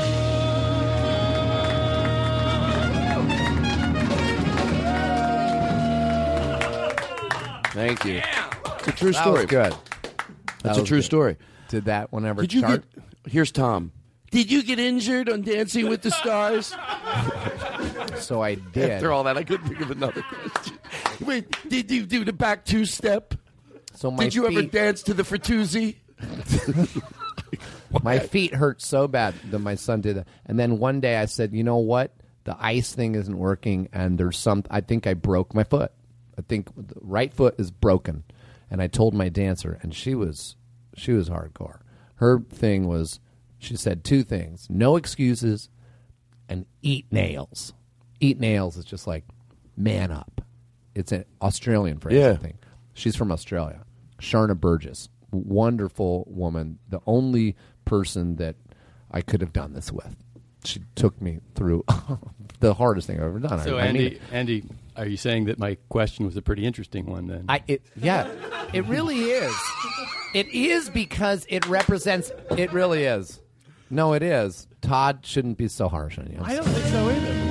Thank you. It's a true That story. was good. That's a true story. Did that one ever Did you chart? get? Here's Tom. Did you get injured on Dancing with the Stars? so I did. After all that, I couldn't think of another question. Wait, did you do the back two step? So my did you ever feet- dance to the Fratuzzi? my feet hurt so bad that my son did that. And then one day I said, you know what? The ice thing isn't working, and there's some. I think I broke my foot. I think the right foot is broken. And I told my dancer, and she was, she was hardcore. Her thing was, she said two things: no excuses, and eat nails. Eat nails is just like man up. It's an Australian phrase. Yeah. I think she's from Australia. Sharna Burgess, wonderful woman, the only person that I could have done this with. She took me through the hardest thing I've ever done. So I, I mean Andy, it. Andy, are you saying that my question was a pretty interesting one then? I it yeah, it really is. It is because it represents. It really is. No, it is. Todd shouldn't be so harsh on you. I'm I don't think so either.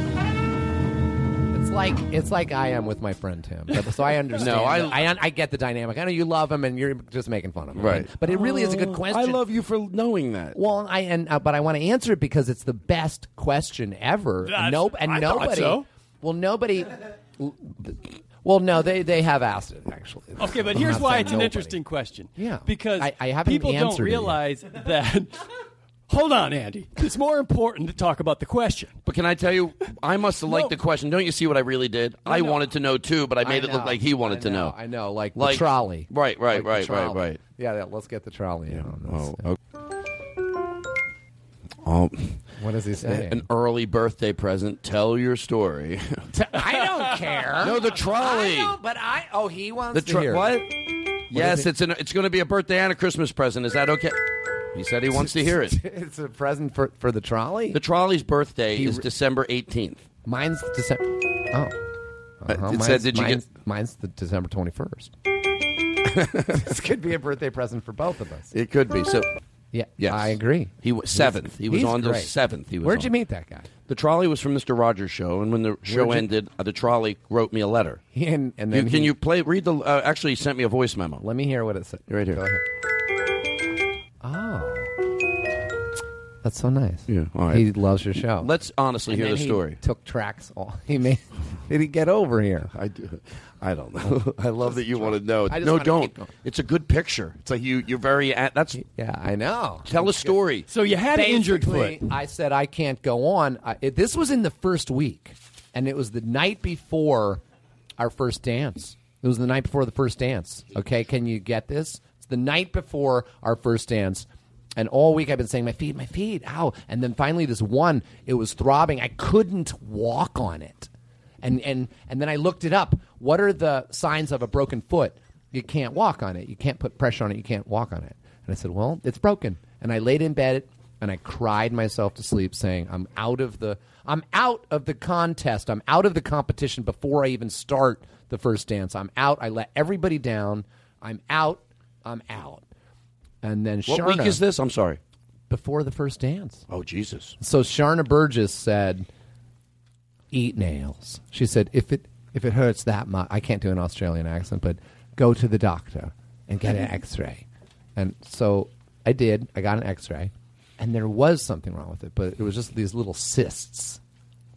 It's like it's like I am with my friend Tim. But, so I understand. No, I- that. I, un- I get the dynamic. I know you love him, and you're just making fun of him. Right. But it really is a good Oh, question. I love you for knowing that. Well, I and uh, but I want to answer it because it's the best question ever. That's- no, and I thought nobody. so. Well, nobody. Well, no, they they have asked it actually. Okay, but I'm here's not why saying it's an nobody. interesting question. Yeah. Because I- I haven't people even don't answered it yet. realize that Hold on, Andy. It's more important to talk about the question. But can I tell you, I must have liked the question. Don't you see what I really did? I, know. wanted to know too, but I made I it look know. like he wanted I to know. know, I know, like the trolley. Right, right, Like the right, right, trolley. right. Yeah, yeah, let's get the trolley. in on this. Oh, okay. Oh. What does he say? An early birthday present. Tell your story. I don't care. No, the trolley. I know, but I. Oh, he wants the to tro- hear. what? is yes, it? it's an, it's going to be a birthday and a Christmas present. Is that okay? He said he wants to hear it. it's a present for for the trolley. The trolley's birthday He is re- December 18th. Mine's December. Uh, Oh. Uh-huh, it mine's, said, did you mine's, get? mine's the December twenty first. this could be a birthday present for both of us. It could be. So, yeah, yes. I agree. He was seventh. He was He's on the great. seventh. He was. Where'd on. you meet that guy? The trolley was from Mr. Rogers' show, and when the show you- ended, uh, the trolley wrote me a letter. He and, and You- then can he- you play? Read the. Uh, actually, he sent me a voice memo. Let me hear what it said. Right here. Go ahead. Oh, that's so nice. Yeah, all right. He loves your show. Let's honestly And hear then the he story. took tracks. All he made. Did he get over here? I do. I don't know. I love that you want to know. I just No, wanna don't. keep going. It's a good picture. It's like you. You're very. At, that's. Yeah, I know. Tell a story. Basically, I said I can't go on. I, it, this was in the first week, and it was the night before our first dance. It was the night before the first dance. Okay, can you get this? It's the night before our first dance. And all week I've been saying my feet, my feet, ow! And then finally, this one, it was throbbing. I couldn't walk on it, and and and then I looked it up. What are the signs of a broken foot? You can't walk on it. You can't put pressure on it. You can't walk on it. And I said, "Well, it's broken." And I laid in bed and I cried myself to sleep, saying, "I'm out of the I'm out of the contest. I'm out of the competition before I even start the first dance. I'm out. I let everybody down. I'm out. I'm out." And then What week Sharna- is this? I'm sorry. Before the first dance. Oh Jesus. So Sharna Burgess said, "Eat nails." She said, "If it if it hurts that much, I can't do an Australian accent, but go to the doctor and get an X-ray." And so I did. I got an X-ray, and there was something wrong with it, but it was just these little cysts.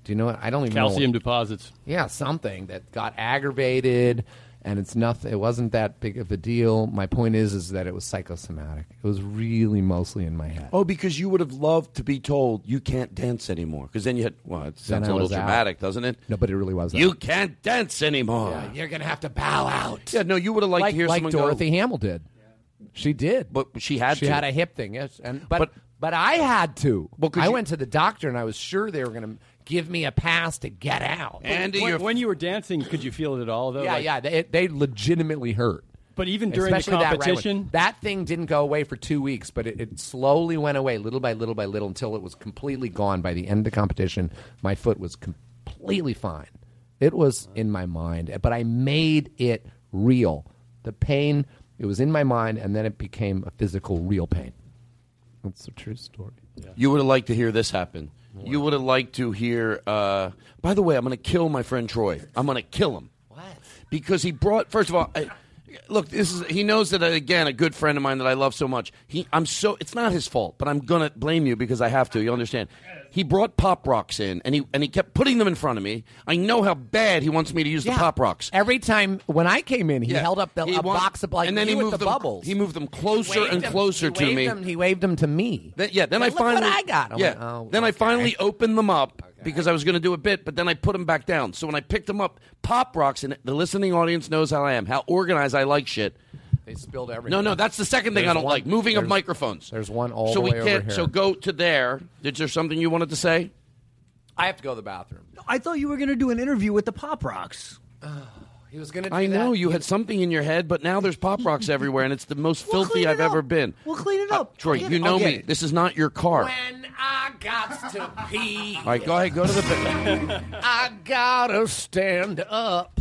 Do you know what? I don't even know. Calcium what- deposits. yeah, something that got aggravated, and it's nothing. It wasn't that big of a deal. My point is, is that it was psychosomatic. It was really mostly in my head. Oh, because you would have loved to be told you can't dance anymore. Because then you had. Well, it Then sounds I a little was out. dramatic, doesn't it? No, but it really was. You out. can't dance anymore. Yeah, you're gonna have to bow out. Yeah, no, you would have liked like to hear like someone go- Dorothy Hamill did. She did, but she had. She to. had a hip thing, yes, and but but, I had to. I went to the doctor and I was sure they were gonna give me a pass to get out. when, when you were dancing, could you feel it at all? Though, yeah, Like- yeah, they, they legitimately hurt. But even during the Especially that right one. competition? that, thing didn't go away for two weeks, but it, it slowly went away, little by little by little, until it was completely gone. By the end of the competition, my foot was completely fine. It was in my mind, but I made it real. The pain, it was in my mind, and then it became a physical, real pain. That's a true story. You would have liked to hear this happen. You would have liked to hear. Uh, by the way, I'm going to kill my friend Troy. I'm going to kill him. What? Because he brought. First of all, I, look. This is. He knows that I, again. A good friend of mine that I love so much. He. I'm so. It's not his fault, but I'm going to blame you because I have to. You understand? He brought pop rocks in, and he and he kept putting them in front of me. I know how bad he wants me to use the pop rocks. Every time when I came in, he Yeah. held up the, He a want- box of like and then you he with moved the them- bubbles. he moved them closer waved and them- closer he to waved me. them- he waved them to me. Then, yeah, then Yeah, I look what finally I got. I'm yeah, like, oh, then I finally opened them up because I was going to do a bit, but then I put them back down. So when I picked them up, pop rocks, and the listening audience knows how I am, how organized I like shit. They spilled everything. No, no, that's the second thing I There's don't one- like: moving of there's- microphones. There's one all so the we way over can't. here. So go to there. Is there something you wanted to say? I have to go to the bathroom. I thought you were going to do an interview with the Pop Rocks. He was going to. I know you had something in your head, but now there's pop rocks everywhere, and it's the most filthy I've ever been. Uh, We'll clean it up. Troy, I'll get you it. know I'll get me. it. This is not your car. When I got to pee, All right, go ahead, go to the. I gotta stand up.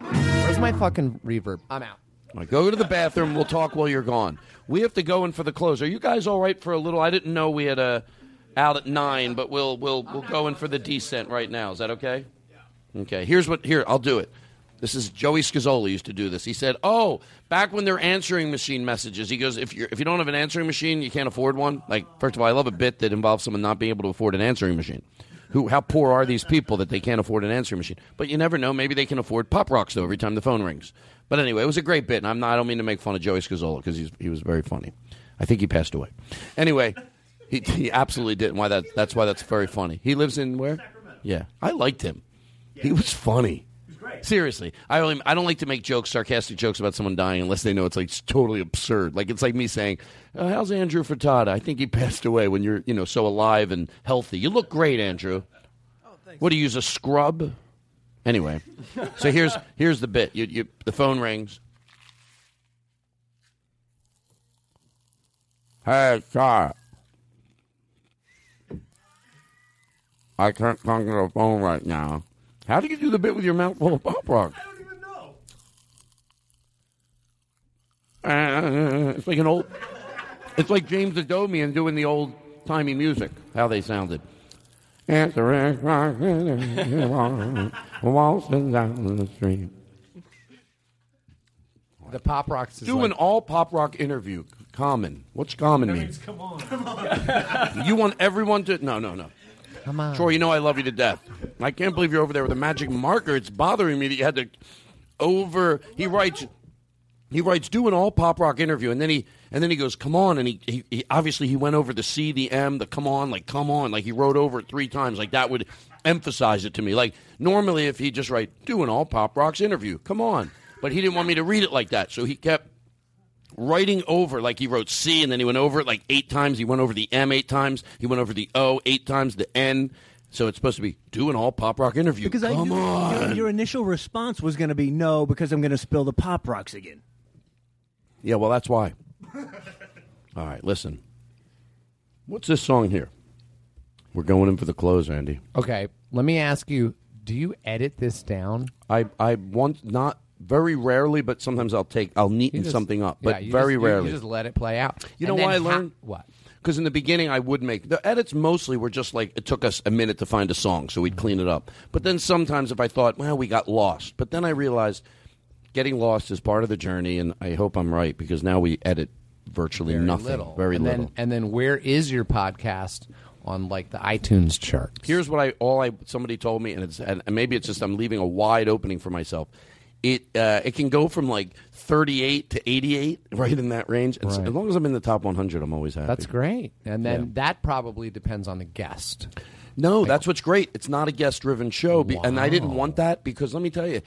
Where's my fucking reverb? I'm out. All right, go to the bathroom. We'll talk while you're gone. We have to go in for the close. Are you guys all right for a little? I didn't know we had a out at nine, but we'll we'll we'll go in for the descent right now. Is that okay? Okay. Here's what. Here, I'll do it. This is Joey Scazzoli used to do this. He said, "Oh, back when they're answering machine messages, he goes, if you if you don't have an answering machine, you can't afford one. Like, first of all, I love a bit that involves someone not being able to afford an answering machine. Who? How poor are these people that they can't afford an answering machine? But you never know. Maybe they can afford pop rocks though. Every time the phone rings. But anyway, it was a great bit, and I'm not. I don't mean to make fun of Joey Scazzoli because he was very funny. I think he passed away. Anyway, He, he absolutely didn't. Why that? That's why that's very funny. He lives in where? Yeah, I liked him. He was funny. Seriously, I only, I don't like to make jokes, sarcastic jokes about someone dying unless they know it's like it's totally absurd. Like it's like me saying, uh, "How's Andrew Furtada? I think he passed away when you're you know so alive and healthy. You look great, Andrew. What do you use a scrub? Anyway, so here's here's the bit. You, you, the phone rings. Hey, Scott. I can't talk to the phone right now. How do you do the bit with your mouth full of pop rock? Uh, it's like an old. It's like James Adomian doing the old timey music. How they sounded. It's a red rock city, waltzing down the street. The pop rocks is Do an like, all pop rock interview. Common. What's common mean? Come on. You want everyone to. No, no, no. Come on. Troy, you know I love you to death. I can't believe you're over there with a magic marker. It's bothering me that you had to over. He writes. He writes, do an all pop rock interview, and then he and then he goes, come on, and he, he, he obviously he went over the C, the M, the come on, like come on, like he wrote over it three times, like that would emphasize it to me. Like normally, if he just write, do an all pop rocks interview, come on, but he didn't want me to read it like that, so he kept writing over like he wrote C and then he went over it like eight times. He went over the M eight times. He went over the O eight times. The N. So it's supposed to be do an all pop rock interview. Because I Come knew on. Your, your initial response was going to be no, because I'm going to spill the pop rocks again. yeah, well that's why. all right, listen. What's this song here? We're going in for the close, Andy. okay, let me ask you: Do you edit this down? I I want not very rarely, but sometimes I'll take I'll neaten just- something up, yeah, but you very just- you- you rarely. just let it play out. You And know then why I ho- learned what? Because in the beginning, I would make the edits mostly were just like it took us a minute to find a song, so we'd clean it up. But then sometimes, if I thought, well, we got lost, but then I realized getting lost is part of the journey, and I hope I'm right because now we edit virtually nothing, little. very and little. Then, and then, where is your podcast on like the iTunes chart? Here's what I all I somebody told me, and it's and maybe it's just I'm leaving a wide opening for myself. It uh, it can go from like 38 to 88, right in that range. And so- Right. as long as I'm in the top 100, I'm always happy. That's great. And then Yeah. that probably depends on the guest. No, that's what's great. It's not a guest-driven show, be, and I didn't want that because let me tell you,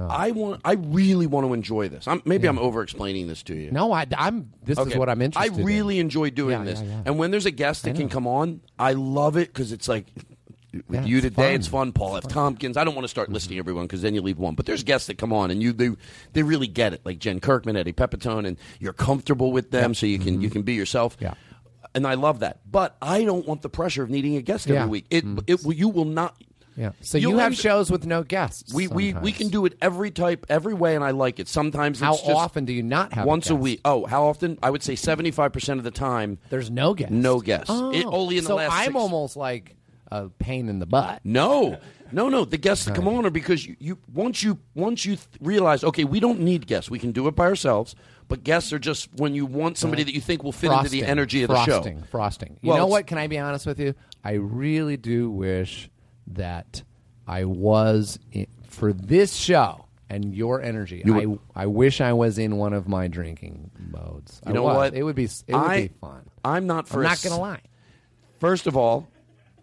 I want. I really want to enjoy this. I'm, maybe I'm over-explaining this to you. No, I, am This Okay. is what I'm interested. I in. really enjoy doing this, yeah, yeah. and when there's a guest that can come on, I love it because it's like. With Yeah, you it's today, fun. Mm-hmm. it's fun. Paul F. Tompkins. I don't want to start listing everyone because then you leave one. But there's guests that come on and you they, they really get it, like Jen Kirkman, Eddie Pepitone, and you're comfortable with them, so you can you Mm-hmm. can be yourself. Yeah, and I love that. But I don't want the pressure of needing a guest every Yeah. Mm-hmm. week. It it you will not. Yeah. So you You'll have end- shows with no guests. We, we we sometimes. can do it every type, every way, and I like it. Sometimes How it's just often do you not have a once a guest? week? Oh, how often? I would say seventy five percent of the time. There's no guest. No guest. Oh, It- only in the so last. I'm six- almost like a pain in the butt. no, no, no. The guests that come on are because you, you once you once you th- realize okay, we don't need guests. We can do it by ourselves. But guests are just when you want somebody that you think will fit frosting, into the energy of frosting, the show. Frosting. You Well, know it's- what? Can I be honest with you? I really do wish that I was in, for this show and your energy. You I I wish I was in one of my drinking modes. You I know was. what? It would be. It would I- be fun. I'm not for I'm a not gonna s- lie. First of all,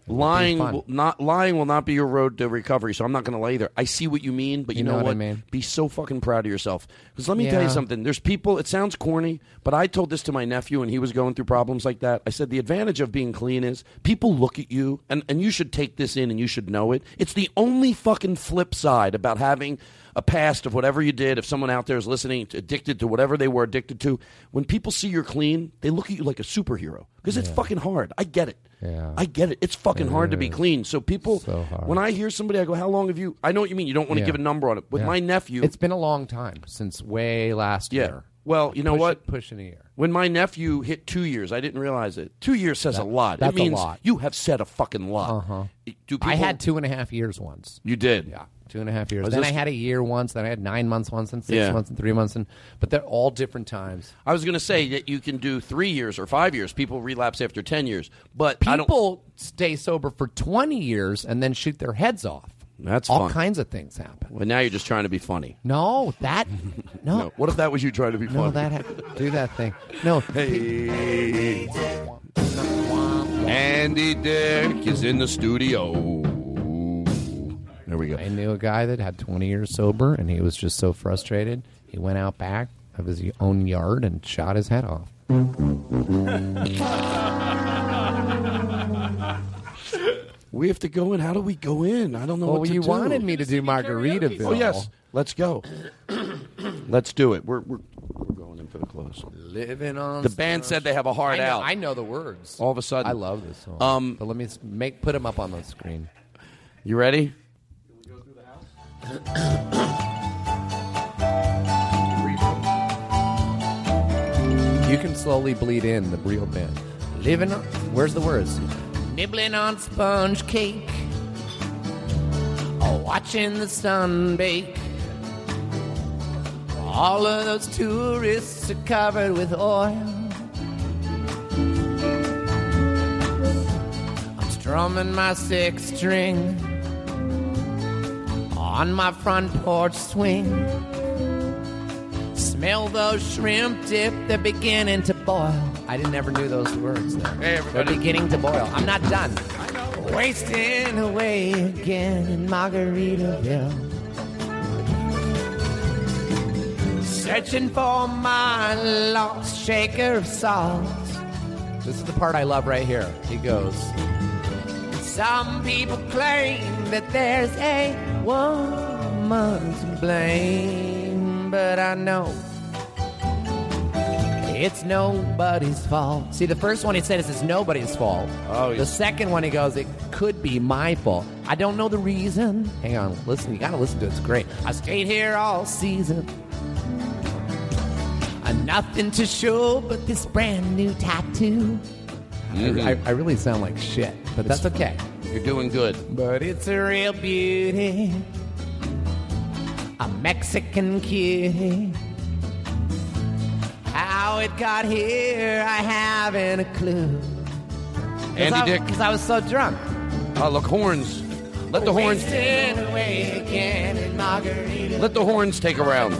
lying fun. will not lying will not be your road to recovery. So I'm not going to lie either. I see what you mean, but you, You know know, what I what? mean. Be so fucking proud of yourself. Because let me tell you Yeah. something. There's people. It sounds corny, but I told this to my nephew, and he was going through problems like that. I said the advantage of being clean is people look at you, and and you should take this in, and you should know it. It's the only fucking flip side about having. A past of whatever you did. If someone out there is listening, addicted to whatever they were addicted to, when people see you're clean, they look at you like a superhero because it's fucking hard. I get it. Yeah. I get it. It's fucking It hard to be is. clean. So people, when I hear somebody, I go, "How long have you?" I know what you mean. You don't want to Yeah. give a number on it. With Yeah. my nephew, It's been a long time since way last yeah. year. Well, you know Push what? it- push it a year. When my nephew hit two years, I didn't realize it. Two years says a lot. that's it a means lot. you have said a fucking lot. Uh-huh. Do I people- had two and a half years once. You did. Yeah. Two and a half years. Was then this- I had a year once. Then I had nine months once, and six Yeah. months, and three months, and but they're all different times. I was going to say that you can do three years or five years. People relapse after ten years, but I don't. People stay sober for twenty years and then shoot their heads off. That's all fun. kinds of things happen. Well, now you're just trying to be funny. No, that no, No. What if that was you trying to be funny? no that ha- do that thing. No, Hey. Andy Dick is in the studio. There we go. I knew a guy that had 20 years sober, and he was just so frustrated. He went out back of his own yard and shot his head off. We have to go in. How do we go in? I don't know Well, what to you do. wanted me to do Margaritaville. Oh, yes. Let's go. Let's do it. We're, we're, we're going in for the close. Living on The band said they have a hard I know, out. I know the words. All of a sudden. I love this song. Um, but let me s- make put them up on the screen. You ready? You can slowly bleed in the real band. Living on. Where's the words? Nibbling on sponge cake. Watching the sun bake. All of those tourists are covered with oil. I'm strumming my six string on my front porch swing. Smell those shrimp dip, they're beginning to boil. I didn't ever knew those words. Though. Hey, everybody. They're beginning to boil. I'm not done. Wasting away again in Margaritaville. Searching for my lost shaker of salt. This is the part I love right here. He goes. Some people claim that there's a woman to blame, but I know it's nobody's fault. See, the first one he said is it's nobody's fault. Oh, the second one he goes, it could be my fault. I don't know the reason. Hang on, listen, you gotta listen to it. It's great. I stayed here all season. Uh, Nothing to show but this brand new tattoo. I, I, I really sound like shit, but that's okay. You're doing good. But it's a real beauty, a Mexican cutie. How it got here, I haven't a clue. 'Cause Andy I, Dick. because I was so drunk. Uh, look, horns. Let the horns. Wasted away again in Margarita. Let the horns take a round.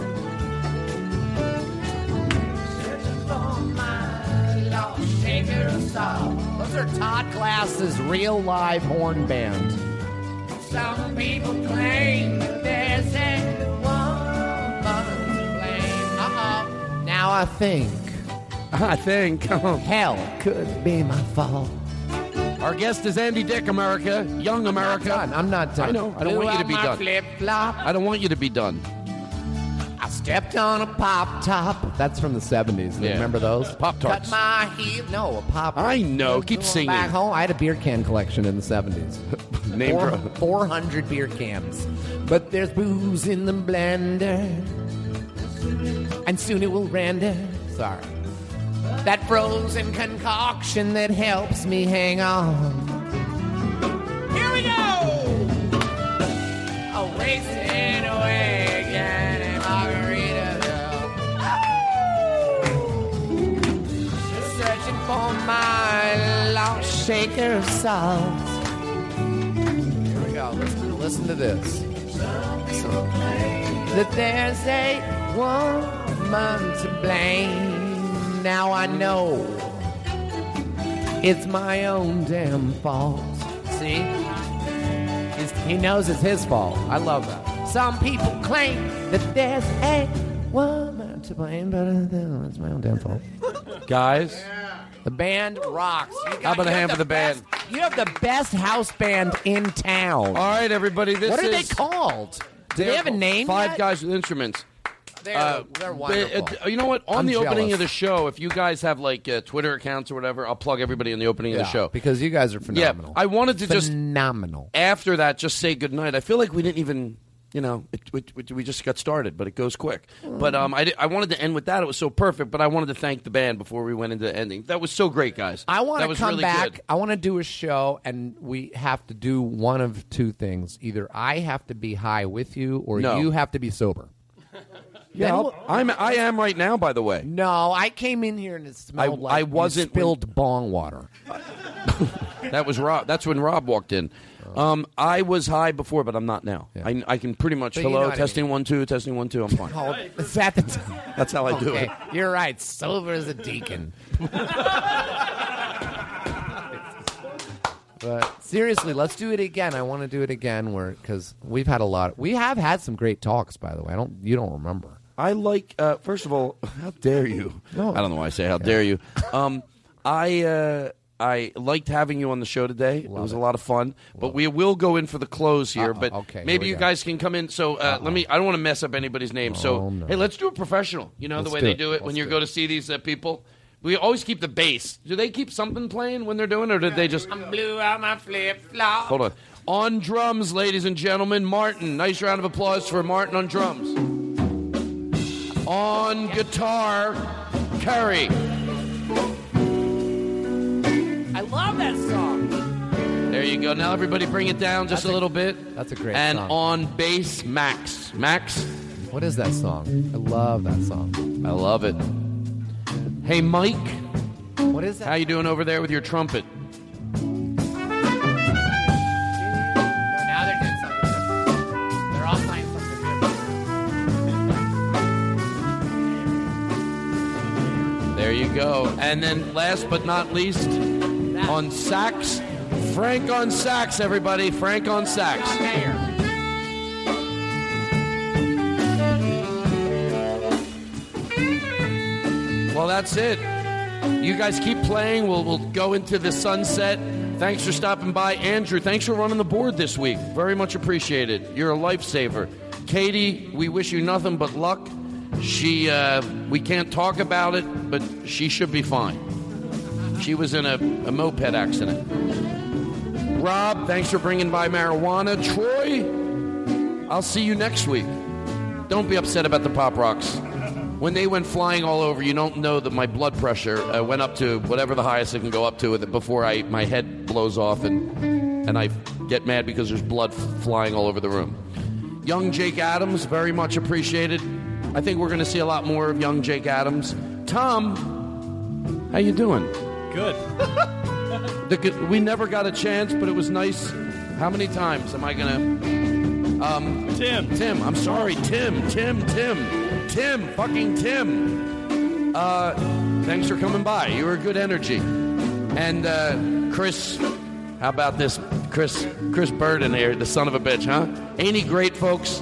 Those are Todd Glass's real live horn band. Some people claim that there's a woman to blame. Uh-uh. Uh-oh. Now I think. I think. Hell could be my fault. Our guest is Andy Dick, America, young America. I'm not done. I'm not done. I know. I don't Blew want you to out be my done. flip-flop. I don't want you to be done. I stepped on a pop top. That's from the 70s. Do you Remember those? Pop Tarts. Cut my heel. No, a pop I know. Keep Going singing. Back home, I had a beer can collection in the 70s. Name Four- drop. 400 beer cans. But there's booze in the blender. And soon it will render. Sorry. That frozen concoction that helps me hang on. Here we go! A wasting away again in Margaritaville. Just searching for my lost shaker of salt. Here we go. Listen, listen to this. That there's a woman to blame. Now I know it's my own damn fault. See? It's- he knows it's his fault. I love that. Some people claim that there's a woman to blame, but I know it's my own damn fault. Guys, the band rocks. You got- How about a you hand have for the band? best- you have the best house band in town. All right, everybody. This what are is- they called? Do they have a name? Five yet? guys with instruments. They're, they're wonderful. uh, you know what? On I'm the opening jealous. of the show, if you guys have like uh, Twitter accounts or whatever, I'll plug everybody in the opening of Yeah, the show. because you guys are phenomenal. Yeah, I wanted to just phenomenal. after that just say goodnight. I feel like we didn't even, you know, it, it, it- we just got started, but it goes quick. But um, I, di- I wanted to end with that. It was so perfect. But I wanted to thank the band before we went into the ending. That was so great, guys. I want That to was come really back. good. I want to do a show, and we have to do one of two things: either I have to be high with you, or No. you have to be sober. Yeah, Then I'll- we'll- I'm I am right now. By the way, No, I came in here and it smelled like I you wasn't- spilled bong water. that was Rob. That's when Rob walked in. Um, I was high before, but I'm not now. I, I can pretty much But you know hello what I testing one two testing one two. I'm fine. Oh, is that the time? That's how I do Okay, it. You're right. Sober as a deacon. But seriously, let's do it again. I want to do it again where because we've had a lot. We have had some great talks, by the way. I don't. You don't remember. I like. Uh, first of all, how dare you? I don't know why I say how dare you. Um, I uh, I liked having you on the show today. it was a lot of fun. but we will go in for the close here. but okay, maybe here we you go. guys can come in. So uh, let me. I don't want to mess up anybody's name. so Oh, no. hey, let's do it professional. You know Let's the way do they it. do it when Let's you do go to see these uh, people. We always keep the bass. Do they keep something playing when they're doing, or did they just? Blew out my flip flop. Hold on. On drums, ladies and gentlemen, Martin. Nice round of applause for Martin on drums. On guitar, Curry. I love that song. There you go. Now everybody bring it down just a little bit. That's a great And song. on bass, Max. Max. What is that song? I love that song. I love it. Hey Mike. What is that? How you doing over there with your trumpet? Now they're doing something different. They're all playing something There you go. And then last but not least, on sax, Frank on sax, everybody. Frank on sax. Well, that's it. You guys keep playing. We'll, we'll go into the sunset. Thanks for stopping by. Andrew, thanks for running the board this week. Very much appreciated. You're a lifesaver. Katie, we wish you nothing but luck. She, uh, we can't talk about it, but she should be fine. She was in a, a moped accident. Rob, thanks for bringing by marijuana. Troy, I'll see you next week. Don't be upset about the pop rocks. When they went flying all over, you don't know that my blood pressure uh, went up to whatever the highest it can go up to with it before I my head blows off and and I get mad because there's blood f- flying all over the room. Young Jake Adams, very much appreciated. I think we're going to see a lot more of young Jake Adams. Tom, how you doing? Good. The, g- we never got a chance, but it was nice. How many times am I gonna? Um, Tim, Tim, I'm sorry, Tim, Tim, Tim, Tim, fucking Tim. Uh, thanks for coming by. You were good energy, and uh, Chris. How about this, Chris? Chris Bird in here, the son of a bitch, huh? Ain't he great, folks?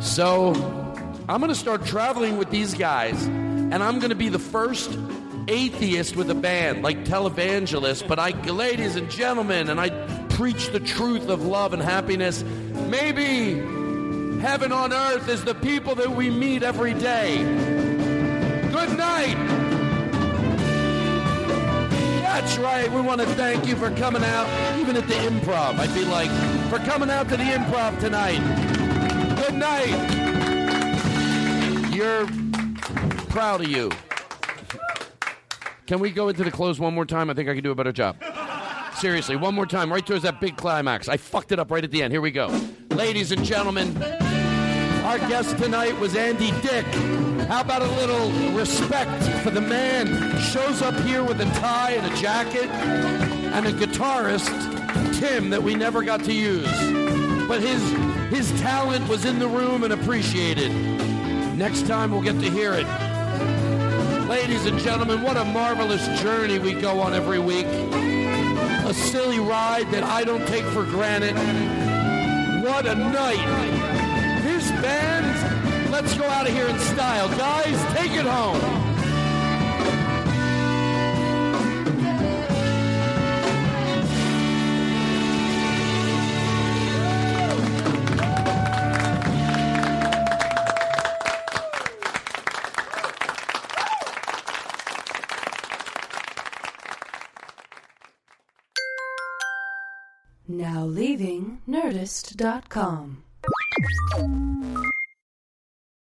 So I'm going to start traveling with these guys, and I'm going to be the first atheist with a band, like televangelist. But I, ladies and gentlemen, and I preach the truth of love and happiness. Maybe heaven on earth is the people that we meet every day. Good night. That's right. We want to thank you for coming out, even at the improv. I'd be like, for coming out to the improv tonight. Good night. You're proud of you. Can we go into the close one more time? I think I can do a better job. Seriously, one more time, right towards that big climax. I fucked it up right at the end. Here we go. Ladies and gentlemen, our guest tonight was Andy Dick. How about a little respect for the man? Shows up here with a tie and a jacket and a guitarist, Tim, that we never got to use. But his his talent was in the room and appreciated. Next time we'll get to hear it. Ladies and gentlemen, what a marvelous journey we go on every week. A silly ride that I don't take for granted. What a night. This band, let's go out of here in style. Guys, take it home. Now leaving Nerdist.com.